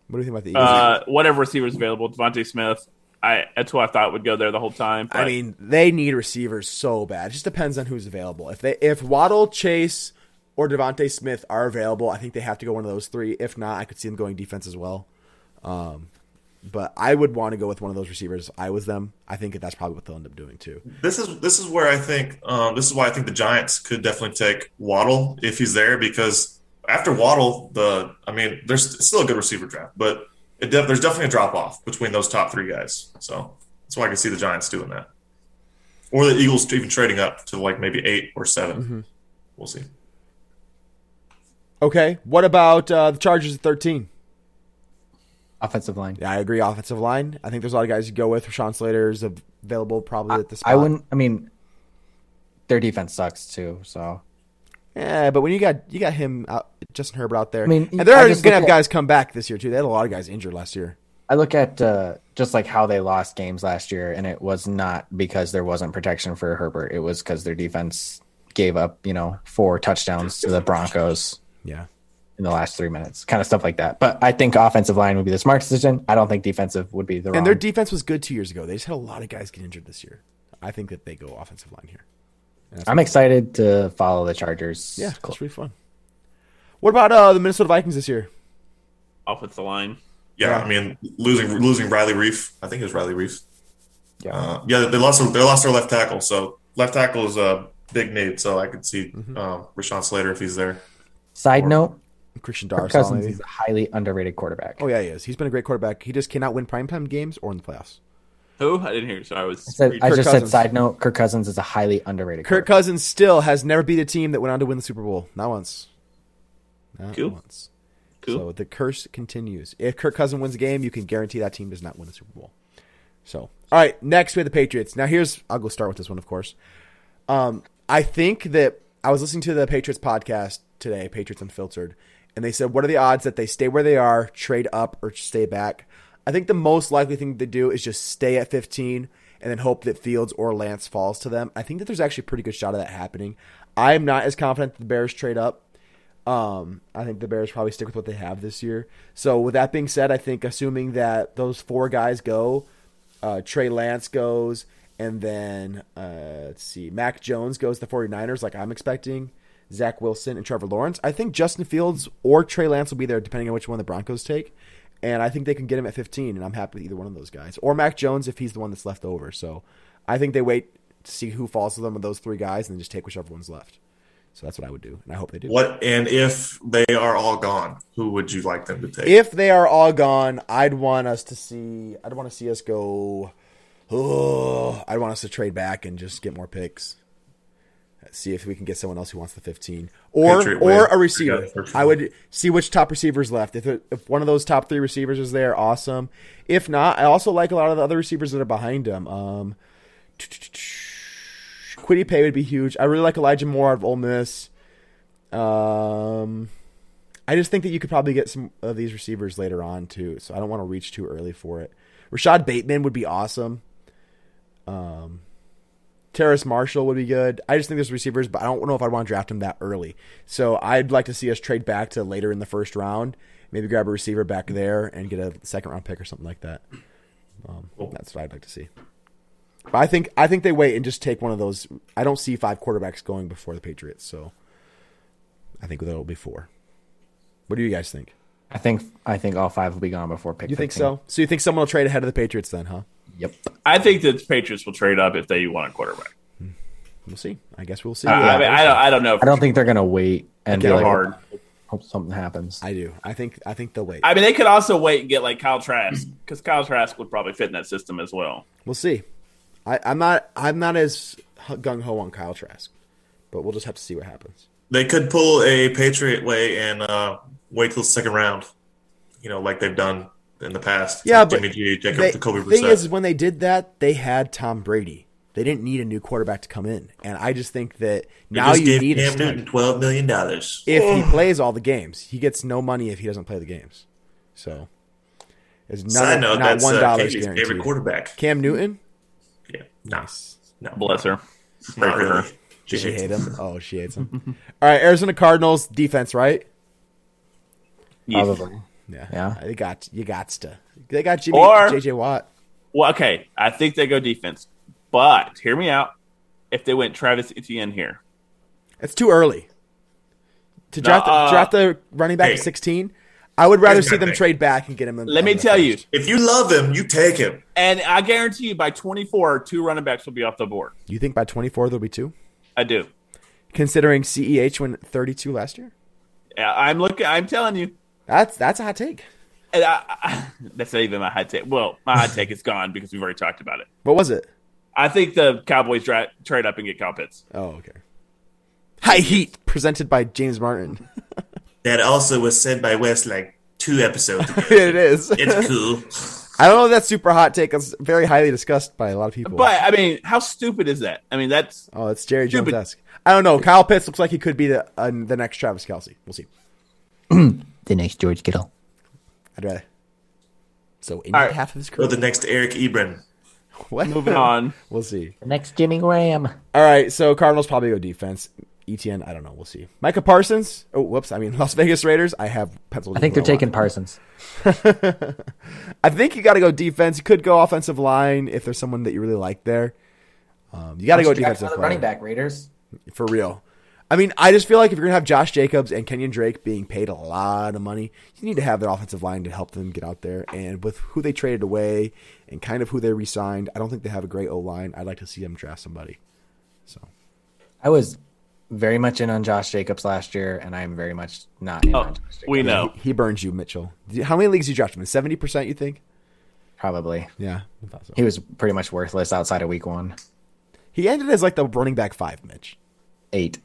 Speaker 1: What do you think about the Eagles?
Speaker 2: Uh, whatever receiver's available, Devontae Smith. I that's who I thought would go there the whole time.
Speaker 1: I
Speaker 2: but-
Speaker 1: mean, they need receivers so bad. It just depends on who's available. If they if Waddle, Chase, or Devontae Smith are available, I think they have to go one of those three. If not, I could see them going defense as well. Um, but I would want to go with one of those receivers. I was them. I think that that's probably what they'll end up doing too.
Speaker 3: This is this is where I think um, this is why I think the Giants could definitely take Waddle if he's there because after Waddle, the I mean, there's it's still a good receiver draft, but it def- there's definitely a drop off between those top three guys. So that's why I can see the Giants doing that, or the Eagles even trading up to like maybe eight or 7 We'll see.
Speaker 1: Okay. What about uh, the Chargers at thirteen?
Speaker 4: offensive line.
Speaker 1: Yeah, I agree. Offensive line. I think there's a lot of guys you go with. Rashawn Slater is av- available probably at the spot.
Speaker 4: I wouldn't. I mean, their defense sucks too. So
Speaker 1: Yeah, but when you got you got him out, Justin Herbert out there, I
Speaker 4: mean,
Speaker 1: mean, and they're
Speaker 4: I
Speaker 1: already
Speaker 4: just
Speaker 1: gonna
Speaker 4: look
Speaker 1: have
Speaker 4: at-
Speaker 1: guys come back this year too. They had a lot of guys injured last year.
Speaker 4: I look at uh, just like how they lost games last year, and it was not because there wasn't protection for Herbert. It was because their defense gave up, you know, four touchdowns to the Broncos
Speaker 1: Yeah.
Speaker 4: in the last three minutes, kind of stuff like that. But I think offensive line would be the smart decision. I don't think defensive would be the wrong.
Speaker 1: And their defense was good two years ago. They just had a lot of guys get injured this year. I think that they go offensive line here.
Speaker 4: I'm excited to follow the Chargers.
Speaker 1: Yeah, it's really fun. What about uh, the Minnesota Vikings this year?
Speaker 2: offensive line.
Speaker 3: Yeah,
Speaker 1: Yeah.
Speaker 3: I mean losing losing Riley Reef. I think it was Riley Reef.
Speaker 4: Yeah.
Speaker 3: uh, yeah. They lost their, they lost their left tackle. So left tackle is a big need. So I could see um, Rashawn Slater if he's there.
Speaker 4: Side note:
Speaker 1: Christian
Speaker 4: Kirk
Speaker 1: Darrisaw,
Speaker 4: Cousins
Speaker 1: maybe.
Speaker 4: is a highly underrated quarterback.
Speaker 1: Oh yeah, he is. He's been a great quarterback. He just cannot win primetime games or in the playoffs.
Speaker 2: Who? I didn't hear. So I was.
Speaker 4: I, said, I
Speaker 1: Kirk
Speaker 4: just said
Speaker 1: Cousins.
Speaker 4: side note: Kirk Cousins is a highly underrated.
Speaker 1: Kirk
Speaker 4: quarterback.
Speaker 1: Cousins still has never beat a team that went on to win the Super Bowl. Not once. Not
Speaker 2: Cool.
Speaker 1: once.
Speaker 2: Cool.
Speaker 1: So the curse continues. If Kirk Cousins wins a game, you can guarantee that team does not win the Super Bowl. So, all right, next we have the Patriots. Now here's I'll go start with this one, of course. Um, I think that I was listening to the Patriots podcast today, Patriots Unfiltered, and they said, "What are the odds that they stay where they are, trade up, or stay back?" I think the most likely thing to do is just stay at 15 and then hope that Fields or Lance falls to them. I think that there's actually a pretty good shot of that happening. I am not as confident that the Bears trade up. Um, I think the Bears probably stick with what they have this year. So with that being said, I think assuming that those four guys go, uh, Trey Lance goes, and then uh, let's see, Mac Jones goes to the 49ers, like I'm expecting, Zach Wilson and Trevor Lawrence. I think Justin Fields or Trey Lance will be there depending on which one the Broncos take. And I think they can get him at 15, and I'm happy with either one of those guys. Or Mac Jones if he's the one that's left over. So I think they wait to see who falls to them with those three guys and then just take whichever one's left. So that's what I would do, and I hope they do.
Speaker 3: What and if they are all gone, who would you like them to take?
Speaker 1: if they are all gone, I'd want us to see. I'd want to see us go. Oh, I'd want us to trade back and just get more picks. See if we can get someone else who wants the fifteen or
Speaker 3: Patriot way.
Speaker 1: or a
Speaker 3: We
Speaker 1: receiver.
Speaker 3: got the first
Speaker 1: I
Speaker 3: one.
Speaker 1: would see which top receivers left. If if one of those top three receivers is there, awesome. If not, I also like a lot of the other receivers that are behind him. Um, Quiddy Pay would be huge. I really like Elijah Moore out of Ole Miss. Um, I just think that you could probably get some of these receivers later on too. So I don't want to reach too early for it. Rashad Bateman would be awesome. Um, Terrace Marshall would be good. I just think there's receivers, but I don't know if I'd want to draft him that early. So I'd like to see us trade back to later in the first round. Maybe grab a receiver back there and get a second round pick or something like that. Um, That's what I'd like to see. But I think I think they wait and just take one of those. I don't see five quarterbacks going before the Patriots, so I think there will be four. What do you guys think?
Speaker 4: I think I think all five will be gone before pick.
Speaker 1: You think
Speaker 4: 15.
Speaker 1: so? So you think someone will trade ahead of the Patriots then, huh?
Speaker 4: Yep.
Speaker 2: I think that the Patriots will trade up if they want a quarterback.
Speaker 1: We'll see. I guess we'll see.
Speaker 2: I- I, mean, I, don't, I don't know. If
Speaker 4: I don't think they're gonna wait and be
Speaker 2: they're
Speaker 1: Yeah,
Speaker 4: like,
Speaker 2: hard.
Speaker 4: hope something happens.
Speaker 1: I do. I think. I think they'll wait.
Speaker 2: I mean, they could also wait and get like Kyle Trask because Kyle Trask would probably fit in that system as well.
Speaker 1: We'll see. I, I'm not. I'm not as gung ho on Kyle Trask, but we'll just have to see what happens.
Speaker 3: They could pull a Patriot way and uh, wait till the second round, you know, like they've done in the past.
Speaker 1: Yeah,
Speaker 3: Like
Speaker 1: but
Speaker 3: Jimmy G, Jacob,
Speaker 1: They-
Speaker 3: Jacoby
Speaker 1: the thing
Speaker 3: Brissett.
Speaker 1: is, when they did that, they had Tom Brady. They didn't need a new quarterback to come in, and I just think that
Speaker 3: They
Speaker 1: now
Speaker 3: just
Speaker 1: you
Speaker 3: gave
Speaker 1: need a
Speaker 3: Cam
Speaker 1: stud.
Speaker 3: Newton twelve million dollars. Oh,
Speaker 1: if he plays all the games. He gets no money if he doesn't play the games. So it's not,
Speaker 3: Side note,
Speaker 1: not
Speaker 3: that's
Speaker 1: one
Speaker 3: uh,
Speaker 1: dollar
Speaker 3: Katie's favorite
Speaker 1: guaranteed.
Speaker 3: quarterback.
Speaker 1: Cam Newton,
Speaker 3: Yeah, no,
Speaker 1: nice.
Speaker 3: no,
Speaker 2: Bless her. Pray
Speaker 3: not
Speaker 2: for
Speaker 3: really.
Speaker 2: her.
Speaker 1: Does she
Speaker 3: hates
Speaker 1: hate him? Oh, she hates him. all right, Arizona Cardinals defense, right?
Speaker 2: Yes.
Speaker 4: Probably.
Speaker 1: Yeah,
Speaker 4: Yeah.
Speaker 1: They got you. Got to. They got Jimmy
Speaker 2: Or-
Speaker 1: JJ Watt.
Speaker 2: Well, okay. I think they go defense, but hear me out. If they went Travis Etienne here,
Speaker 1: It's too early to draft,
Speaker 2: uh,
Speaker 1: draft the running back
Speaker 3: hey.
Speaker 1: at sixteen. I would rather
Speaker 3: Here's
Speaker 1: see
Speaker 3: my
Speaker 1: them
Speaker 3: thing.
Speaker 1: trade back and get him. In,
Speaker 2: let
Speaker 1: in
Speaker 2: me
Speaker 1: the
Speaker 2: tell you,
Speaker 1: first.
Speaker 3: If you love him, you take him.
Speaker 2: and I guarantee you by 24, two running backs will be off the board.
Speaker 1: you think by twenty four there'll be two?
Speaker 2: I do.
Speaker 1: Considering Ceh went thirty two last year,
Speaker 2: I- I'm looking. I'm telling you.
Speaker 1: that's that's a hot take.
Speaker 2: And I, I, that's not even my hot take. Well, my hot take is gone because we've already talked about it.
Speaker 1: What was it?
Speaker 2: I think the Cowboys dra- trade up and get Kyle Pitts.
Speaker 1: Oh, okay. High Heat, presented by James Martin.
Speaker 3: That also was said by Wes like two episodes ago.
Speaker 1: it is.
Speaker 3: it's cool.
Speaker 1: I don't know if that's super hot take. It's very highly discussed by a lot of people.
Speaker 2: But I mean, how stupid is that? I mean, that's
Speaker 1: oh, it's Jerry
Speaker 2: Stupid.
Speaker 1: Jones esque. I don't know. Kyle Pitts looks like he could be the uh, the next Travis Kelsey. We'll see.
Speaker 4: The next George Kittle.
Speaker 1: I'd rather. So in
Speaker 2: All right.
Speaker 1: half of his
Speaker 3: Or
Speaker 1: career.
Speaker 3: the next Eric Ebron.
Speaker 1: What?
Speaker 2: moving on.
Speaker 1: We'll see.
Speaker 4: The next Jimmy Graham.
Speaker 1: All right. So Cardinals probably go defense. ETN, I don't know. We'll see. Micah Parsons. Oh, whoops. I mean Las Vegas Raiders. I have penciled.
Speaker 4: I think
Speaker 1: in
Speaker 4: they're
Speaker 1: who I want.
Speaker 4: taking Parsons.
Speaker 1: I think you got to go defense. You could go offensive line if there's someone that you really like there. Um, you got to go defensive line.
Speaker 4: running back Raiders.
Speaker 1: for real. I mean, I just feel like if you're gonna have Josh Jacobs and Kenyon Drake being paid a lot of money, you need to have their offensive line to help them get out there. And with who they traded away and kind of who they re-signed, I don't think they have a great O line. I'd like to see them draft somebody. So
Speaker 4: I was very much in on Josh Jacobs last year, and I'm very much not in
Speaker 2: Oh,
Speaker 4: on Josh Jacobs.
Speaker 2: we know.
Speaker 1: he, he burns you, Mitchell. Do you- How many leagues you draft him in? Seventy percent, you think?
Speaker 4: Probably.
Speaker 1: Yeah, I thought so.
Speaker 4: He was pretty much worthless outside of week one.
Speaker 1: He ended as like the running back five, Mitch.
Speaker 4: Eight.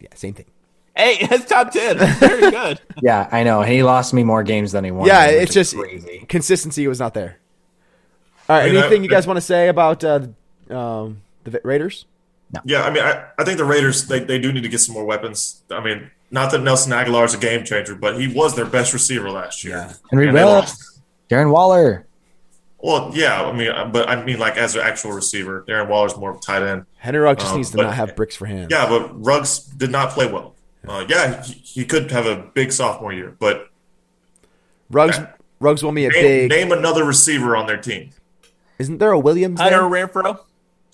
Speaker 1: Yeah, same thing.
Speaker 2: Hey, that's top ten. Very good.
Speaker 4: Yeah, I know. He lost me more games than he won.
Speaker 1: yeah,
Speaker 4: which
Speaker 1: it's
Speaker 4: is
Speaker 1: just
Speaker 4: crazy.
Speaker 1: consistency was not there. All right,
Speaker 3: I mean,
Speaker 1: anything
Speaker 3: I-
Speaker 1: you guys want to say about uh, um, the Raiders?
Speaker 3: Yeah, I mean, I, I think the Raiders they, they do need to get some more weapons. I mean, not that Nelson Aguilar's a game changer, but he was their best receiver last year.
Speaker 1: Yeah.
Speaker 4: Henry
Speaker 3: And they
Speaker 4: Ruggs.
Speaker 3: lost.
Speaker 4: Darren Waller.
Speaker 3: Well, yeah, I mean, uh, but I mean, like as an actual receiver, Darren Waller's more of a tight end.
Speaker 1: Henry Rock just
Speaker 3: Um,
Speaker 1: needs to
Speaker 3: but-
Speaker 1: not have bricks for hands.
Speaker 3: Yeah, but Ruggs did not play well. Uh, yeah, he, he could have a big sophomore year, but
Speaker 1: Ruggs Ruggs will be a
Speaker 3: name,
Speaker 1: big.
Speaker 3: name another receiver on their team.
Speaker 1: Isn't there a Williams
Speaker 2: Hunter
Speaker 1: there?
Speaker 2: Renfro.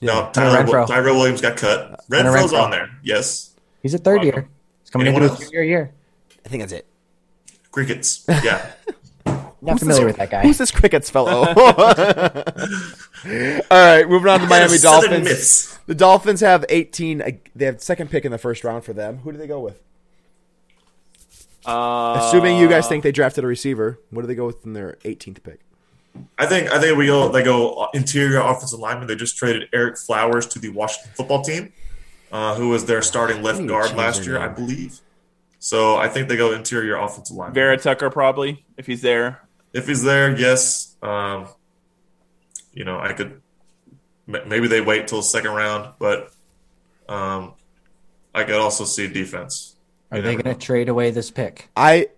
Speaker 1: Yeah.
Speaker 3: No, Tyler,
Speaker 4: Renfro.
Speaker 3: Tyrell Williams got cut.
Speaker 4: Hunter
Speaker 3: Renfro's
Speaker 4: Renfro.
Speaker 3: on there. Yes,
Speaker 4: He's a third year. He's coming
Speaker 3: Anyone
Speaker 4: into
Speaker 3: else?
Speaker 4: his junior year.
Speaker 1: I think that's it.
Speaker 3: crickets. Yeah,
Speaker 4: Not familiar with that guy.
Speaker 1: Who's this crickets fellow? All right, moving on to Miami
Speaker 3: Southern
Speaker 1: Dolphins.
Speaker 3: Myths.
Speaker 1: The Dolphins have 18. uh, They have second pick in the first round for them. Who do they go with?
Speaker 2: Uh,
Speaker 1: Assuming you guys think they drafted a receiver, what do they go with in their 18th pick?
Speaker 3: I think I think we go they go interior offensive lineman. They just traded Eric Flowers to the Washington football team, uh, who was their starting
Speaker 1: They
Speaker 3: left
Speaker 1: need to
Speaker 3: guard
Speaker 1: change
Speaker 3: last
Speaker 1: their
Speaker 3: year, I
Speaker 1: name.
Speaker 3: believe. So I think they go interior offensive lineman.
Speaker 2: Vera Tucker probably if he's there.
Speaker 3: If he's there, yes. Um, you know, I could m- maybe they wait till second round, but um, I could also see defense.
Speaker 4: Are
Speaker 3: You
Speaker 4: they
Speaker 3: never
Speaker 4: going to trade away this pick?
Speaker 1: I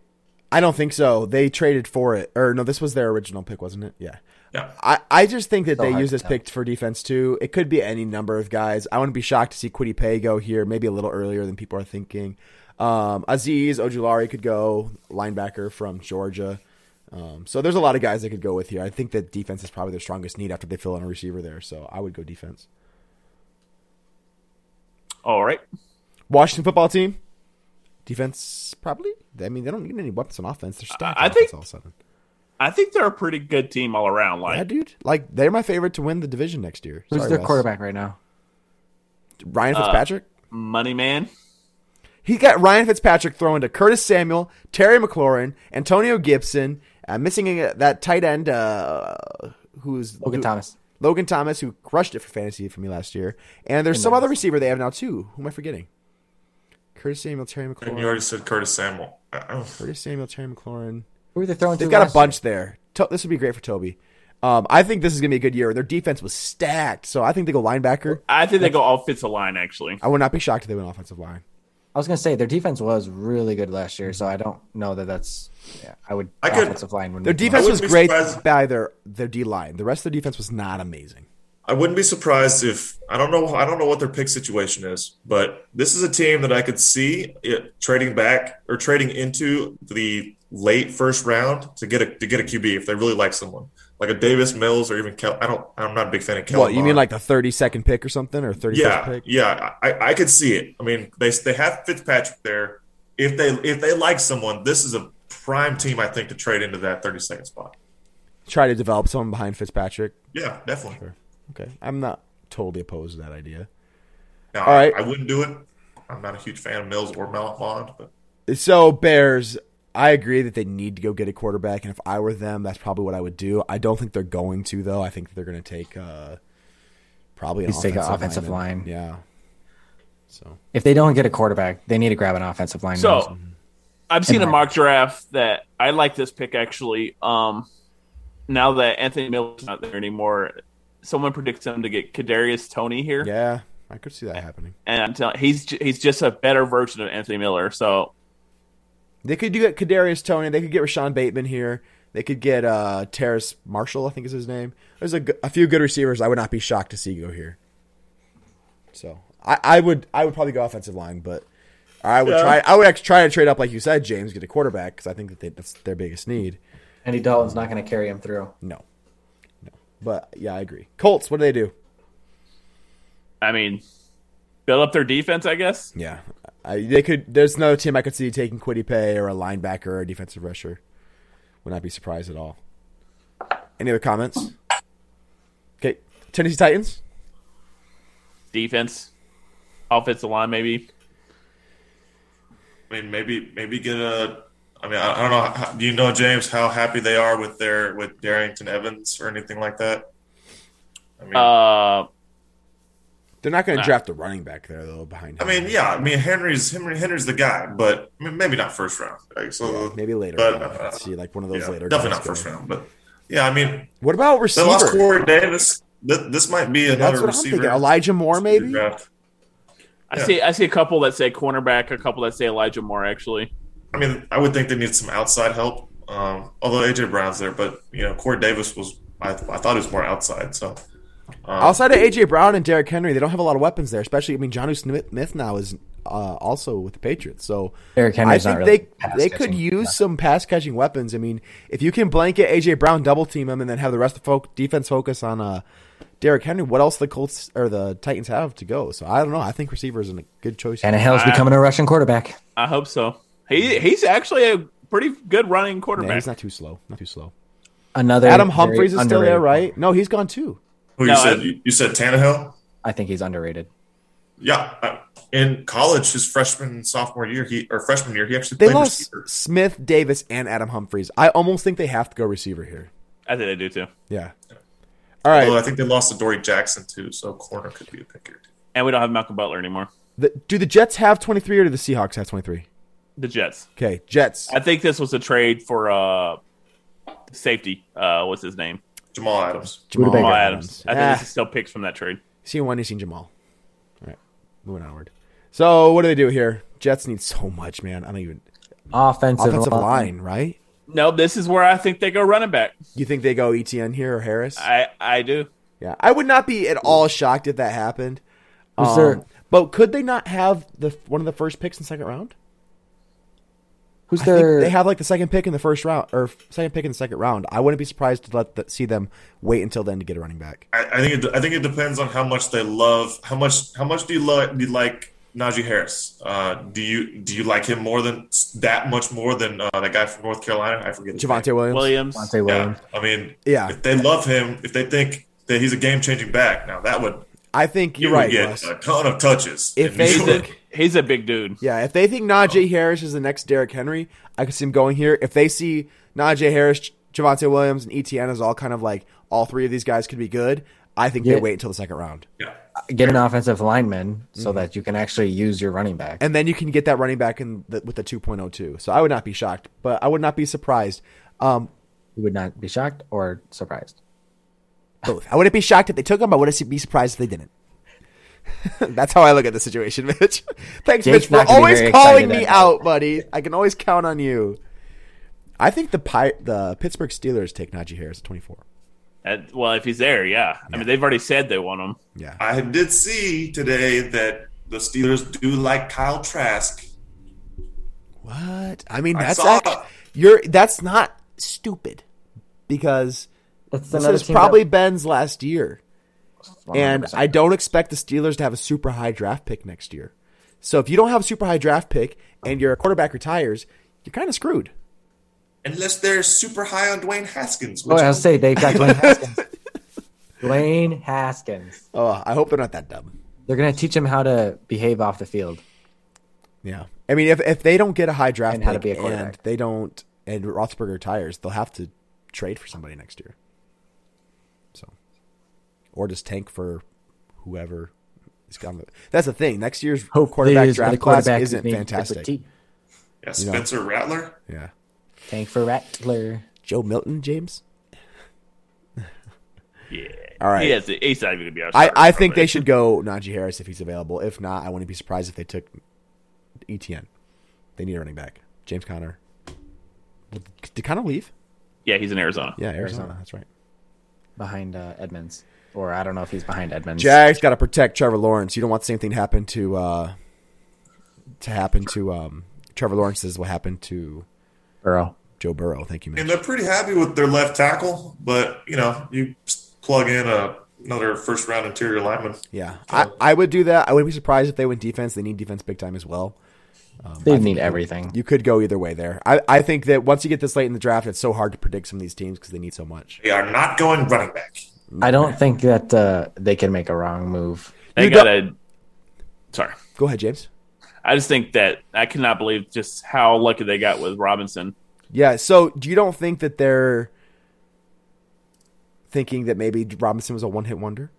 Speaker 1: I don't think so. They traded for it, or no? This was their original pick, wasn't it? Yeah.
Speaker 3: Yeah.
Speaker 1: I, I just think that
Speaker 4: So
Speaker 1: they
Speaker 4: hard
Speaker 1: use
Speaker 4: to
Speaker 1: this
Speaker 4: tell.
Speaker 1: pick for defense too. It could be any number of guys. I wouldn't be shocked to see Quiddy Pay go here, maybe a little earlier than people are thinking. Um, Aziz Ojulari could go linebacker from Georgia. Um, so there's a lot of guys they could go with here. I think that defense is probably their strongest need after they fill in a receiver there. So I would go defense.
Speaker 2: All right.
Speaker 1: Washington football team. Defense, probably. I mean, they don't need any weapons on offense. They're stacked.
Speaker 2: I- I
Speaker 1: on offense
Speaker 2: think-
Speaker 1: all of a sudden.
Speaker 2: I think they're a pretty good team all around. Like
Speaker 1: yeah, dude. Like they're my favorite to win the division next year.
Speaker 4: Who's
Speaker 1: Sorry,
Speaker 4: their
Speaker 1: Wes.
Speaker 4: quarterback right now?
Speaker 2: Uh,
Speaker 1: Ryan Fitzpatrick.
Speaker 2: money man.
Speaker 1: he got Ryan Fitzpatrick throwing to Curtis Samuel, Terry McLaurin, Antonio Gibson. Uh, missing uh, that tight end uh, who's
Speaker 4: Logan
Speaker 1: who-
Speaker 4: Thomas.
Speaker 1: Logan Thomas, who crushed it for fantasy for me last year. And there's some other receiver they have now too. Who am I forgetting? Curtis Samuel, Terry
Speaker 3: And
Speaker 1: McLaurin.
Speaker 3: you already said Curtis Samuel. I- I don't-
Speaker 1: Curtis Samuel, Terry McLaurin.
Speaker 4: Who were they throwing to?
Speaker 1: They've got a
Speaker 4: last year?
Speaker 1: bunch there. To- this would be great for Toby. Um, I think this is gonna be a good year. Their defense was stacked, so I think they go linebacker.
Speaker 2: I think they go offensive line actually.
Speaker 1: I would not be shocked if they went offensive line.
Speaker 4: I was gonna say their defense was really good last year, so I don't know that that's. Yeah, I would.
Speaker 3: I could-
Speaker 4: offensive line would
Speaker 1: Their
Speaker 4: make them
Speaker 1: defense
Speaker 3: I
Speaker 1: was
Speaker 3: wouldn't be
Speaker 1: great
Speaker 3: surprised-
Speaker 1: by their their D line. The rest of the defense was not amazing.
Speaker 3: I wouldn't be surprised if I don't know I don't know what their pick situation is, but this is a team that I could see it trading back or trading into the late first round to get a to get a QB if they really like someone like a Davis Mills or even Kel. I don't I'm not a big fan of Kel.
Speaker 1: What you mean, like the thirty second pick or something, or thirty first
Speaker 3: yeah
Speaker 1: pick?
Speaker 3: yeah I, I could see it. I mean they they have Fitzpatrick there. If they if they like someone, this is a prime team I think to trade into that 32nd spot.
Speaker 1: Try to develop someone behind Fitzpatrick.
Speaker 3: Yeah, definitely.
Speaker 1: Okay, I'm not totally opposed to that idea.
Speaker 3: Now,
Speaker 1: All right.
Speaker 3: I, I wouldn't do it. I'm not a huge fan of Mills or Malafond, but.
Speaker 1: So Bears, I agree that they need to go get a quarterback, and if I were them, that's probably what I would do. I don't think they're going to though. I think they're going to take uh, probably an
Speaker 4: Just take an offensive
Speaker 1: lineman.
Speaker 4: line.
Speaker 1: Yeah. So
Speaker 4: If they don't get a quarterback, they need to grab an offensive line.
Speaker 2: So I've seen a
Speaker 4: And-
Speaker 2: mock draft that I like this pick actually. Um, now that Anthony Miller's not there anymore, someone predicts him to get Kadarius Tony here,
Speaker 1: yeah, I could see that happening.
Speaker 2: and I'm telling he's ju- he's just a better version of Anthony Miller. So
Speaker 1: They could do get Kadarius Tony. They could get Rashawn Bateman here. They could get uh, Terrace Marshall, I think is his name. There's a, g- a few good receivers. I would not be shocked to see go here. So I, I would I would probably go offensive line, but I would
Speaker 3: Yeah.
Speaker 1: try I would actually try to trade up like you said, James, get a quarterback because I think that they, that's their biggest need.
Speaker 4: Andy Dalton's not going to carry him through.
Speaker 1: No, no, but yeah, I agree. Colts, what do they do?
Speaker 2: I mean, build up their defense, I guess.
Speaker 1: Yeah, I, they could. There's no team I could see taking Quiddy Pay or a linebacker or a defensive rusher. Would not be surprised at all. Any other comments? Okay, Tennessee Titans.
Speaker 2: Defense, offensive line, maybe.
Speaker 3: I mean, maybe maybe get a. I mean, I, I don't know. How, do you know James how happy they are with their with Darrington Evans or anything like that? I mean,
Speaker 2: Uh,
Speaker 1: They're not going to
Speaker 2: Nah.
Speaker 1: draft a running back there though. Behind,
Speaker 3: I
Speaker 1: Henry.
Speaker 3: mean, yeah. I mean, Henry's Henry, Henry's the guy, but I mean, maybe not first round. Like, so
Speaker 1: maybe later.
Speaker 3: but,
Speaker 1: on, I could
Speaker 3: uh,
Speaker 1: see like one of
Speaker 3: yeah,
Speaker 1: those later. guys
Speaker 3: definitely not first
Speaker 1: go.
Speaker 3: round. But yeah, I mean,
Speaker 1: What about
Speaker 3: they lost
Speaker 1: receiver?
Speaker 3: Corey Davis. Th- This might be
Speaker 1: That's
Speaker 3: another
Speaker 1: what I'm thinking.
Speaker 3: receiver.
Speaker 1: Elijah Moore, maybe.
Speaker 3: draft.
Speaker 2: I
Speaker 3: Yeah.
Speaker 2: see I see a couple that say cornerback, a couple that say Elijah Moore actually.
Speaker 3: I mean, I would think they need some outside help. Um, although AJ Brown's there, but you know, Corey Davis was. I, I thought he was more outside. So um,
Speaker 1: Outside of AJ Brown and Derrick Henry, they don't have a lot of weapons there. Especially, I mean, Johnu Smith now is uh, also with the Patriots, so
Speaker 4: Derrick Henry's
Speaker 1: I
Speaker 4: not
Speaker 1: think
Speaker 4: really
Speaker 1: they
Speaker 4: pass
Speaker 1: they could
Speaker 4: catching.
Speaker 1: use some pass catching weapons. I mean, if you can blanket AJ Brown, double team him, and then have the rest of folk defense focus on uh, Derrick Henry, what else the Colts or the Titans have to go? So I don't know. I think receiver is a good choice. here.
Speaker 4: Tannehill's
Speaker 2: I-
Speaker 4: becoming a Russian quarterback.
Speaker 2: I hope so. He he's actually a pretty good running
Speaker 1: Nah,
Speaker 2: quarterback.
Speaker 1: he's not too slow. Not too slow.
Speaker 4: Another
Speaker 1: Adam
Speaker 4: very
Speaker 1: Humphries is still there,
Speaker 4: underrated-
Speaker 1: right? No, he's gone too.
Speaker 3: Who
Speaker 2: No,
Speaker 3: you said?
Speaker 2: I-
Speaker 3: you, you said Tannehill?
Speaker 4: I think he's underrated.
Speaker 3: Yeah. I, in college, his freshman sophomore year, he or freshman year, he actually
Speaker 1: They
Speaker 3: played
Speaker 1: lost
Speaker 3: receiver.
Speaker 1: Smith, Davis, and Adam Humphries. I almost think they have to go receiver here.
Speaker 2: I think they do too.
Speaker 1: Yeah. All right.
Speaker 3: Although I think they lost to Dory Jackson too, so corner could be a pick here.
Speaker 2: And we don't have Malcolm Butler anymore.
Speaker 1: The- do the Jets have 23 or do the Seahawks have 23?
Speaker 2: The Jets.
Speaker 1: Okay, Jets.
Speaker 2: I think this was a trade for uh safety. Uh what's his name?
Speaker 3: Jamal Adams.
Speaker 1: Jamal
Speaker 4: Rutabaga
Speaker 2: Jamal
Speaker 1: Adams.
Speaker 2: Adams. I think
Speaker 1: Ah,
Speaker 2: this is still picks from that trade.
Speaker 1: seen one, you seen Jamal. All right, moving onward. So what do they do here? Jets need so much, man. I don't even
Speaker 4: Offensive,
Speaker 1: offensive line, right?
Speaker 2: No, this is where I think they go running back.
Speaker 1: You think they go ETN here or Harris?
Speaker 2: I I do.
Speaker 1: yeah, I would not be at all shocked if that happened.
Speaker 4: Who's
Speaker 1: Um,
Speaker 4: their
Speaker 1: But could they not have the one of the first picks in second round?
Speaker 4: who's
Speaker 1: I think
Speaker 4: their
Speaker 1: they have like the second pick in the first round or second pick in the second round. I wouldn't be surprised to let the, see them wait until then to get a running back.
Speaker 3: I, I think it, I think it depends on how much they love how much how much do you, lo- do you like Najee Harris. Uh, do you do you like him more than that much more than uh, that guy from North Carolina? I forget. his name.
Speaker 1: Javante Williams.
Speaker 2: Williams.
Speaker 4: Monte
Speaker 3: Yeah,
Speaker 4: Williams.
Speaker 3: I mean,
Speaker 1: Yeah,
Speaker 3: if they love him, if they think that he's a game changing back, now that would
Speaker 1: I think
Speaker 3: you
Speaker 1: you're
Speaker 3: would
Speaker 1: right.
Speaker 3: get
Speaker 1: Wes.
Speaker 3: a ton of touches.
Speaker 1: If
Speaker 3: in
Speaker 1: they
Speaker 3: New
Speaker 2: He's a,
Speaker 3: York.
Speaker 2: he's a big dude.
Speaker 1: Yeah, if they think Najee Harris is the next Derrick Henry, I could see him going here. If they see Najee Harris, J- Javante Williams, and ETN as all kind of like all three of these guys could be good, I think
Speaker 4: Yeah.
Speaker 1: they wait until the second round,
Speaker 3: yeah,
Speaker 4: Get an offensive lineman so that you can actually use your running back.
Speaker 1: Mm-hmm. and then you can get that running back in the, with the 2.02. So I would not be shocked, but I would not be surprised. Um,
Speaker 4: You would not be shocked or surprised.
Speaker 1: both. I wouldn't be shocked if they took him. I wouldn't be surprised if they didn't. That's how I look at the situation, Mitch. Thanks,
Speaker 4: Jake's
Speaker 1: Mitch, for
Speaker 4: not gonna be
Speaker 1: always
Speaker 4: very
Speaker 1: calling
Speaker 4: excited
Speaker 1: me
Speaker 4: at all.
Speaker 1: out, buddy. I can always count on you. I think the Pi- the Pittsburgh Steelers take Najee Harris at 24.
Speaker 2: That- well, if he's there, yeah. I mean, they've already said they want him.
Speaker 1: Yeah.
Speaker 3: I did see today that the Steelers do like Kyle Trask.
Speaker 1: What? I mean,
Speaker 3: I
Speaker 1: that's
Speaker 3: saw
Speaker 1: actually,
Speaker 3: it.
Speaker 1: you're that's not stupid because
Speaker 4: That's
Speaker 1: this is probably Ben's last year.
Speaker 4: Oh,
Speaker 1: And I don't expect the Steelers to have a super high draft pick next year. So if you don't have a super high draft pick and your quarterback retires, you're kind of screwed.
Speaker 3: Unless they're super high on Dwayne Haskins.
Speaker 4: Oh,
Speaker 3: which-
Speaker 4: I'll say they've got Dwayne Haskins. Dwayne Haskins.
Speaker 1: Oh, I hope they're not that dumb.
Speaker 4: They're gonna teach him how to behave off the field.
Speaker 1: Yeah. I mean, if, if they don't get a high draft
Speaker 4: And
Speaker 1: pick
Speaker 4: how to be a quarterback.
Speaker 1: and they don't, and Roethlisberger retires, they'll have to trade for somebody next year. So, or just tank for whoever is gone. That's the thing. Next year's quarterback
Speaker 4: there's
Speaker 1: draft
Speaker 4: another
Speaker 1: class
Speaker 4: who's
Speaker 1: isn't
Speaker 4: named Clifford
Speaker 1: fantastic.
Speaker 4: T.
Speaker 3: yeah,
Speaker 1: you know.
Speaker 3: Spencer Rattler.
Speaker 1: Yeah.
Speaker 4: Thank for Rattler.
Speaker 1: Joe Milton, James.
Speaker 2: Yeah.
Speaker 1: All right.
Speaker 2: He has to, he's not even going to be out.
Speaker 1: I, I think they should go Najee Harris if he's available. If not, I wouldn't be surprised if they took ETN. They need a running back. James Conner. Did Conner leave?
Speaker 2: Yeah, he's in Arizona.
Speaker 1: Yeah, Arizona.
Speaker 4: Arizona.
Speaker 1: That's right.
Speaker 4: behind uh, Edmonds, or I don't know if he's behind Edmonds.
Speaker 1: Jags got to protect Trevor Lawrence. You don't want the same thing to happen to uh, to happen to um, Trevor Lawrence as what happened to
Speaker 4: Burrow.
Speaker 1: Joe Burrow. Thank you,
Speaker 3: And
Speaker 1: man.
Speaker 3: they're pretty happy with their left tackle, but you know, you plug in a, another first round interior lineman.
Speaker 1: Yeah, I, I would do that. I wouldn't be surprised if they went defense. They need defense big time as well.
Speaker 4: They need everything.
Speaker 1: You could go either way there. I, I think that once you get this late in the draft, it's so hard to predict some of these teams because they need so much.
Speaker 3: They are not going running back.
Speaker 4: I don't think that uh, they can make a wrong move.
Speaker 2: They
Speaker 1: You
Speaker 2: got to. Sorry.
Speaker 1: Go ahead, James.
Speaker 2: I just think that I cannot believe just how lucky they got with Robinson.
Speaker 1: Yeah. So do you don't think that they're thinking that maybe Robinson was a one hit wonder?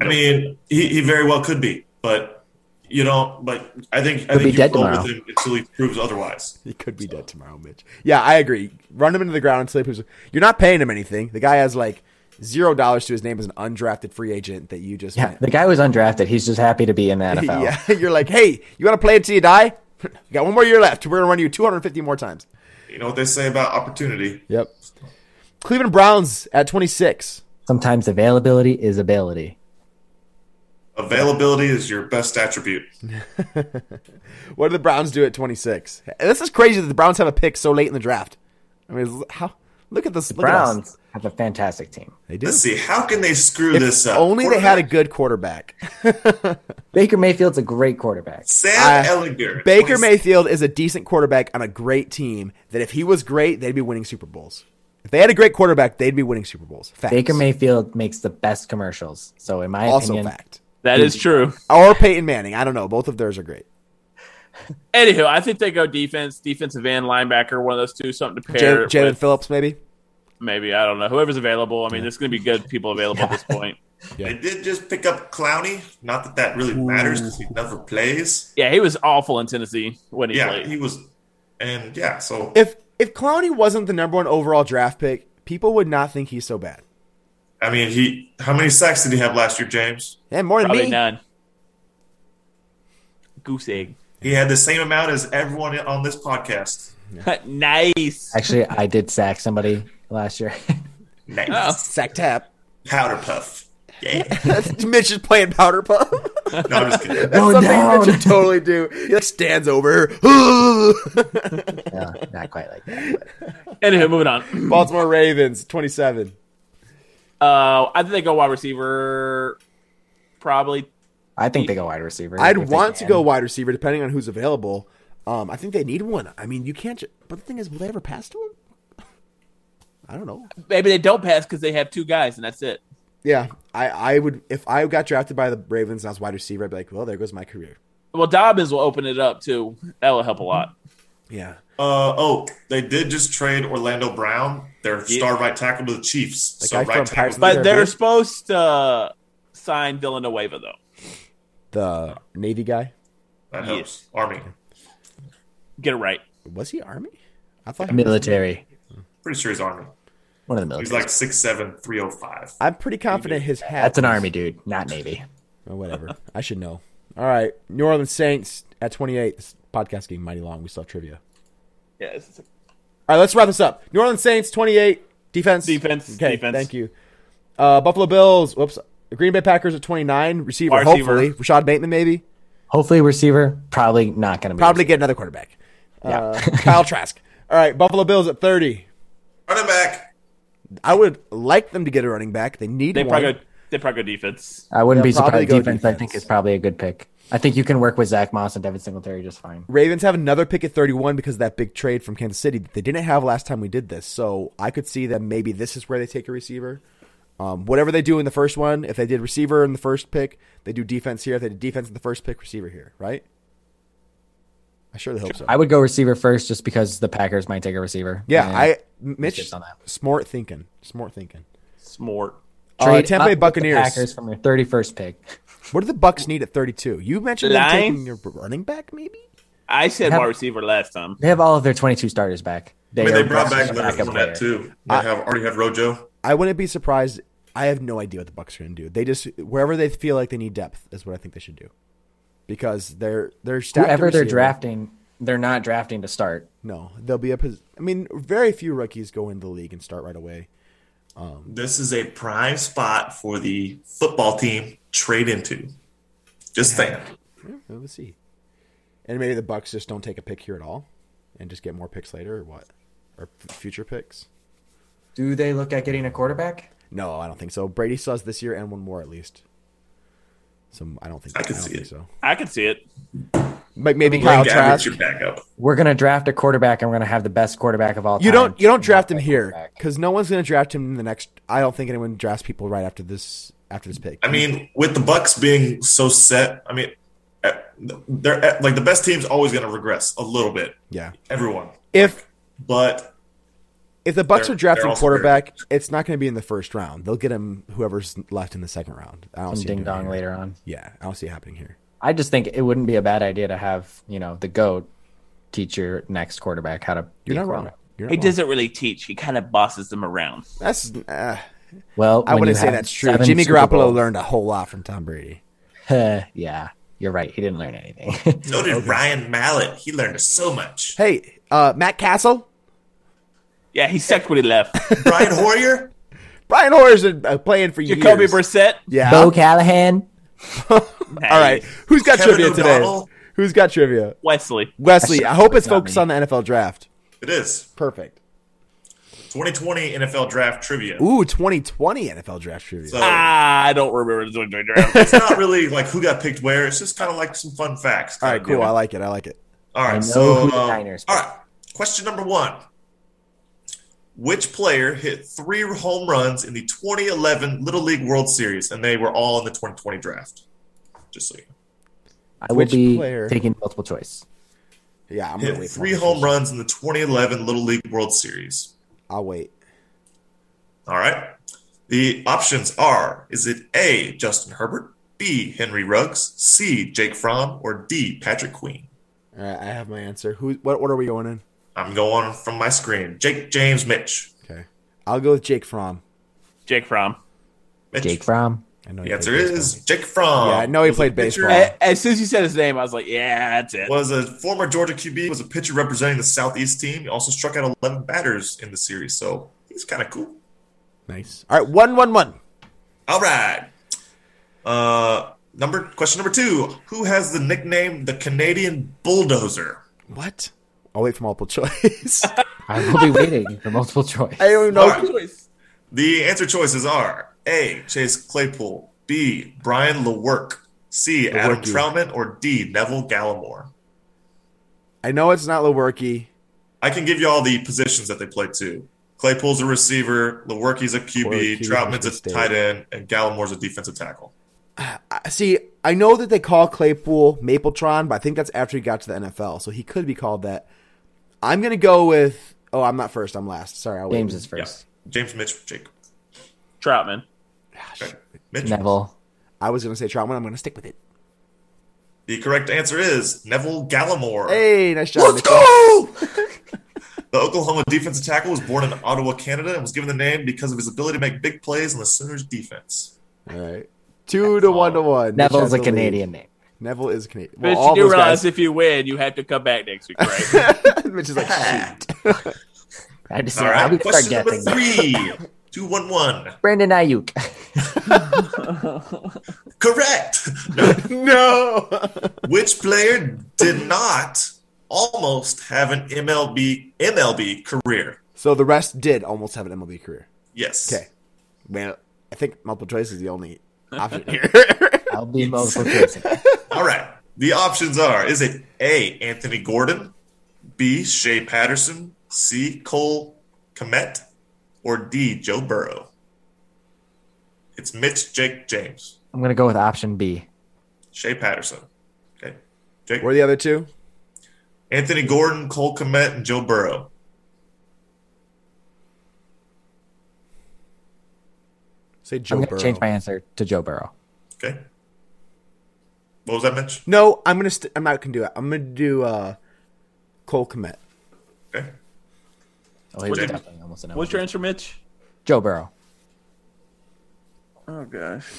Speaker 3: I mean, he, he very well could be, but you know, but I think I
Speaker 4: Could
Speaker 3: think
Speaker 4: be
Speaker 3: you
Speaker 4: dead
Speaker 3: roll
Speaker 4: tomorrow.
Speaker 3: with him until he proves otherwise.
Speaker 1: He could be dead tomorrow, Mitch. Yeah, I agree. Run him into the ground until he proves. You're not paying him anything. The guy has like zero dollars to his name as an undrafted free agent that you just
Speaker 4: Yeah, the guy was undrafted. He's just happy to be in the NFL.
Speaker 1: yeah. You're like, hey, you want to play until you die? you got one more year left. We're gonna run you 250 more times.
Speaker 3: You know what they say about opportunity.
Speaker 1: Yep. Cleveland Browns at 26.
Speaker 4: Sometimes availability is ability.
Speaker 3: Availability is your best attribute.
Speaker 1: What do the Browns do at 26? This is crazy that the Browns have a pick so late in the draft. I mean, how? Look at this. look at us.
Speaker 4: Browns have a fantastic team.
Speaker 1: They do.
Speaker 3: Let's see, how can they screw this up?
Speaker 1: Only they had a
Speaker 3: Quarterback,
Speaker 1: good quarterback.
Speaker 4: Baker Mayfield's a great quarterback.
Speaker 3: Sam
Speaker 1: I-
Speaker 3: Ellinger.
Speaker 1: Baker
Speaker 3: 26.
Speaker 1: Mayfield is a decent quarterback on a great team that if he was great, they'd be winning Super Bowls. If they had a great quarterback, they'd be winning Super Bowls. Facts.
Speaker 4: Baker Mayfield makes the best commercials. So in my
Speaker 1: also
Speaker 4: opinion,
Speaker 1: fact.
Speaker 2: That is true.
Speaker 1: Or Peyton Manning. I don't know. Both of theirs are great.
Speaker 2: Anywho, I think they go defense, defensive end, linebacker, one of those two, something to pair.
Speaker 1: Jan- Jalen
Speaker 2: with.
Speaker 1: Phillips, maybe?
Speaker 2: Maybe I don't know. Whoever's available. I mean, there's going to be good people available at this point.
Speaker 3: They did just pick up Clowney. Not that that really matters because he never plays.
Speaker 2: Yeah, he was awful in Tennessee when he
Speaker 3: Yeah,
Speaker 2: played.
Speaker 3: he was, and yeah, so
Speaker 1: If if Clowney wasn't the number one overall draft pick, people would not think he's so bad.
Speaker 3: I mean, he how many sacks did he have last year, James?
Speaker 1: And more than
Speaker 2: Probably
Speaker 1: me.
Speaker 2: none. Goose egg.
Speaker 3: He had the same amount as everyone on this podcast.
Speaker 2: nice.
Speaker 4: actually, I did sack somebody last year.
Speaker 3: Nice.
Speaker 2: Oh.
Speaker 1: Sack tap.
Speaker 3: Powder puff. Yeah.
Speaker 1: Mitch is playing powder puff.
Speaker 3: No, I'm just kidding.
Speaker 1: That's
Speaker 4: Going
Speaker 1: something
Speaker 4: down.
Speaker 1: Mitch would totally do. He like stands over her.
Speaker 4: no, not quite like that.
Speaker 2: Anywho, moving on.
Speaker 1: Baltimore Ravens, 27.
Speaker 2: Uh, I think they go wide receiver, probably
Speaker 4: I think they go wide receiver.
Speaker 1: I'd
Speaker 4: if they
Speaker 1: want to
Speaker 4: can.
Speaker 1: go wide receiver depending on who's available. Um, I think they need one. I mean, you can't. Ju- but the thing is, will they ever pass to him? I don't know.
Speaker 2: Maybe they don't pass because they have two guys and that's it.
Speaker 1: Yeah, I, I would if I got drafted by the Ravens and I was wide receiver, I'd be like, well, there goes my career.
Speaker 2: Well, Dobbins will open it up too. That will help a lot.
Speaker 1: Yeah,
Speaker 3: Uh, oh, they did just trade Orlando Brown, their
Speaker 2: Yeah.
Speaker 3: star right tackle to the Chiefs.
Speaker 1: The
Speaker 3: so
Speaker 1: guy
Speaker 3: right
Speaker 1: from
Speaker 3: tackle.
Speaker 1: Pirates-
Speaker 2: But they're supposed to sign Villanueva though.
Speaker 1: the Navy guy
Speaker 3: that
Speaker 2: Yes.
Speaker 3: helps. Army.
Speaker 2: Get it right.
Speaker 1: was he Army? I thought. He was,
Speaker 4: military.
Speaker 3: Pretty sure he's Army.
Speaker 4: One of the
Speaker 3: He's
Speaker 4: military.
Speaker 3: like 6'7", 305.
Speaker 1: I'm pretty confident his hat.
Speaker 4: That's an
Speaker 1: was-
Speaker 4: army dude, not navy.
Speaker 1: Oh, whatever. I should know. All right, New Orleans Saints at 28. This podcast getting mighty long. We still have trivia.
Speaker 2: Yeah, it's- it's-
Speaker 1: All right, let's wrap this up. New Orleans Saints 28 defense.
Speaker 2: Defense,
Speaker 1: Okay,
Speaker 2: defense.
Speaker 1: thank you. Uh, Buffalo Bills. Whoops. The Green Bay Packers at 29 receiver.
Speaker 2: Wide receiver.
Speaker 1: Hopefully, Rashad Bateman maybe.
Speaker 4: Hopefully, receiver. Probably not going to be.
Speaker 1: Probably get another quarterback. Uh,
Speaker 4: Yeah.
Speaker 1: Kyle Trask. All right, Buffalo Bills at 30.
Speaker 3: Running back.
Speaker 1: I would like them to get a running back. They need
Speaker 2: they
Speaker 1: one.
Speaker 2: probably go, they probably go defense.
Speaker 4: I wouldn't be
Speaker 1: They'll probably
Speaker 4: surprised.
Speaker 1: go
Speaker 4: Defense, I think,
Speaker 1: defense.
Speaker 4: is probably a good pick. I think you can work with Zach Moss and Devin Singletary just fine.
Speaker 1: Ravens have another pick at 31 because of that big trade from Kansas City that they didn't have last time we did this. So I could see that maybe this is where they take a receiver. Um, whatever they do in the first one, if they did receiver in the first pick, they do defense here. If they did defense in the first pick, receiver here, right? I surely hope so.
Speaker 4: I would go receiver first, just because the Packers might take a receiver.
Speaker 1: yeah,
Speaker 4: And
Speaker 1: I Mitch,
Speaker 4: tips on that.
Speaker 1: smart thinking, smart thinking.
Speaker 2: Smart.
Speaker 1: Uh,
Speaker 4: trade
Speaker 1: Tampa
Speaker 4: up
Speaker 1: Bay
Speaker 4: with the Packers
Speaker 1: Buccaneers.
Speaker 4: from their thirty-first pick.
Speaker 1: What do the Bucks need at 32? You mentioned them
Speaker 2: Line?
Speaker 1: taking your running back, maybe.
Speaker 2: I said
Speaker 4: Have-
Speaker 2: wide receiver last time.
Speaker 4: They have all of their twenty-two starters back.
Speaker 3: I mean, they
Speaker 4: are
Speaker 3: brought back
Speaker 4: a
Speaker 3: Leonard
Speaker 4: backup player.
Speaker 3: Fournette, too. They have, already have Rojo.
Speaker 1: I wouldn't be surprised. I have no idea what the Bucks are going to do. They just wherever they feel like they need depth is what I think they should do, because they're they're stacked. at
Speaker 4: Whoever they're
Speaker 1: receiver.
Speaker 4: drafting, they're not drafting to start.
Speaker 1: No, they'll be a. Pos- I mean, very few rookies go into the league and start right away.
Speaker 3: This is a prime spot for the football team trade into. Just saying.
Speaker 1: Yeah, we'll see. And maybe the Bucks just don't take a pick here at all, and just get more picks later, or what, or f- future picks.
Speaker 4: Do they look at getting a quarterback?
Speaker 1: No, I don't think so. Brady still has this year and one more at least. Some I don't think.
Speaker 3: I can
Speaker 1: don't
Speaker 3: see
Speaker 1: think
Speaker 3: it.
Speaker 1: So,
Speaker 2: I could see it.
Speaker 1: like maybe Kyle
Speaker 3: Bring Dabbert
Speaker 1: Trask.
Speaker 3: your backup.
Speaker 4: We're gonna draft a quarterback, and we're gonna have the best quarterback of all time.
Speaker 1: You don't you don't draft him
Speaker 4: Quarterback.
Speaker 1: here because no one's going to draft him in the next. I don't think anyone drafts people right after this after this pick.
Speaker 3: I mean, with the Bucks being so set, I mean, eh, they're eh, like the best team's always going to regress a little bit.
Speaker 1: yeah.
Speaker 3: Everyone,
Speaker 1: If
Speaker 3: but
Speaker 1: if the Bucks
Speaker 3: They're-
Speaker 1: are drafting
Speaker 3: they're
Speaker 1: a
Speaker 3: also very
Speaker 1: quarterback, it's not going to be in the first round. They'll get him whoever's left in the second round. I don't
Speaker 4: Some
Speaker 1: see it doing
Speaker 4: ding dong
Speaker 1: here.
Speaker 4: later on.
Speaker 1: Yeah, I don't see it happening here.
Speaker 4: I just think it wouldn't be a bad idea to have you know the goat teach your next quarterback how to. be
Speaker 1: You're
Speaker 4: a
Speaker 1: not wrong.
Speaker 4: quarterback.
Speaker 1: You're not
Speaker 2: He
Speaker 1: wrong.
Speaker 2: doesn't really teach. He kind of bosses them around.
Speaker 1: That's uh,
Speaker 4: Well,
Speaker 1: I
Speaker 4: when
Speaker 1: wouldn't
Speaker 4: you
Speaker 1: say
Speaker 4: have
Speaker 1: that's true.
Speaker 4: seven
Speaker 1: Jimmy
Speaker 4: Super
Speaker 1: Garoppolo
Speaker 4: Bowls-
Speaker 1: learned a whole lot from Tom Brady.
Speaker 4: yeah, you're right. He didn't learn anything.
Speaker 3: so did Ryan Mallett. He learned so much.
Speaker 1: Hey, uh, Matt Castle,
Speaker 2: Yeah, he sucked when he left.
Speaker 3: Brian Hoyer,
Speaker 1: Brian Hoyer's been uh, playing for
Speaker 2: Jacoby
Speaker 1: years.
Speaker 2: Brissett.
Speaker 1: Yeah.
Speaker 4: Bo Callahan.
Speaker 1: All right. Who's got
Speaker 3: Kevin
Speaker 1: trivia today?
Speaker 3: O'Donnell.
Speaker 1: Who's got trivia?
Speaker 2: Wesley.
Speaker 1: Wesley, I hope it's
Speaker 4: Not
Speaker 1: focused
Speaker 4: me.
Speaker 1: on the NFL draft.
Speaker 3: it is
Speaker 1: Perfect.
Speaker 3: 2020 NFL Draft trivia.
Speaker 1: Ooh, 2020 NFL draft trivia.
Speaker 3: So
Speaker 2: Ah, I don't remember the Georgia draft.
Speaker 3: it's not really like who got picked where. It's just kind of like some fun facts.
Speaker 1: All
Speaker 3: kinda
Speaker 1: right, cool.
Speaker 3: deal.
Speaker 1: I like it. I like it.
Speaker 3: All right,
Speaker 4: I know
Speaker 3: so
Speaker 4: who the
Speaker 3: um,
Speaker 4: Niners
Speaker 3: all
Speaker 4: picked.
Speaker 3: right. Question number one: Which player hit three home runs in the 2011 Little League World Series, and they were all in the 2020 draft? Just so you
Speaker 4: I will
Speaker 1: Which
Speaker 4: be
Speaker 1: player?
Speaker 4: taking multiple choice.
Speaker 1: Yeah, I'm
Speaker 3: know.
Speaker 1: gonna
Speaker 3: hit
Speaker 1: wait. for
Speaker 3: three
Speaker 1: my
Speaker 3: home
Speaker 1: decision.
Speaker 3: runs in the 2011 Little League World Series.
Speaker 1: I'll wait.
Speaker 3: All right. The options are: Is it A. Justin Herbert, B. Henry Ruggs, C. Jake Fromm, or D. Patrick Queen?
Speaker 1: All right, I have my answer. Who? What order are we going in?
Speaker 3: I'm going from my screen. Jake, James, Mitch.
Speaker 1: Okay, I'll go with Jake Fromm.
Speaker 2: Jake Fromm.
Speaker 3: Mitch.
Speaker 4: Jake Fromm.
Speaker 1: I know. he played
Speaker 3: The answer
Speaker 1: baseball.
Speaker 3: is Jake Fromm.
Speaker 1: Yeah, I know he
Speaker 3: Was a
Speaker 1: played
Speaker 3: pitcher
Speaker 1: baseball.
Speaker 2: A- As soon as you said his name, I was like, yeah, that's it.
Speaker 3: was a former Georgia QB, was a pitcher representing the Southeast team. He also struck out 11 batters in the series, so he's kind of cool.
Speaker 1: nice. All right, one, one, one.
Speaker 3: All right. Uh, number question number two: Who has the nickname the Canadian Bulldozer?
Speaker 1: What? I'll wait for multiple choice.
Speaker 4: I will be waiting for multiple choice.
Speaker 1: I don't even know.
Speaker 3: Alright. The answer choices are A. Chase Claypool, B. Brian LeWerk, C.
Speaker 1: Lewerke.
Speaker 3: Adam Troutman or D. Neville Gallimore.
Speaker 1: I know it's not Lewerke.
Speaker 3: I can give you all the positions that they play too. Claypool's a receiver, Lewerke's a QB,
Speaker 1: Lewerke,
Speaker 3: Troutman's
Speaker 1: Michigan
Speaker 3: a
Speaker 1: State.
Speaker 3: tight end, and Gallimore's a defensive tackle.
Speaker 1: I- See, I know that they call Claypool Mapletron, but I think that's after he got to the NFL, so he could be called that. I'm gonna go with. Oh, I'm not first. I'm last. Sorry, I'll wait.
Speaker 4: James is first.
Speaker 3: James Mitch, Jake.
Speaker 2: Troutman.
Speaker 3: Okay. Mitch.
Speaker 4: Neville.
Speaker 1: I was gonna say Troutman. I'm gonna stick with it.
Speaker 3: The correct answer is Neville Gallimore.
Speaker 1: Hey, nice job.
Speaker 3: Let's
Speaker 1: Mitchell.
Speaker 3: go! the Oklahoma defensive tackle was born in Ottawa, Canada, and was given the name because of his ability to make big plays on the Sooners' defense.
Speaker 1: All right, two to one to one. Mitch has
Speaker 4: Neville's
Speaker 1: the
Speaker 4: a
Speaker 1: lead.
Speaker 4: Canadian name.
Speaker 1: Neville is a Canadian.
Speaker 2: But
Speaker 1: Well, all
Speaker 2: you do
Speaker 1: those
Speaker 2: realize
Speaker 1: guys.
Speaker 2: if you win, you have to come back next week, right?
Speaker 1: Mitch is like, shoot.
Speaker 4: I just
Speaker 3: All
Speaker 4: how
Speaker 3: right,
Speaker 4: we start
Speaker 3: question number
Speaker 4: guessing.
Speaker 3: three. Two one one.
Speaker 4: Brandon Ayuk.
Speaker 3: Correct. No.
Speaker 1: no.
Speaker 3: Which player did not almost have an MLB MLB career?
Speaker 1: so the rest did almost have an MLB career.
Speaker 3: Yes.
Speaker 1: Okay. Well, I think multiple choice is the only option here.
Speaker 4: I'll be multiple choice.
Speaker 3: All right. The options are: Is it A. Anthony Gordon, B. Shea Patterson, C. Cole Komet, or D. Joe Burrow? It's Mitch, Jake, James,
Speaker 4: I'm gonna go with option B.
Speaker 3: Shea Patterson. Okay. Jake.
Speaker 1: Were the other two?
Speaker 3: Anthony Gordon, Cole Komet, and Joe Burrow.
Speaker 1: Say
Speaker 4: I'm
Speaker 1: Joe
Speaker 4: gonna
Speaker 1: Burrow.
Speaker 4: change my answer to Joe Burrow.
Speaker 3: Okay. What was that, Mitch?
Speaker 1: No, I'm gonna. St- I'm not gonna do it. I'm gonna do uh, Cole Komet.
Speaker 3: Okay.
Speaker 4: Oh, he was
Speaker 2: What's your-
Speaker 4: definitely almost an
Speaker 2: What's your answer, Mitch?
Speaker 4: Joe Burrow.
Speaker 2: Oh gosh.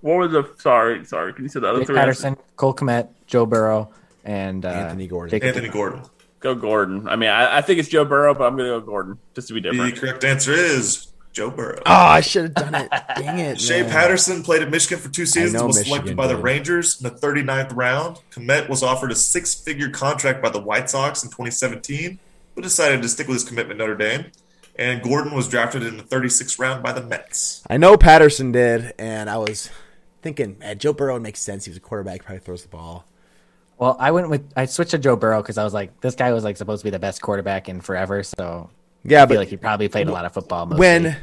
Speaker 2: What was the sorry, sorry, can you say the other
Speaker 4: Nick
Speaker 2: three?
Speaker 4: Patterson, Cole Komet, Joe Burrow, and uh,
Speaker 1: Anthony Gordon.
Speaker 4: Jacob
Speaker 3: Anthony Gordon.
Speaker 2: Go Gordon. I mean I, I think it's Joe Burrow, but I'm gonna go Gordon just to be
Speaker 3: The
Speaker 2: different.
Speaker 3: correct answer is Joe Burrow.
Speaker 1: Oh, I should have done it. Dang it.
Speaker 3: Shea
Speaker 1: man.
Speaker 3: Patterson played at Michigan for two seasons
Speaker 1: know
Speaker 3: and was
Speaker 1: Michigan
Speaker 3: selected by the
Speaker 1: did.
Speaker 3: Rangers in the 39th round. Komet was offered a six figure contract by the White Sox in 2017, but decided to stick with his commitment to Notre Dame. And Gordon was drafted in the 36th round by the Mets.
Speaker 1: I know Patterson did, and I was thinking, man, Joe Burrow makes sense. He was a quarterback, probably throws the ball.
Speaker 4: Well, I went with I switched to Joe Burrow because I was like, this guy was like supposed to be the best quarterback in forever, so
Speaker 1: Yeah,
Speaker 4: I feel
Speaker 1: but
Speaker 4: like he probably played a lot of football. Mostly.
Speaker 1: when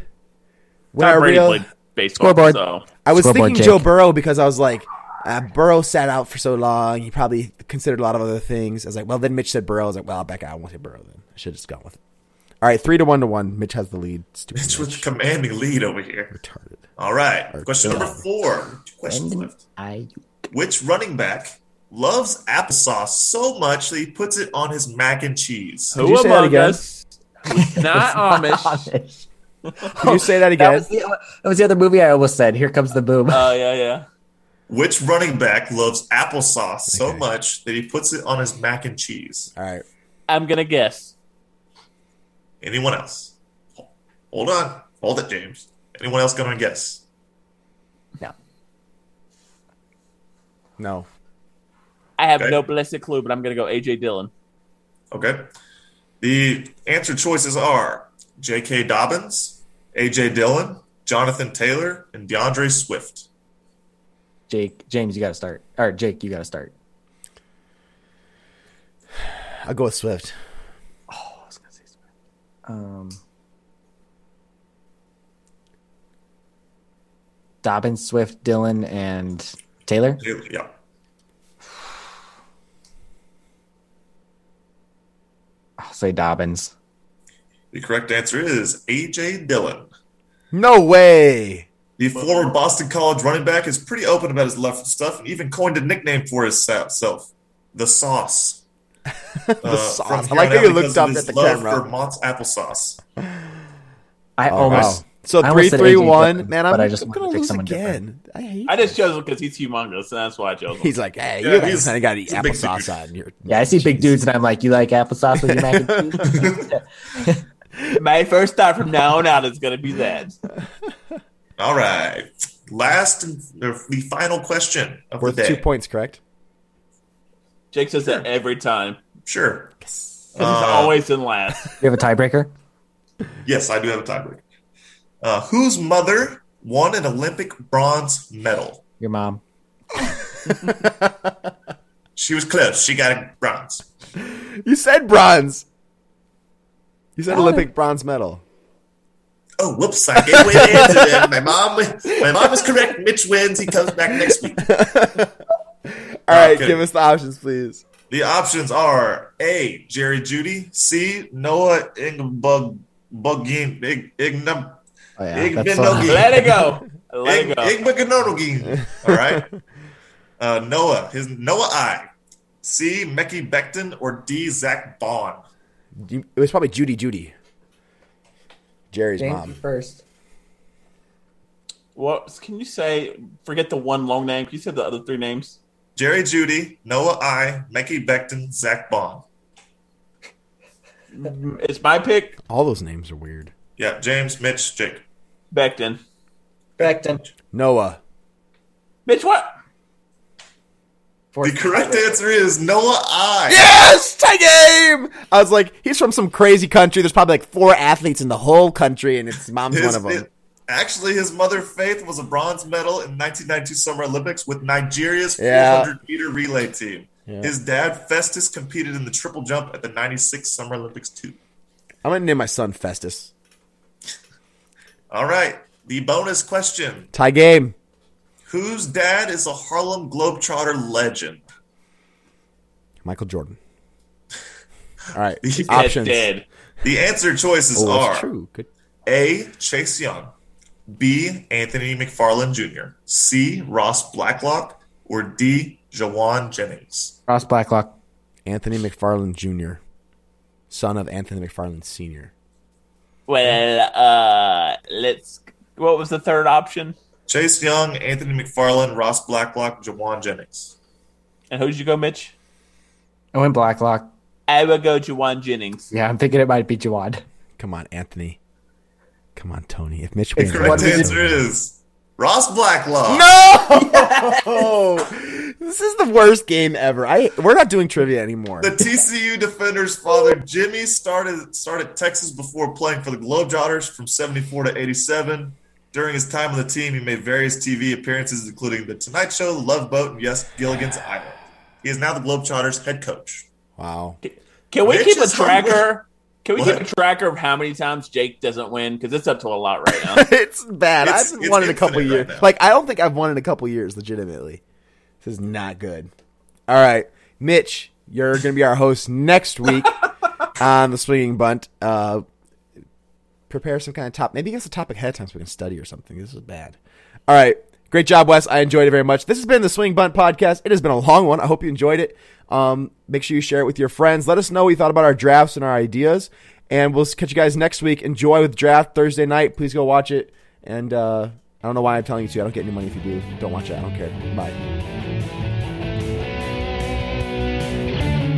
Speaker 1: when I
Speaker 2: Tom Brady
Speaker 1: real,
Speaker 2: played baseball.
Speaker 4: Scoreboard.
Speaker 2: So
Speaker 1: I was
Speaker 4: Scoreboard,
Speaker 1: thinking
Speaker 4: Jake.
Speaker 1: Joe Burrow because I was like, uh, Burrow sat out for so long. He probably considered a lot of other things. I was like, well, then Mitch said Burrow. I was like, well, I'll back out. I won't say Burrow then. I should have just gone with it. All right, three to one to one. Mitch has the lead. Stupid
Speaker 3: Mitch with the commanding lead over here.
Speaker 1: retarded.
Speaker 3: All right. Question
Speaker 1: Bill.
Speaker 3: number four. Two questions
Speaker 4: Brandon
Speaker 3: left.
Speaker 4: Ayuk.
Speaker 3: Which running back loves applesauce so much that he puts it on his mac and cheese?
Speaker 1: you
Speaker 2: who
Speaker 1: say that
Speaker 2: among
Speaker 1: again?
Speaker 2: us was not
Speaker 4: It's not
Speaker 2: Amish?
Speaker 4: Amish.
Speaker 1: Can you say that
Speaker 4: That
Speaker 1: again?
Speaker 4: was, the, that was the other movie I almost said. Here comes the boom.
Speaker 2: Oh yeah, yeah.
Speaker 3: Which running back loves applesauce so
Speaker 1: Okay.
Speaker 3: much that he puts it on his mac and cheese?
Speaker 1: All right.
Speaker 2: I'm gonna guess.
Speaker 3: Anyone else? Hold on. Hold it, James. Anyone else going to guess?
Speaker 4: no,
Speaker 1: No.
Speaker 2: I have
Speaker 3: Okay.
Speaker 2: no blessed clue, but I'm gonna go AJ Dillon.
Speaker 3: Okay. The answer choices are J.K. Dobbins, A.J. Dillon, Jonathan Taylor, and DeAndre Swift.
Speaker 4: Jake James, you got to start. Or Jake, you got to start.
Speaker 1: I'll go with Swift.
Speaker 4: I was gonna say Swift. Um, Dobbins, Swift, Dylan, and Taylor.
Speaker 3: Taylor, yeah.
Speaker 4: I'll Oh, say Dobbins.
Speaker 3: The correct answer is A.J. Dillon.
Speaker 1: No way.
Speaker 3: The former Boston College running back is pretty open about his love for stuff and even coined a nickname for himself, the Sauce. Uh, the
Speaker 1: Sauce. I like how you looked up at the camera.
Speaker 3: For Mott's applesauce.
Speaker 4: I
Speaker 1: Oh,
Speaker 4: almost.
Speaker 1: wow. So
Speaker 4: I
Speaker 1: three,
Speaker 4: almost said
Speaker 1: three,
Speaker 4: AJ
Speaker 1: one.
Speaker 4: Dillon,
Speaker 1: Man, I'm,
Speaker 4: but I just
Speaker 1: I'm
Speaker 4: wanted
Speaker 1: gonna
Speaker 4: to pick
Speaker 1: lose
Speaker 4: someone different.
Speaker 1: again. I hate.
Speaker 2: I
Speaker 1: this.
Speaker 2: just chose him because he's humongous, and that's why I chose him.
Speaker 1: He's like, hey,
Speaker 3: Yeah,
Speaker 1: you guys
Speaker 3: he's-
Speaker 1: kind of got to eat
Speaker 3: he's a big
Speaker 1: applesauce
Speaker 3: dude.
Speaker 1: on your.
Speaker 4: Yeah, I see big dudes, and I'm like, you like applesauce with your mac and cheese?
Speaker 2: My first thought from now on out is gonna be that.
Speaker 3: All right. Last and or the final question of
Speaker 1: Worth
Speaker 3: the day.
Speaker 1: two points, correct?
Speaker 2: Jake says that every time.
Speaker 3: Sure.
Speaker 2: 'Cause he's
Speaker 3: Uh,
Speaker 2: always in last.
Speaker 4: You have a tiebreaker.
Speaker 3: Yes, I do have a tiebreaker. Uh, whose mother won an Olympic bronze medal?
Speaker 4: Your mom.
Speaker 3: She was close. She got a bronze.
Speaker 1: you said bronze. You said
Speaker 4: I wanna-
Speaker 1: Olympic bronze medal.
Speaker 3: Oh, whoops! I gave away the answer. Then. My mom, my mom is correct. Mitch wins. He comes back next week.
Speaker 1: All right,
Speaker 3: Okay.
Speaker 1: give us the options, please.
Speaker 3: The options are A. Jerry Judy, C. Noah Ingeborg, Bugin, Ig, Ignab,
Speaker 4: Oh, yeah,
Speaker 3: Big
Speaker 4: that's
Speaker 3: Ben
Speaker 4: so-
Speaker 3: Nogi.
Speaker 2: Let it go. Let
Speaker 3: Ig,
Speaker 2: it go.
Speaker 3: Igbenogin. All right. Uh, Noah, his Noah I, C. Mecky Becton, or D. Zach Bond.
Speaker 1: You- It was probably Judy Judy. Jerry's
Speaker 4: James
Speaker 1: mom.
Speaker 4: you first.
Speaker 2: What can you say? Forget the one long name. Can you say the other three names?
Speaker 3: Jerry Judy, Noah I, Mecky Becton, Zach Bond.
Speaker 2: Mm, It's my pick.
Speaker 1: All those names are weird.
Speaker 3: Yeah, James, Mitch, Jake.
Speaker 2: Becton.
Speaker 4: Becton.
Speaker 1: Noah.
Speaker 2: Bitch, what?
Speaker 3: The
Speaker 4: Fourth.
Speaker 3: correct answer is Noah I.
Speaker 1: Yes, tie game. I was like, he's from some crazy country. There's probably like four athletes in the whole country, and his mom's one of them.
Speaker 3: it- actually, his mother Faith was a bronze medal in 1992 Summer Olympics with Nigeria's
Speaker 1: Yeah.
Speaker 3: 400 meter relay team.
Speaker 1: Yeah.
Speaker 3: His dad Festus competed in the triple jump at the 96 Summer Olympics too.
Speaker 1: I'm gonna name my son Festus.
Speaker 3: All right, the bonus question:
Speaker 1: Tie game.
Speaker 3: Whose dad is a Harlem Globetrotter legend?
Speaker 1: Michael Jordan. All right.
Speaker 3: He's dead,
Speaker 1: options.
Speaker 2: Dead.
Speaker 3: The answer choices
Speaker 1: Oh, that's
Speaker 3: are
Speaker 1: true. Good.
Speaker 3: A. Chase Young, B. Anthony McFarland Jr., C. Ross Blacklock, or D. Jawan Jennings.
Speaker 4: Ross Blacklock.
Speaker 1: Anthony McFarland Jr., son of Anthony McFarland Sr.
Speaker 2: Well, uh, let's. What was the third option?
Speaker 3: Chase Young, Anthony McFarland, Ross Blacklock, Jawan Jennings.
Speaker 2: And who'd you go, Mitch?
Speaker 4: I went Blacklock.
Speaker 2: I would go Juwan Jennings.
Speaker 4: Yeah, I'm thinking it might be Jawad.
Speaker 1: Come on, Anthony. Come on, Tony. If Mitch
Speaker 4: It's
Speaker 1: wins,
Speaker 4: What
Speaker 3: Correct
Speaker 4: is it?
Speaker 3: answer is Ross Blacklock.
Speaker 1: no. Oh, This is the worst game ever. I we're not doing trivia anymore.
Speaker 3: The TCU defender's father, Jimmy, started started Texas before playing for the Globetrotters from 74 to 87. During his time on the team, he made various TV appearances, including The Tonight Show, Love Boat, and yes, Gilligan's Island. He is now the Globetrotters head coach.
Speaker 1: Wow.
Speaker 2: Can we
Speaker 3: Mitch
Speaker 2: keep a
Speaker 3: is somewhere.
Speaker 2: tracker? Can we
Speaker 3: What?
Speaker 2: keep a tracker of how many times Jake doesn't win? Because it's up to a lot right now.
Speaker 1: it's bad. I
Speaker 3: It's-
Speaker 1: haven't
Speaker 3: it's
Speaker 1: won in a couple
Speaker 3: infinite right
Speaker 1: years.
Speaker 3: now.
Speaker 1: like I don't think I've won in a couple years. Legitimately, this is not good. All right, Mitch, you're going to be our host next week on the swinging bunt. Uh, prepare some kind of top. Maybe give us a topic ahead of time so we can study or something. This is bad. All right. Great job, Wes. I enjoyed it very much. This has been the Swing Bunt Podcast. It has been a long one. I hope you enjoyed it. Um, make sure you share it with your friends. Let us know what you thought about our drafts and our ideas. And we'll catch you guys next week. Enjoy with draft Thursday night. Please go watch it. And uh, I don't know why I'm telling you to. I don't get any money if you do. Don't watch it. I don't care. Bye.